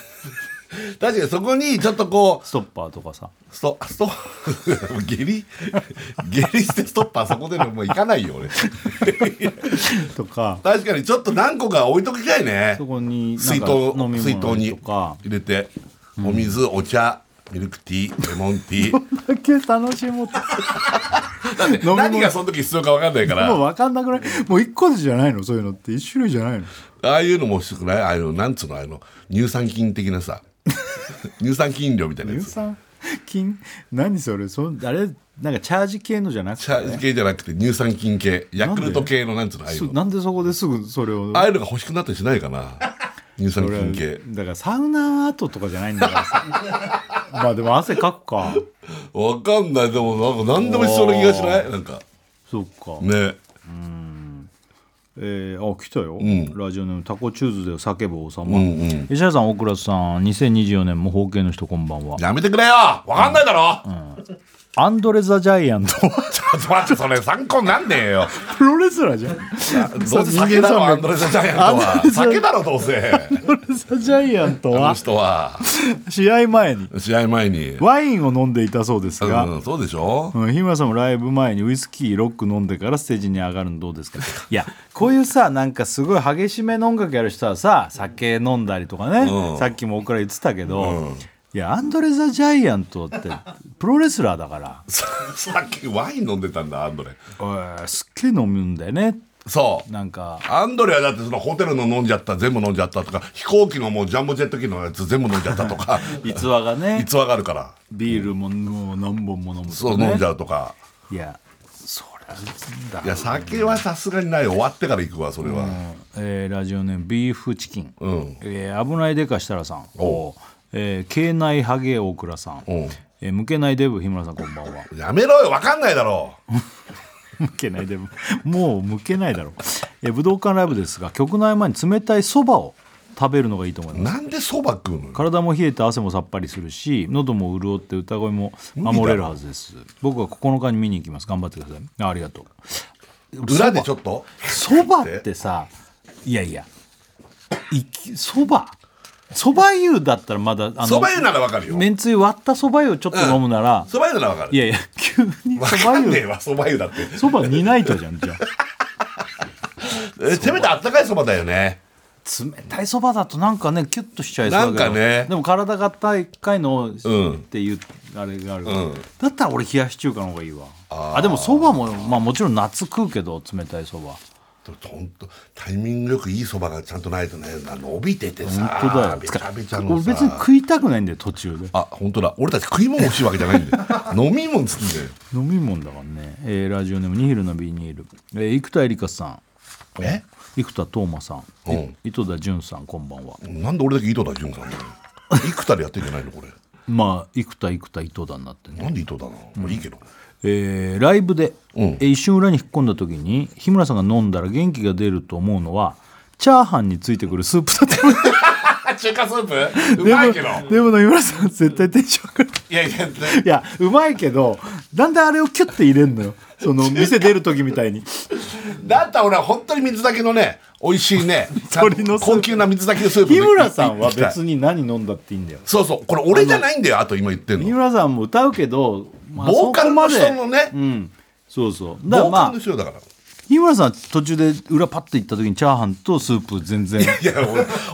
[SPEAKER 2] 確かにそこにちょっとこ
[SPEAKER 1] ストッパーとかさ
[SPEAKER 2] うストスト 下痢下痢してストッパーそこでもう行かないよ俺
[SPEAKER 1] とか
[SPEAKER 2] 確かにちょっと何個か置いときたいね
[SPEAKER 1] そこになん
[SPEAKER 2] 水
[SPEAKER 1] か
[SPEAKER 2] 筒
[SPEAKER 1] 飲み
[SPEAKER 2] 水筒
[SPEAKER 1] 物
[SPEAKER 2] に
[SPEAKER 1] とか
[SPEAKER 2] 入れてお水お茶ミルクティーレモンティ ー
[SPEAKER 1] だけ楽 しもうと物
[SPEAKER 2] 何がその時必要か分かんないから
[SPEAKER 1] もう分かんなくないもう一個じゃないのそういうのって一種類じゃないの
[SPEAKER 2] ああいうのも欲しくないああいうのなんつうのあの乳酸菌的な さ乳酸菌飲料みたいなや
[SPEAKER 1] 乳
[SPEAKER 2] つ
[SPEAKER 1] 酸菌何それそんあれなんかチャージ系のじゃなく
[SPEAKER 2] チャ
[SPEAKER 1] て、
[SPEAKER 2] ージ系じゃなくて乳酸菌系ヤクルト系のなんつうのああいう
[SPEAKER 1] そ
[SPEAKER 2] の
[SPEAKER 1] なんでそこですぐそれを
[SPEAKER 2] ああいうのが欲しくなったりしないかな乳酸
[SPEAKER 1] それは
[SPEAKER 2] 菌系
[SPEAKER 1] だからサウナ後とかじゃないんだからさ まあでも汗かくか
[SPEAKER 2] わかんないでもなんか何でもしそうな気がしないなんか
[SPEAKER 1] そっか、
[SPEAKER 2] ね
[SPEAKER 1] えー、あ来たよ、
[SPEAKER 2] ん
[SPEAKER 1] ラジオネームタコチューズで叫ぶ王様、
[SPEAKER 2] うんうん
[SPEAKER 1] 石原さん大倉さん2024年も方形の人こんばんは
[SPEAKER 2] やめてくれよわかんないだろ、
[SPEAKER 1] アンドレ・ザ・ジャイアント は
[SPEAKER 2] ちょっと待ってそれ参考になんねえ よ
[SPEAKER 1] プロレスラーじゃん
[SPEAKER 2] どうせ酒だろ
[SPEAKER 1] 人間
[SPEAKER 2] アンドレ・ザ・ジャイアント
[SPEAKER 1] アン
[SPEAKER 2] は
[SPEAKER 1] ドレザ
[SPEAKER 2] 酒だろどうせ
[SPEAKER 1] アンドレ・ザ・ジャイアント
[SPEAKER 2] あの
[SPEAKER 1] は
[SPEAKER 2] 人は
[SPEAKER 1] 試合前に
[SPEAKER 2] 試合前に
[SPEAKER 1] ワインを飲んでいたそうですが、
[SPEAKER 2] うん、そうでしょ
[SPEAKER 1] うん、日村さんもライブ前にウイスキーロック飲んでからステージに上がるのどうですか いやこういうさなんかすごい激しめの音楽やる人はさ酒飲んだりとかね、
[SPEAKER 2] うん
[SPEAKER 1] さっきも僕ら言ってたけど、いやアンドレ・ザ・ジャイアントってプロレスラーだから
[SPEAKER 2] ささっきワイン飲んでたんだアンドレ
[SPEAKER 1] おいすっげえ飲むんだよね
[SPEAKER 2] そう
[SPEAKER 1] なんか
[SPEAKER 2] アンドレはだってそのホテルの飲んじゃった全部飲んじゃったとか飛行機のもうジャンボジェット機のやつ全部飲んじゃったとか
[SPEAKER 1] 逸話が ね
[SPEAKER 2] 逸話があるから
[SPEAKER 1] ビールももう何本も飲む
[SPEAKER 2] そ
[SPEAKER 1] とか、
[SPEAKER 2] う
[SPEAKER 1] ね、
[SPEAKER 2] 飲んじゃうとか
[SPEAKER 1] いやそりゃだ
[SPEAKER 2] いや酒はさすがにない終わってから行くわそれは
[SPEAKER 1] えーラジオネームビーフチキン、
[SPEAKER 2] うん
[SPEAKER 1] えー危ないでかしたらさん
[SPEAKER 2] おう
[SPEAKER 1] えー、経内ハゲ大倉さん、
[SPEAKER 2] うん
[SPEAKER 1] えー向けないデブ日村さんこんばんは
[SPEAKER 2] やめろよ分かんないだろ
[SPEAKER 1] 向けないデブもう向けないだろう、えー武道館ライブですが曲の合間に冷たいそばを食べるのがいいと思います
[SPEAKER 2] なんでそば食うのよ
[SPEAKER 1] 体も冷えて汗もさっぱりするし喉も潤って歌声も守れるはずです僕は9日に見に行きます頑張ってくださいあありがとう
[SPEAKER 2] 裏でちょっと
[SPEAKER 1] そばってさいやいやいきそばそば湯だったらまだあの
[SPEAKER 2] そば湯なら分かるよ
[SPEAKER 1] めんつゆ割ったそば湯をちょっと飲むなら、
[SPEAKER 2] そば湯なら分かる
[SPEAKER 1] いやいや急に
[SPEAKER 2] 分
[SPEAKER 1] そ
[SPEAKER 2] か
[SPEAKER 1] ば
[SPEAKER 2] んねえ
[SPEAKER 1] 湯
[SPEAKER 2] わそば湯だって
[SPEAKER 1] そば煮ないとじゃんじゃあ
[SPEAKER 2] えせめてあったかいそばだよね
[SPEAKER 1] 冷たいそばだとなんかねキュッとしちゃいそうだけど
[SPEAKER 2] なんかね
[SPEAKER 1] でも体が一回の
[SPEAKER 2] うん
[SPEAKER 1] っていうあれがあるから、
[SPEAKER 2] うん
[SPEAKER 1] だったら俺冷やし中華の方がいいわ
[SPEAKER 2] あ
[SPEAKER 1] あ
[SPEAKER 2] ー
[SPEAKER 1] でもそばも、まあ、もちろん夏食うけど冷たいそば
[SPEAKER 2] 本当タイミングよくいいそばがちゃんとないとね伸びててさ
[SPEAKER 1] 本当だよ
[SPEAKER 2] べちゃべちゃの
[SPEAKER 1] 俺
[SPEAKER 2] さ
[SPEAKER 1] 別に食いたくないんだよ途中で
[SPEAKER 2] あ本当だ俺たち食い物欲しいわけじゃ ないんだよ飲み物つんだよ
[SPEAKER 1] 飲み物だからね、えーラジオネームニヒルのビニール、えー生田絵梨花さ
[SPEAKER 2] え
[SPEAKER 1] ん生田斗真さん、い
[SPEAKER 2] うん
[SPEAKER 1] 糸田潤さんこんばんは
[SPEAKER 2] なんで俺だけ井戸田潤さんだよ幾田でやってんじゃないのこれ
[SPEAKER 1] まあ生田生田糸田になってね
[SPEAKER 2] なんで井戸田なの、まあいいけど
[SPEAKER 1] えーライブで、
[SPEAKER 2] うん
[SPEAKER 1] えー一瞬裏に引っ込んだ時に日村さんが飲んだら元気が出ると思うのはチャーハンについてくるスープだった
[SPEAKER 2] あ中華スー プう
[SPEAKER 1] でもでもの日村さん絶対テンション上がる
[SPEAKER 2] いやい や
[SPEAKER 1] いやうまいけどなんであれをキュッて入れんのよその店出る時み たいに
[SPEAKER 2] だったら俺は本当に水炊きのね美味しい ね
[SPEAKER 1] 鶏のスープ
[SPEAKER 2] 高級な水炊きのスープ
[SPEAKER 1] 日村さんは
[SPEAKER 2] い
[SPEAKER 1] い
[SPEAKER 2] い
[SPEAKER 1] 別に何飲んだっていいんだよ
[SPEAKER 2] そうそうこれ俺じゃないんだよあと今言ってん
[SPEAKER 1] 日
[SPEAKER 2] の
[SPEAKER 1] 村さんも歌うけど、ま
[SPEAKER 2] ボーカルの人のね
[SPEAKER 1] そこまでうんそうそうだか
[SPEAKER 2] ボー
[SPEAKER 1] らま
[SPEAKER 2] カル
[SPEAKER 1] あ
[SPEAKER 2] の人だから
[SPEAKER 1] 日村さん途 中で裏パッと行った時にチャーハンとスープ全然
[SPEAKER 2] いや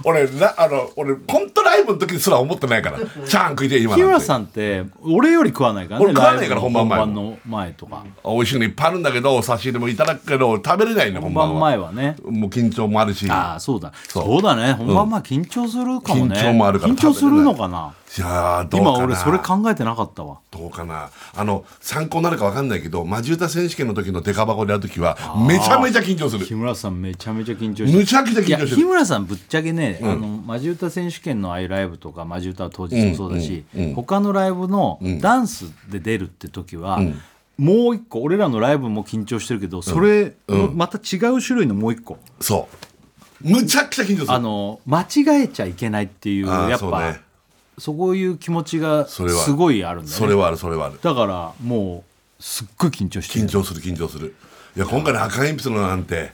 [SPEAKER 2] 俺俺なあの俺本当ラライブの時すら思ってないからチャーン食いてえ今
[SPEAKER 1] 日
[SPEAKER 2] な
[SPEAKER 1] 村
[SPEAKER 2] んて
[SPEAKER 1] さんって俺より食わないからね
[SPEAKER 2] 俺食わないから
[SPEAKER 1] ライブ
[SPEAKER 2] 本番前も
[SPEAKER 1] の前とか
[SPEAKER 2] 美味しいのいっぱいあるんだけどお差し入れもいただくけど食べれないの本
[SPEAKER 1] 本
[SPEAKER 2] 番は
[SPEAKER 1] 番前はね
[SPEAKER 2] もう緊張もあるし
[SPEAKER 1] ああそうだそうだね本番前緊張するかもね
[SPEAKER 2] 緊張もあるから
[SPEAKER 1] 緊張するのかない
[SPEAKER 2] やーどうか
[SPEAKER 1] 今
[SPEAKER 2] な
[SPEAKER 1] 俺それ考えてなかったわ
[SPEAKER 2] どうかなあの参考になるかわかんないけどマジ歌選手権の時のデカ箱でやる時はめちゃめちゃ緊張す
[SPEAKER 1] 日
[SPEAKER 2] る
[SPEAKER 1] 村さんめちゃめちゃ緊張して
[SPEAKER 2] むちゃくちゃ
[SPEAKER 1] いや
[SPEAKER 2] 緊張して
[SPEAKER 1] 日
[SPEAKER 2] る
[SPEAKER 1] 村さんぶっちゃけね、あのマジ歌選手権のああいうライブとかマジ歌は当日もそうだし、他のライブのダンスで出るって時は、もう一個俺らのライブも緊張してるけどそれ、また違う種類のもう一個
[SPEAKER 2] そうむちゃくちゃ緊張す
[SPEAKER 1] あ
[SPEAKER 2] る
[SPEAKER 1] の間違えちゃいけないっていう
[SPEAKER 2] あー
[SPEAKER 1] やっ
[SPEAKER 2] そう
[SPEAKER 1] ぱ
[SPEAKER 2] ね
[SPEAKER 1] そういう気持ちが
[SPEAKER 2] それは
[SPEAKER 1] すごいあるんだ
[SPEAKER 2] そ
[SPEAKER 1] よ
[SPEAKER 2] れ
[SPEAKER 1] ね
[SPEAKER 2] はあるそれはある
[SPEAKER 1] だからもうすっごい緊張して
[SPEAKER 2] 緊
[SPEAKER 1] る
[SPEAKER 2] 張する緊張するいや今回の赤鉛筆のなんて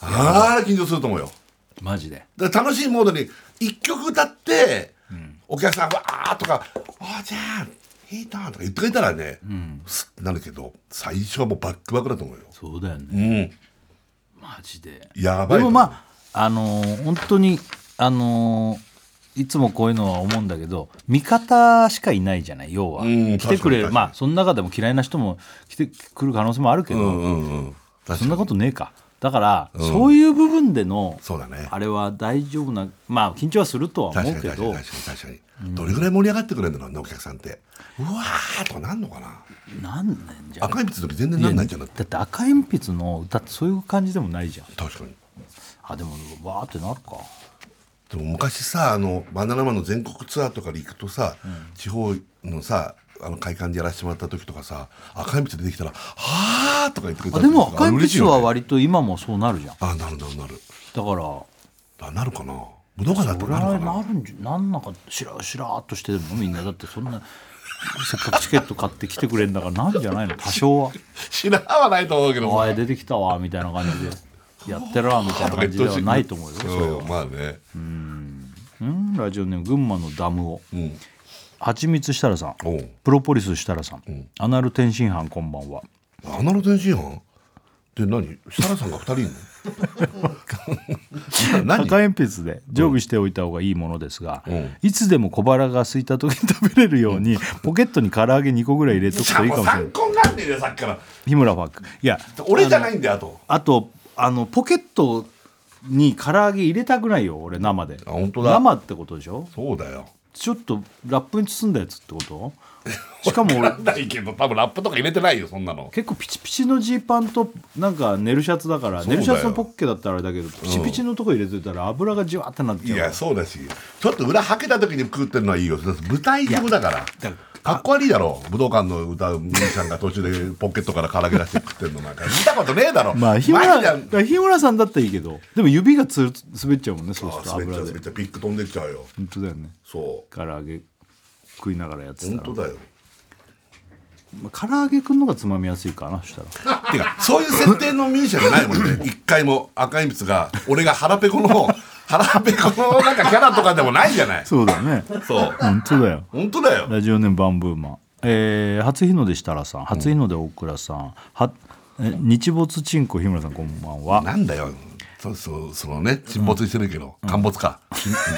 [SPEAKER 2] ああ緊張すると思うよ
[SPEAKER 1] マジで
[SPEAKER 2] だから楽しいモードに一曲歌って、お客さんわーとか「おーちゃんヒートーン」とか言ってくれたらね、すなるけど最初はもうバックバックだと思うよ
[SPEAKER 1] そうだよね
[SPEAKER 2] うん
[SPEAKER 1] マジで
[SPEAKER 2] やばい
[SPEAKER 1] でもまああのー本当にあのーいつもこういうのは思うんだけど味方しかいないじゃない要は
[SPEAKER 2] うん
[SPEAKER 1] 来てく
[SPEAKER 2] 確かに確か
[SPEAKER 1] れる
[SPEAKER 2] に
[SPEAKER 1] まあその中でも嫌いな人も来てくる可能性もあるけど、
[SPEAKER 2] うんうんうん確か
[SPEAKER 1] そん
[SPEAKER 2] に
[SPEAKER 1] なことねえかだから、そういう部分での
[SPEAKER 2] そうだね
[SPEAKER 1] あれは大丈夫なまあ緊張はするとは
[SPEAKER 2] 確
[SPEAKER 1] 思
[SPEAKER 2] か
[SPEAKER 1] う
[SPEAKER 2] に確
[SPEAKER 1] け
[SPEAKER 2] か
[SPEAKER 1] ど
[SPEAKER 2] に確かに確かに、どれぐらい盛り上がってくれるんだろうねお客さんってうわーとかなんのかな
[SPEAKER 1] なんなんじゃん
[SPEAKER 2] 赤鉛筆の時全然なんないんじゃなくて
[SPEAKER 1] だって赤鉛筆の歌ってそういう感じでもないじゃん
[SPEAKER 2] 確かに
[SPEAKER 1] あでもわーってなるか
[SPEAKER 2] でも昔さあのバナナマンの全国ツアーとかで行くとさ、地方のさあの会館でやらせてもらった時とかさ赤鉛筆出てきたら「はあ」とか言ってくれた
[SPEAKER 1] あ
[SPEAKER 2] り
[SPEAKER 1] で
[SPEAKER 2] とか
[SPEAKER 1] も赤鉛筆は
[SPEAKER 2] 嬉しいよね
[SPEAKER 1] 割と今もそうなるじゃん
[SPEAKER 2] あなるなるなる
[SPEAKER 1] だから
[SPEAKER 2] あなるかな武道館だった
[SPEAKER 1] 俺
[SPEAKER 2] らな
[SPEAKER 1] は
[SPEAKER 2] るかな
[SPEAKER 1] なるんじゃなんなんかしらしらーっとしてるのみんなだってそんなせっかくチケット買って来てくれんだからなんじゃないの多少は
[SPEAKER 2] 知らんはないと思うけ
[SPEAKER 1] 「
[SPEAKER 2] ど
[SPEAKER 1] おい出てきたわ」みたいな感じでやってるわみたいな感じではないと思 うよそれ
[SPEAKER 2] うんまあね
[SPEAKER 1] うんラジオネーム群馬のダムを
[SPEAKER 2] うん
[SPEAKER 1] はちみつ設楽さん
[SPEAKER 2] おう
[SPEAKER 1] プロポリス設楽さん、アナル天津飯こんばんは
[SPEAKER 2] アナロ天津飯って何設楽さんが2人い るの何
[SPEAKER 1] 赤鉛筆で常備しておいた方がいいものですが、
[SPEAKER 2] ん
[SPEAKER 1] いつでも小腹が空いた時に食べれるように、ポケットに唐揚げ2個ぐらい入れとく
[SPEAKER 2] さ
[SPEAKER 1] といい
[SPEAKER 2] も
[SPEAKER 1] か
[SPEAKER 2] う
[SPEAKER 1] もしれない
[SPEAKER 2] 参考になんねえよさっきから
[SPEAKER 1] 日村ファークいや
[SPEAKER 2] 俺じゃないんだよあと
[SPEAKER 1] あとあのポケットに唐揚げ入れたくないよ俺生で
[SPEAKER 2] あ本当だ
[SPEAKER 1] 生ってことでしょ
[SPEAKER 2] そうだよ
[SPEAKER 1] ちょっとラップに包んだやつってこと しかも俺
[SPEAKER 2] ないけど多分ラップとか入れてないよそんなの
[SPEAKER 1] 結構ピチピチのジーパンとなんか寝るシャツだから
[SPEAKER 2] うだ
[SPEAKER 1] 寝
[SPEAKER 2] よ
[SPEAKER 1] るシャツのポッケだったらあれだけどピチピチのとこ入れてたら油がじわってなっ
[SPEAKER 2] い
[SPEAKER 1] ちゃう
[SPEAKER 2] やそうだしちょっと裏はけた時に食ってるのはいいよ舞台上だからかっこ悪いだろ武道館の歌うみーちゃんが途中でポケットから唐揚げ出して食ってるのなんか見たことねえだろ
[SPEAKER 1] まあ日
[SPEAKER 2] マ
[SPEAKER 1] 村
[SPEAKER 2] ジであ
[SPEAKER 1] だから日村さんだったらいいけどでも指がつる滑っちゃうもんねそうす
[SPEAKER 2] 滑
[SPEAKER 1] ると
[SPEAKER 2] っちゃ
[SPEAKER 1] 油
[SPEAKER 2] う
[SPEAKER 1] で
[SPEAKER 2] 滑っちゃうピック飛んでっちゃうよ
[SPEAKER 1] 本当だよね
[SPEAKER 2] そ
[SPEAKER 1] 唐揚げ食いながらや
[SPEAKER 2] う
[SPEAKER 1] ってた
[SPEAKER 2] 本
[SPEAKER 1] ら
[SPEAKER 2] 当だよ
[SPEAKER 1] まあ唐揚げくんのがつまみやすいかなそしたら
[SPEAKER 2] てかそういう設定のミュージシャンじゃないもんね 一回も赤鉛筆が俺が腹ペコの腹ペコのなんかキャラとかでもないじゃない
[SPEAKER 1] そうだね
[SPEAKER 2] そう
[SPEAKER 1] 本当だよ
[SPEAKER 2] 本当だよ
[SPEAKER 1] ラジオネームバンブーマン、えー、初日の出設楽さん初日の出大倉さん、はえ日没チンコ日村さんこんばんは、
[SPEAKER 2] なんだよそうそうそのね沈没してるけど、陥没か、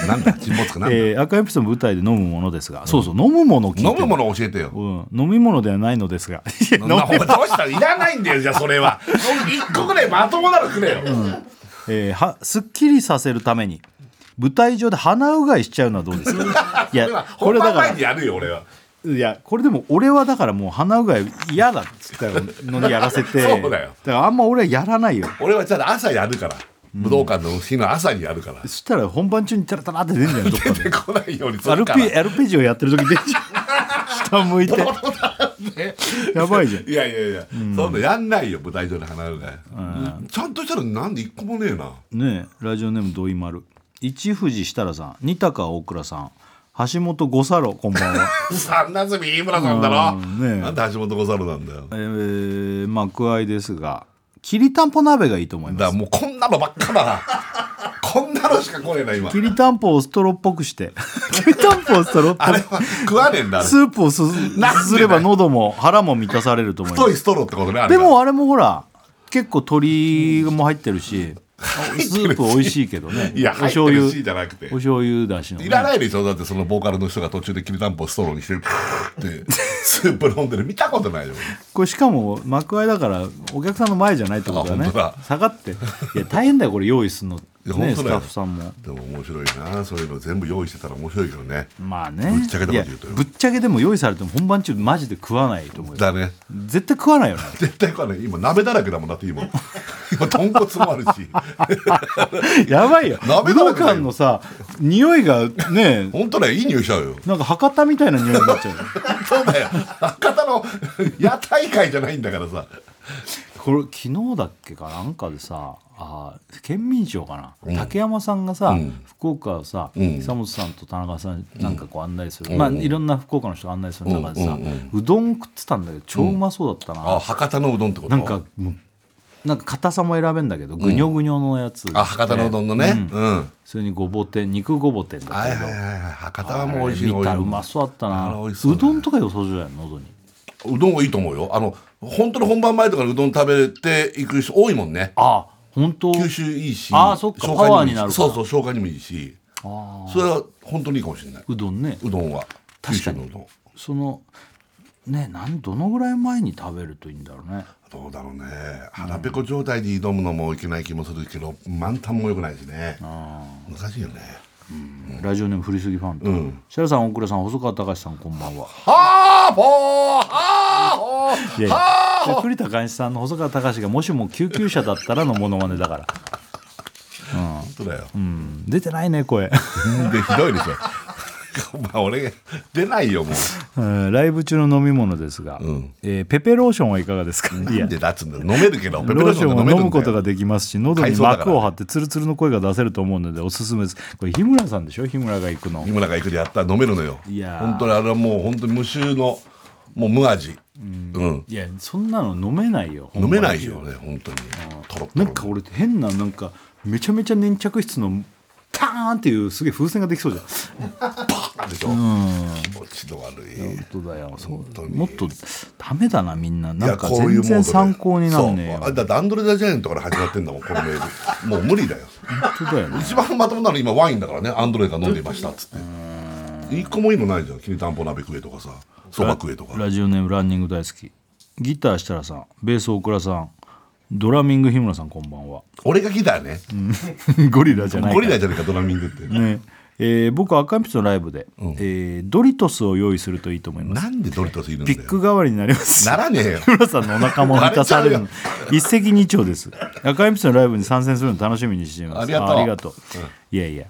[SPEAKER 2] なん だ沈没かなんだ、
[SPEAKER 1] えー、赤鉛筆の舞台で飲むものですが、そうそう飲むものを聞いて
[SPEAKER 2] 飲むもの教えてよ
[SPEAKER 1] うん、 飲み物ではないのですがいや飲
[SPEAKER 2] な
[SPEAKER 1] み
[SPEAKER 2] なお前どうしたいらないんだよじゃあそれは一個ぐらいまともなのくれよ、
[SPEAKER 1] えーはすっきりさせるために舞台上で鼻うがいしちゃうのはどうです か
[SPEAKER 2] そ
[SPEAKER 1] い
[SPEAKER 2] れは
[SPEAKER 1] やこ
[SPEAKER 2] 本
[SPEAKER 1] れだ
[SPEAKER 2] 番
[SPEAKER 1] か
[SPEAKER 2] 前
[SPEAKER 1] ら
[SPEAKER 2] にやるよ俺はい
[SPEAKER 1] やこれでも俺はだからもう鼻うがい嫌だっつったのにやらせて
[SPEAKER 2] そうだよ
[SPEAKER 1] からあんま俺はやらないよ
[SPEAKER 2] 俺はちゃんと朝やるから武道館の日の朝にやるから
[SPEAKER 1] そしたら本番中にタラタラって出るんじゃないどっか
[SPEAKER 2] 出てこないようにす
[SPEAKER 1] ア
[SPEAKER 2] る
[SPEAKER 1] ル
[SPEAKER 2] から
[SPEAKER 1] ペアルペジオやってる時出ちゃ う下向いてやばいじゃん
[SPEAKER 2] いやいやいや、そんなやんないよ舞台上で離れない、ちゃんとしたらなんで一個もねえな
[SPEAKER 1] ねえラジオネーム土井丸一富士設楽さん二高大倉さん橋本五佐郎こんばんは
[SPEAKER 2] 三なずみ飯村さんだろ、
[SPEAKER 1] うんねえ
[SPEAKER 2] なんで橋本五猿なんだよ
[SPEAKER 1] えー、まあ具合ですがきりたんぽ鍋がいいと思い
[SPEAKER 2] だ
[SPEAKER 1] ま
[SPEAKER 2] から
[SPEAKER 1] す
[SPEAKER 2] もうこんなのばっかだ なこんなのしか来ねえな今
[SPEAKER 1] きりたんぽをストローっぽくして きりたんぽをストローっぽ
[SPEAKER 2] あれ
[SPEAKER 1] く
[SPEAKER 2] は食わねえんだあれ
[SPEAKER 1] スープをす
[SPEAKER 2] なんでだよ
[SPEAKER 1] すすれば喉も腹も満たされると思いま
[SPEAKER 2] 太
[SPEAKER 1] す
[SPEAKER 2] いストローってことねあれ
[SPEAKER 1] で
[SPEAKER 2] が
[SPEAKER 1] もあれもほら結構鶏も入ってるしスープ美味しいけどね
[SPEAKER 2] いや
[SPEAKER 1] お
[SPEAKER 2] 入って
[SPEAKER 1] 醤油
[SPEAKER 2] るしじゃなくて
[SPEAKER 1] お醤油だしのね、
[SPEAKER 2] いらないでしょだってそのボーカルの人が途中できりたんぽストローにしてる ってスープ飲んでる見たことないよ
[SPEAKER 1] これしかも幕間だからお客さんの前じゃないってことだ
[SPEAKER 2] あ
[SPEAKER 1] ね
[SPEAKER 2] 本当だ
[SPEAKER 1] 下がっていや大変だよこれ用意するの、ね、
[SPEAKER 2] いや本当だよ
[SPEAKER 1] スタッフさんも
[SPEAKER 2] でも面白いなそういうの全部用意してたら面白いけどね
[SPEAKER 1] まあね
[SPEAKER 2] ぶっちゃけたこと言う
[SPEAKER 1] いや
[SPEAKER 2] とよ
[SPEAKER 1] ぶっちゃけでも用意されても本番中マジで食わないと思うよ
[SPEAKER 2] だね
[SPEAKER 1] 絶対食わな いよね
[SPEAKER 2] 絶対これ、ね、今鍋だらけだもんだ って今今豚骨もあるし
[SPEAKER 1] やばいよ
[SPEAKER 2] 鍋
[SPEAKER 1] 武
[SPEAKER 2] だら
[SPEAKER 1] 道
[SPEAKER 2] けだよ
[SPEAKER 1] 館のさ匂いがね
[SPEAKER 2] 本当ねいい匂いしちゃうよ
[SPEAKER 1] なんか博多みたいな匂いになっちゃう
[SPEAKER 2] そうだよ博多の屋台会じゃないんだからさ
[SPEAKER 1] これ昨日だっけかなんかでさあー県民賞かな、竹山さんがさ、福岡をさ、久本さんと田中さんなんかこう案内する、まあいろんな福岡の人が案内する中でさ、うどん食ってたんだけど超うまそうだったな、
[SPEAKER 2] あ博多のうどんってこと
[SPEAKER 1] なんかもうなんか硬さも選べんだけどぐにょぐにょのやつ、
[SPEAKER 2] あ博多のうどんのねうん、
[SPEAKER 1] それにごぼ天肉ごぼ天だ
[SPEAKER 2] はい
[SPEAKER 1] けど、
[SPEAKER 2] はいはいはい博多はもう美味しい
[SPEAKER 1] 見たらうまそうだった
[SPEAKER 2] あ
[SPEAKER 1] な
[SPEAKER 2] れ美
[SPEAKER 1] う
[SPEAKER 2] 味しそうだね
[SPEAKER 1] どんとか良さそうじゃない喉に
[SPEAKER 2] うどんはいいと思うよあの本当に本番前とかにうどん食べていく人多いもんね
[SPEAKER 1] あ本当
[SPEAKER 2] 吸収いいし
[SPEAKER 1] あーそっか
[SPEAKER 2] 消化
[SPEAKER 1] パワ
[SPEAKER 2] も
[SPEAKER 1] ー
[SPEAKER 2] いいし
[SPEAKER 1] になるから
[SPEAKER 2] そうそう消化にもいいしそれは本当にいいかもしれないう
[SPEAKER 1] どんね
[SPEAKER 2] うどんは九
[SPEAKER 1] 確か
[SPEAKER 2] 州
[SPEAKER 1] に
[SPEAKER 2] のうどん
[SPEAKER 1] そのねなんどのぐらい前に食べるといいんだろうね
[SPEAKER 2] どうだろうね腹ペコ状態で挑むのもいけない気もするけど満タンも良くないしね難しいよね
[SPEAKER 1] ラジオネーム振りすぎファンと、シャラさん大倉さん細川隆さんこんばんは
[SPEAKER 2] はあぽーはあ
[SPEAKER 1] い
[SPEAKER 2] ぽー
[SPEAKER 1] やいや
[SPEAKER 2] は
[SPEAKER 1] 栗田寛一さんの細川隆がもしも救急車だったらのモノマネだから、
[SPEAKER 2] あ本当だよ
[SPEAKER 1] うん、出てないね声
[SPEAKER 2] でひどいでしょまあ俺出ないよもう
[SPEAKER 1] うんライブ中の飲み物ですが、えーペペローションはいかがですかい
[SPEAKER 2] なん
[SPEAKER 1] や
[SPEAKER 2] でだっつうんだよ飲めるけどペペ
[SPEAKER 1] ロ
[SPEAKER 2] ロ
[SPEAKER 1] ー
[SPEAKER 2] ン
[SPEAKER 1] ション
[SPEAKER 2] でめる
[SPEAKER 1] を
[SPEAKER 2] んだよ
[SPEAKER 1] 飲むことができますし喉に膜を張ってツルツルの声が出せると思うのでおすすめですこれ日村さんでしょ日村が行くの
[SPEAKER 2] 日村が行くでやったら飲めるのよ
[SPEAKER 1] いやー
[SPEAKER 2] 本当にあれはもう本当に無臭のもう無味うん、
[SPEAKER 1] いやそんなの飲めないよ
[SPEAKER 2] 飲めないよね本当にとろっと
[SPEAKER 1] な
[SPEAKER 2] ろ
[SPEAKER 1] んか俺変ななんかめちゃめちゃ粘着質のパーンっていうすげえ風船ができそうじゃん
[SPEAKER 2] でしょ気持ちの悪い
[SPEAKER 1] 本当だよそう
[SPEAKER 2] 当に
[SPEAKER 1] もっとダメだなみんないな
[SPEAKER 2] や
[SPEAKER 1] んか
[SPEAKER 2] こういうモ
[SPEAKER 1] 全
[SPEAKER 2] ード
[SPEAKER 1] 然
[SPEAKER 2] で
[SPEAKER 1] 参考になんねえよ
[SPEAKER 2] そうあだってアンドレ・ザ・ジャイアントから始まってんだもんこのメールもう無理だよ
[SPEAKER 1] 本当だよね
[SPEAKER 2] 一番まともなの今ワインだからねアンドレが飲んでいましたっつって一個もいいのないじゃんきりたんぽ鍋食えとかさそば食えとか
[SPEAKER 1] ラジオネームランニング大好きギター設楽さんベース大倉さんドラミング日村さんこんばんは
[SPEAKER 2] 俺がギターね
[SPEAKER 1] ゴリラじゃない
[SPEAKER 2] ゴ
[SPEAKER 1] か
[SPEAKER 2] リラじゃねえかドラミングって
[SPEAKER 1] ねえー僕赤鉛筆のライブで、えードリトスを用意するといいと思います
[SPEAKER 2] なんでドリトスいるんだ
[SPEAKER 1] ピッ
[SPEAKER 2] よ
[SPEAKER 1] ク代わりになります
[SPEAKER 2] ならねえよ
[SPEAKER 1] 日村さんのお腹も満たされるの
[SPEAKER 2] バレ
[SPEAKER 1] 一石二鳥です赤鉛筆のライブに参戦するの楽しみにしています
[SPEAKER 2] ありがとう
[SPEAKER 1] あういやいや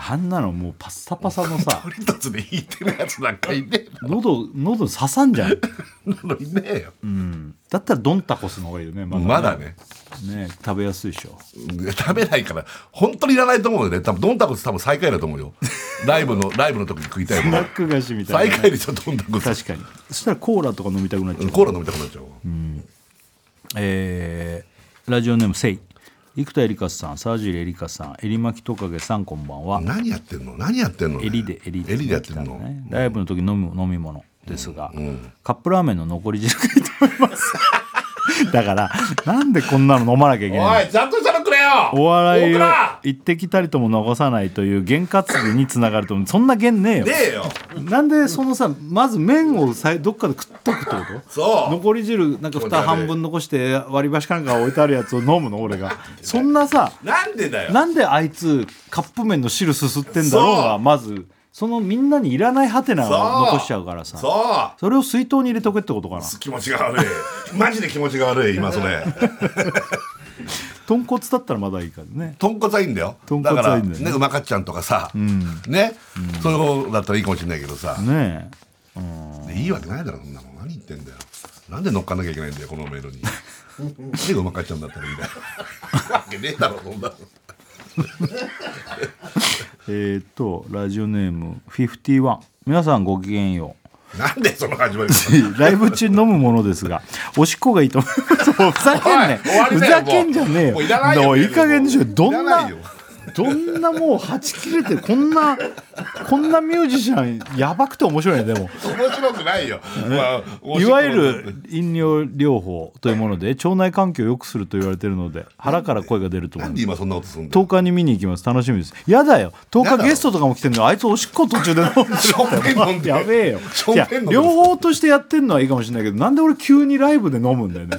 [SPEAKER 1] あんなのもうパッサパサのさ
[SPEAKER 2] ドリトスで弾いてるやつなんかいね
[SPEAKER 1] 喉喉刺さんじゃん、
[SPEAKER 2] えのいねえよ
[SPEAKER 1] うん、だったらドンタコスの方がいいよねまだね
[SPEAKER 2] まだね
[SPEAKER 1] ね食べやすいでしょ
[SPEAKER 2] いや食べないから本当にいらないと思うよね多分ドンタコス多分最下位だと思 うよライブのライブの時に食いたい
[SPEAKER 1] ス
[SPEAKER 2] も
[SPEAKER 1] ナッ
[SPEAKER 2] ん
[SPEAKER 1] ク菓子みたい
[SPEAKER 2] 最
[SPEAKER 1] な
[SPEAKER 2] 下位でしょドンタコス
[SPEAKER 1] 確かにそしたらコーラとか飲みたくなっちゃう、
[SPEAKER 2] コーラ飲みたくなっちゃうわ
[SPEAKER 1] えーラジオネームセイ生田絵梨花さん沢尻エリカさんエリマキトカゲさんこんばんは
[SPEAKER 2] 何やってんの何やってんのね
[SPEAKER 1] 襟で襟
[SPEAKER 2] 襟でやってんの
[SPEAKER 1] ねライブの時飲み飲み物ですが、カップラーメンの残り汁がいいと思います だからなんでこんなの飲まなきゃいけ
[SPEAKER 2] お
[SPEAKER 1] ない
[SPEAKER 2] いちゃんとしたのくれよ
[SPEAKER 1] のお笑い
[SPEAKER 2] 大
[SPEAKER 1] を
[SPEAKER 2] 倉
[SPEAKER 1] 一滴たりとも残さないという験担ぎにつながると思うそんな験ねえよ
[SPEAKER 2] ねえよ
[SPEAKER 1] なんでそのさまず麺をさどっかで食っとくってこと
[SPEAKER 2] そう
[SPEAKER 1] 残り汁なんか蓋半分残して割り箸かなんか置いてあるやつを飲むの俺がそんなさ
[SPEAKER 2] なんでだよ
[SPEAKER 1] なんであいつカップ麺の汁すすってんだろう
[SPEAKER 2] そ
[SPEAKER 1] が
[SPEAKER 2] う
[SPEAKER 1] まずそのみんなにいらないハテナを
[SPEAKER 2] そう
[SPEAKER 1] 残しちゃうからさそ
[SPEAKER 2] そ
[SPEAKER 1] れを水筒に入れとけってことかな
[SPEAKER 2] う気持ちが悪い マジで気持ちが悪い今それ
[SPEAKER 1] 豚骨だったらまだいいからね
[SPEAKER 2] 豚骨はいいんだよ
[SPEAKER 1] 豚
[SPEAKER 2] だ
[SPEAKER 1] 骨
[SPEAKER 2] か
[SPEAKER 1] はい
[SPEAKER 2] ら
[SPEAKER 1] いんだよね
[SPEAKER 2] ねうまかっちゃんとかさねそういう方だったらいいかもしれないけどさ
[SPEAKER 1] ねえ
[SPEAKER 2] でいいわけないだろそんなの何言ってんだよなんで乗っかんなきゃいけないんだよこのメールに何がうまかっちゃうんだったらいいだろわけねえだろそんなの
[SPEAKER 1] えーっとラジオネーム51皆さんごきげんよう
[SPEAKER 2] なんでその始まり
[SPEAKER 1] ライブ中に飲むものですが、おしっこがいいと 思います。ふざけんね
[SPEAKER 2] おい終わ。り
[SPEAKER 1] ふ
[SPEAKER 2] だよ
[SPEAKER 1] ざけんじゃねえよ。
[SPEAKER 2] もうもういらないよ
[SPEAKER 1] おいいい加減にしろ。ど
[SPEAKER 2] い
[SPEAKER 1] ん
[SPEAKER 2] らな
[SPEAKER 1] ない
[SPEAKER 2] よ、
[SPEAKER 1] どんなもうはち切れてるこんなこんなミュージシャンやばくて面白いねでも
[SPEAKER 2] 面白くないよ、まあ面
[SPEAKER 1] い
[SPEAKER 2] 白
[SPEAKER 1] わ
[SPEAKER 2] く
[SPEAKER 1] ゆる飲料療法というもので腸内環境を良くすると言われているので腹から声が出ると思
[SPEAKER 2] ないん
[SPEAKER 1] ま
[SPEAKER 2] です今そんなことすんだ
[SPEAKER 1] 10日に見に行きます楽しみですやだ
[SPEAKER 2] や
[SPEAKER 1] よ10
[SPEAKER 2] だ
[SPEAKER 1] 日
[SPEAKER 2] ろ
[SPEAKER 1] ゲストとかも来てるのにあいつおしっこ途中で飲んでる
[SPEAKER 2] しょんべん飲んで
[SPEAKER 1] やべえよ
[SPEAKER 2] しょん
[SPEAKER 1] い
[SPEAKER 2] べん飲
[SPEAKER 1] や
[SPEAKER 2] んでる
[SPEAKER 1] 両方としてやってんのはいいかもしれないけどなんで俺急にライブで飲むんだよね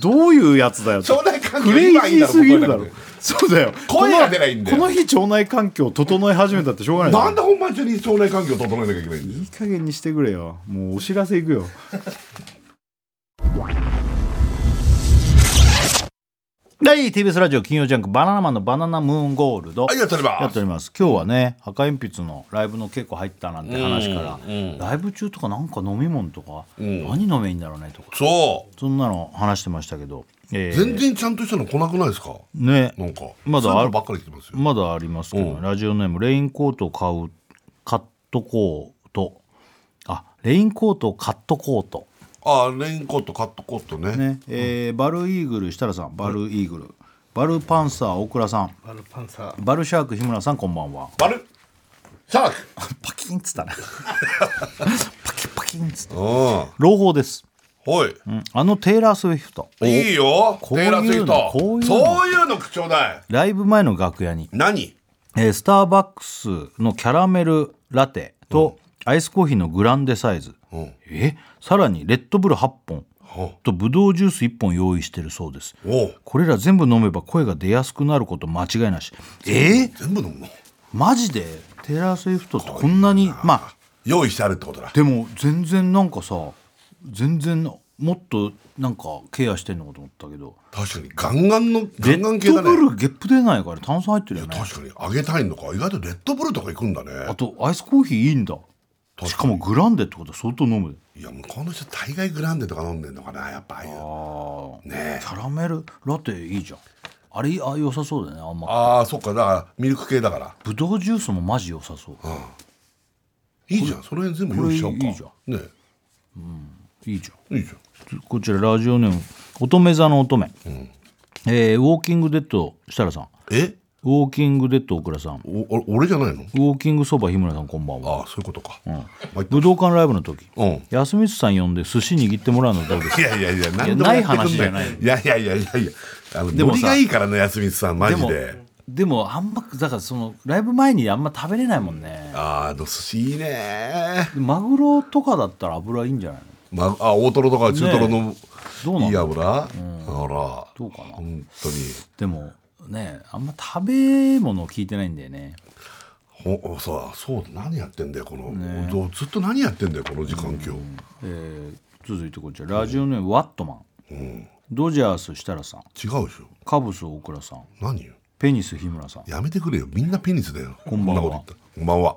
[SPEAKER 1] どういうやつだよって
[SPEAKER 2] 腸内環境
[SPEAKER 1] クレイジーすぎるだ
[SPEAKER 2] 今いいんだろ
[SPEAKER 1] ろそうだよ
[SPEAKER 2] 声が出りゃいいんだよ
[SPEAKER 1] このこの日腸内環境を整え始めたってしょうがないよ
[SPEAKER 2] なんで本番中に腸内環境を整えなきゃいけないんだよ
[SPEAKER 1] いい加減にしてくれよもうお知らせいくよ 第 TBS ラジオ金曜ジャンク「バナナマンのバナナムーンゴールド」
[SPEAKER 2] はいやっており
[SPEAKER 1] や
[SPEAKER 2] ま
[SPEAKER 1] って
[SPEAKER 2] す
[SPEAKER 1] おります今日はね赤鉛筆のライブの稽古入ったなんて話から、
[SPEAKER 2] うんうん
[SPEAKER 1] ライブ中とかなんか飲み物とか、
[SPEAKER 2] うん
[SPEAKER 1] 何飲めばいいんだろうねとか
[SPEAKER 2] そ
[SPEAKER 1] そんなの話してましたけど、え
[SPEAKER 2] う
[SPEAKER 1] ー
[SPEAKER 2] 全然ちゃんとしたの来なくないですか
[SPEAKER 1] ね
[SPEAKER 2] なんか
[SPEAKER 1] まだある
[SPEAKER 2] そういうのばっかり来てますよ
[SPEAKER 1] まだありますけどね、
[SPEAKER 2] うん
[SPEAKER 1] ラジオネームレインコートを買う買っとこうとあレインコートを買っとこうと
[SPEAKER 2] ああレインコートカットコートね
[SPEAKER 1] ね、えーバルイーグル設楽さんバルイーグル、バルパンサー大倉さん
[SPEAKER 3] あのパンサー
[SPEAKER 1] バルシャーク日村さんこんばんは
[SPEAKER 2] バルシャーク
[SPEAKER 1] パキンっつったなパキパキンっつった
[SPEAKER 2] うん
[SPEAKER 1] 朗報です、
[SPEAKER 2] ほい
[SPEAKER 1] うんあのテイラー・スウィフト
[SPEAKER 2] いいよ
[SPEAKER 1] こう
[SPEAKER 2] テ
[SPEAKER 1] い
[SPEAKER 2] イ
[SPEAKER 1] う
[SPEAKER 2] ラ
[SPEAKER 1] の
[SPEAKER 2] ー・スウィフト
[SPEAKER 1] こういうの
[SPEAKER 2] そういうの口調だい
[SPEAKER 1] ライブ前の楽屋に、
[SPEAKER 2] 何
[SPEAKER 1] えースターバックスのキャラメルラテとアイスコーヒーのグランデサイズ、
[SPEAKER 2] うん
[SPEAKER 1] えさらにレッドブル8本
[SPEAKER 2] は
[SPEAKER 1] とブドウジュース1本用意してるそうです
[SPEAKER 2] おう
[SPEAKER 1] これら全部飲めば声が出やすくなること間違いなしえー、
[SPEAKER 2] 全部飲むの
[SPEAKER 1] マジでテイラー・スウィフトってこんなにまあ
[SPEAKER 2] 用意してあるってことだ
[SPEAKER 1] でも全然なんかさ全然もっとなんかケアしてんのかと思ったけど
[SPEAKER 2] 確かにガンガンのガ
[SPEAKER 1] レ
[SPEAKER 2] ンガン
[SPEAKER 1] ッ
[SPEAKER 2] 系
[SPEAKER 1] ド
[SPEAKER 2] だ
[SPEAKER 1] ブ
[SPEAKER 2] ね
[SPEAKER 1] ルゲップ出ないから炭酸入ってるよね
[SPEAKER 2] 確かにあげたいのか意外とレッドブルとか行くんだね
[SPEAKER 1] あとアイスコーヒーいいんだ
[SPEAKER 2] かに
[SPEAKER 1] しかもグランデってことは相当飲む
[SPEAKER 2] いや向こうの人大概グランデとか飲んでんのかなやっぱああいう
[SPEAKER 1] ああ
[SPEAKER 2] ね
[SPEAKER 1] キャラメルラテいいじゃんあれあ良さそうだよねあんま
[SPEAKER 2] ああそっかだからミルク系だから
[SPEAKER 1] ブドウジュースもマジ良さそう
[SPEAKER 2] いいじゃんその辺全部用意しちゃおうか
[SPEAKER 1] これいいじゃ
[SPEAKER 2] ね
[SPEAKER 1] いいじゃん
[SPEAKER 2] いいじゃ
[SPEAKER 1] こちらラジオネーム乙女座の乙女、えーウォーキングデッド設楽さん
[SPEAKER 2] んえ
[SPEAKER 1] ウォーキングデッド大倉さん
[SPEAKER 2] おお俺じゃないの
[SPEAKER 1] ウォーキングそば日村さんこんばんは
[SPEAKER 2] ああそういうことかうん、まあ
[SPEAKER 1] 武道館ライブの時、
[SPEAKER 2] うん
[SPEAKER 1] 安光さん呼んで寿司握ってもらうのどうですか
[SPEAKER 2] いやいやいや、何
[SPEAKER 1] いやない話じゃない
[SPEAKER 2] いやいやいやいやいや、あの、
[SPEAKER 1] でも
[SPEAKER 2] ノ
[SPEAKER 1] さ
[SPEAKER 2] リがいいからね、安光さん、マジ
[SPEAKER 1] も
[SPEAKER 2] で。
[SPEAKER 1] でもあんまだからそのライブ前にあんま食べれないもんね
[SPEAKER 2] ああ、でも寿司いいね。
[SPEAKER 1] マグロとかだったら油いいんじゃないの
[SPEAKER 2] まあ、大トロとか中トロの、
[SPEAKER 1] どうないの
[SPEAKER 2] い油、あら、
[SPEAKER 1] どうかな
[SPEAKER 2] 本当に。
[SPEAKER 1] でもねあんま食べ物を聞いてないんだよね
[SPEAKER 2] ほさあ、そう、何やってんだよ、この、どうずっと何やってんだよ、この時間今日。
[SPEAKER 1] えー続いてこちらラジオネームワットマン、ドジャース設楽さん
[SPEAKER 2] 違うでしょ。
[SPEAKER 1] カブス大倉さん
[SPEAKER 2] 何よ。
[SPEAKER 1] ペニス日村さん
[SPEAKER 2] やめてくれよ。みんなペニスだよ。こ
[SPEAKER 1] んばんは
[SPEAKER 2] なこと言ったら。こんばんは。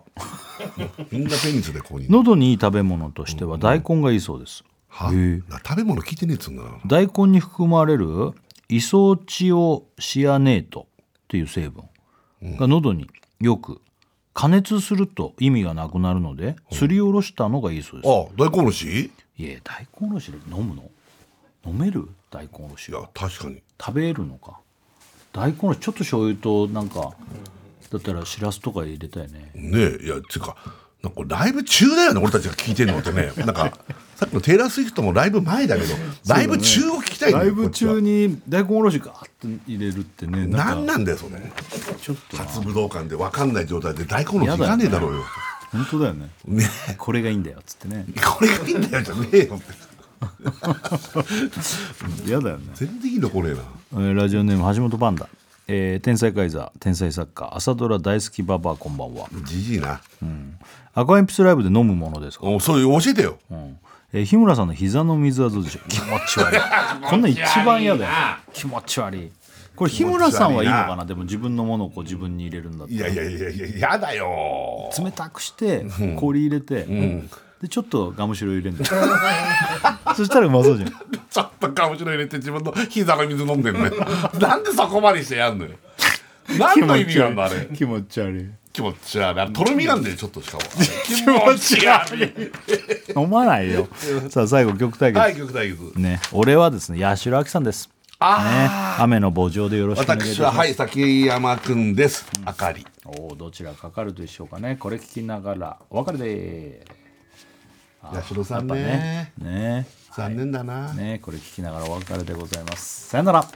[SPEAKER 2] みんなペニスでここに。
[SPEAKER 1] 喉にいい食べ物としては大根がいいそうです、
[SPEAKER 2] は
[SPEAKER 1] へえ
[SPEAKER 2] な食べ物聞いてねえっつうんだな。
[SPEAKER 1] 大根に含まれるイソチオシアネートっていう成分が喉によく加熱すると意味がなくなるので、すりおろしたのがいいそうです、
[SPEAKER 2] あ、大根おろし
[SPEAKER 1] いや大根おろしで飲むの飲める大根おろし
[SPEAKER 2] いや、確かに。
[SPEAKER 1] 食べるのか大根おろしちょっと醤油となんかだったらしらすとか入れたいね
[SPEAKER 2] ねえいやつうかなんかこれライブ中だよね俺たちが聞いてるのってねなんかさっきのテイラー・スウィフトもライブ前だけどライブ中を聞きたいんだ
[SPEAKER 1] ラ
[SPEAKER 2] よ
[SPEAKER 1] イブ中
[SPEAKER 2] こ
[SPEAKER 1] に大根おろしガーッと入れるってね
[SPEAKER 2] っち
[SPEAKER 1] な
[SPEAKER 2] は何
[SPEAKER 1] んか
[SPEAKER 2] なんだよそれ
[SPEAKER 1] ちょっとな
[SPEAKER 2] 初武道館で分かんない状態で大根の
[SPEAKER 1] や
[SPEAKER 2] 日
[SPEAKER 1] だよ
[SPEAKER 2] がねえだろうよ
[SPEAKER 1] 本当だよね
[SPEAKER 2] ね
[SPEAKER 1] これがいいんだよっつってね
[SPEAKER 2] えこれがいいんだよじゃねえよって
[SPEAKER 1] やだよね、
[SPEAKER 2] 全然いいのこれな
[SPEAKER 1] えーラジオネーム橋本パンダ、えー天才カイザー天才作家朝ドラ大好きババアこんばんは
[SPEAKER 2] じじいな、
[SPEAKER 1] 赤鉛筆ライブで飲むものですか、
[SPEAKER 2] おそれ教えてよ
[SPEAKER 1] うんえー日村さんの膝の水はどうでしょう気持ち 悪いこんなん一番嫌だよ気持ち悪いこれ日村さんはいいの
[SPEAKER 2] 気持ち悪
[SPEAKER 1] か
[SPEAKER 2] い
[SPEAKER 1] なでも自分のものをこう自分に入れるんだって
[SPEAKER 2] いやいやいやいややだよ
[SPEAKER 1] 冷たくして氷入れて、でちょっとガムシロ入れ るんだよそしたらうまそうじゃん
[SPEAKER 2] ちょっとガムシロ入れて自分の膝の水飲んでるね なんでそこまでしてやんのよ何の意味があるのあれ
[SPEAKER 1] 気持ち悪い
[SPEAKER 2] 気持ち悪いあれとろみなんでちょっとしかも気持ち悪い
[SPEAKER 1] 飲まないよさあ最後曲対決、
[SPEAKER 2] はい曲対決
[SPEAKER 1] ね俺はですね八代亜紀さんですね、雨の墓場でよろしくお願いいたし
[SPEAKER 2] 私
[SPEAKER 1] ま
[SPEAKER 2] は
[SPEAKER 1] す。
[SPEAKER 2] はい崎山くんです、あかり
[SPEAKER 1] おお、どちらかかるでしょうかね。これ聞きながら、お別れで
[SPEAKER 2] 八代さん
[SPEAKER 1] ー
[SPEAKER 2] ね
[SPEAKER 1] す。ね
[SPEAKER 2] 残念だな、
[SPEAKER 1] ねこれ聞きながらお別れでございます。さよなら。
[SPEAKER 4] 「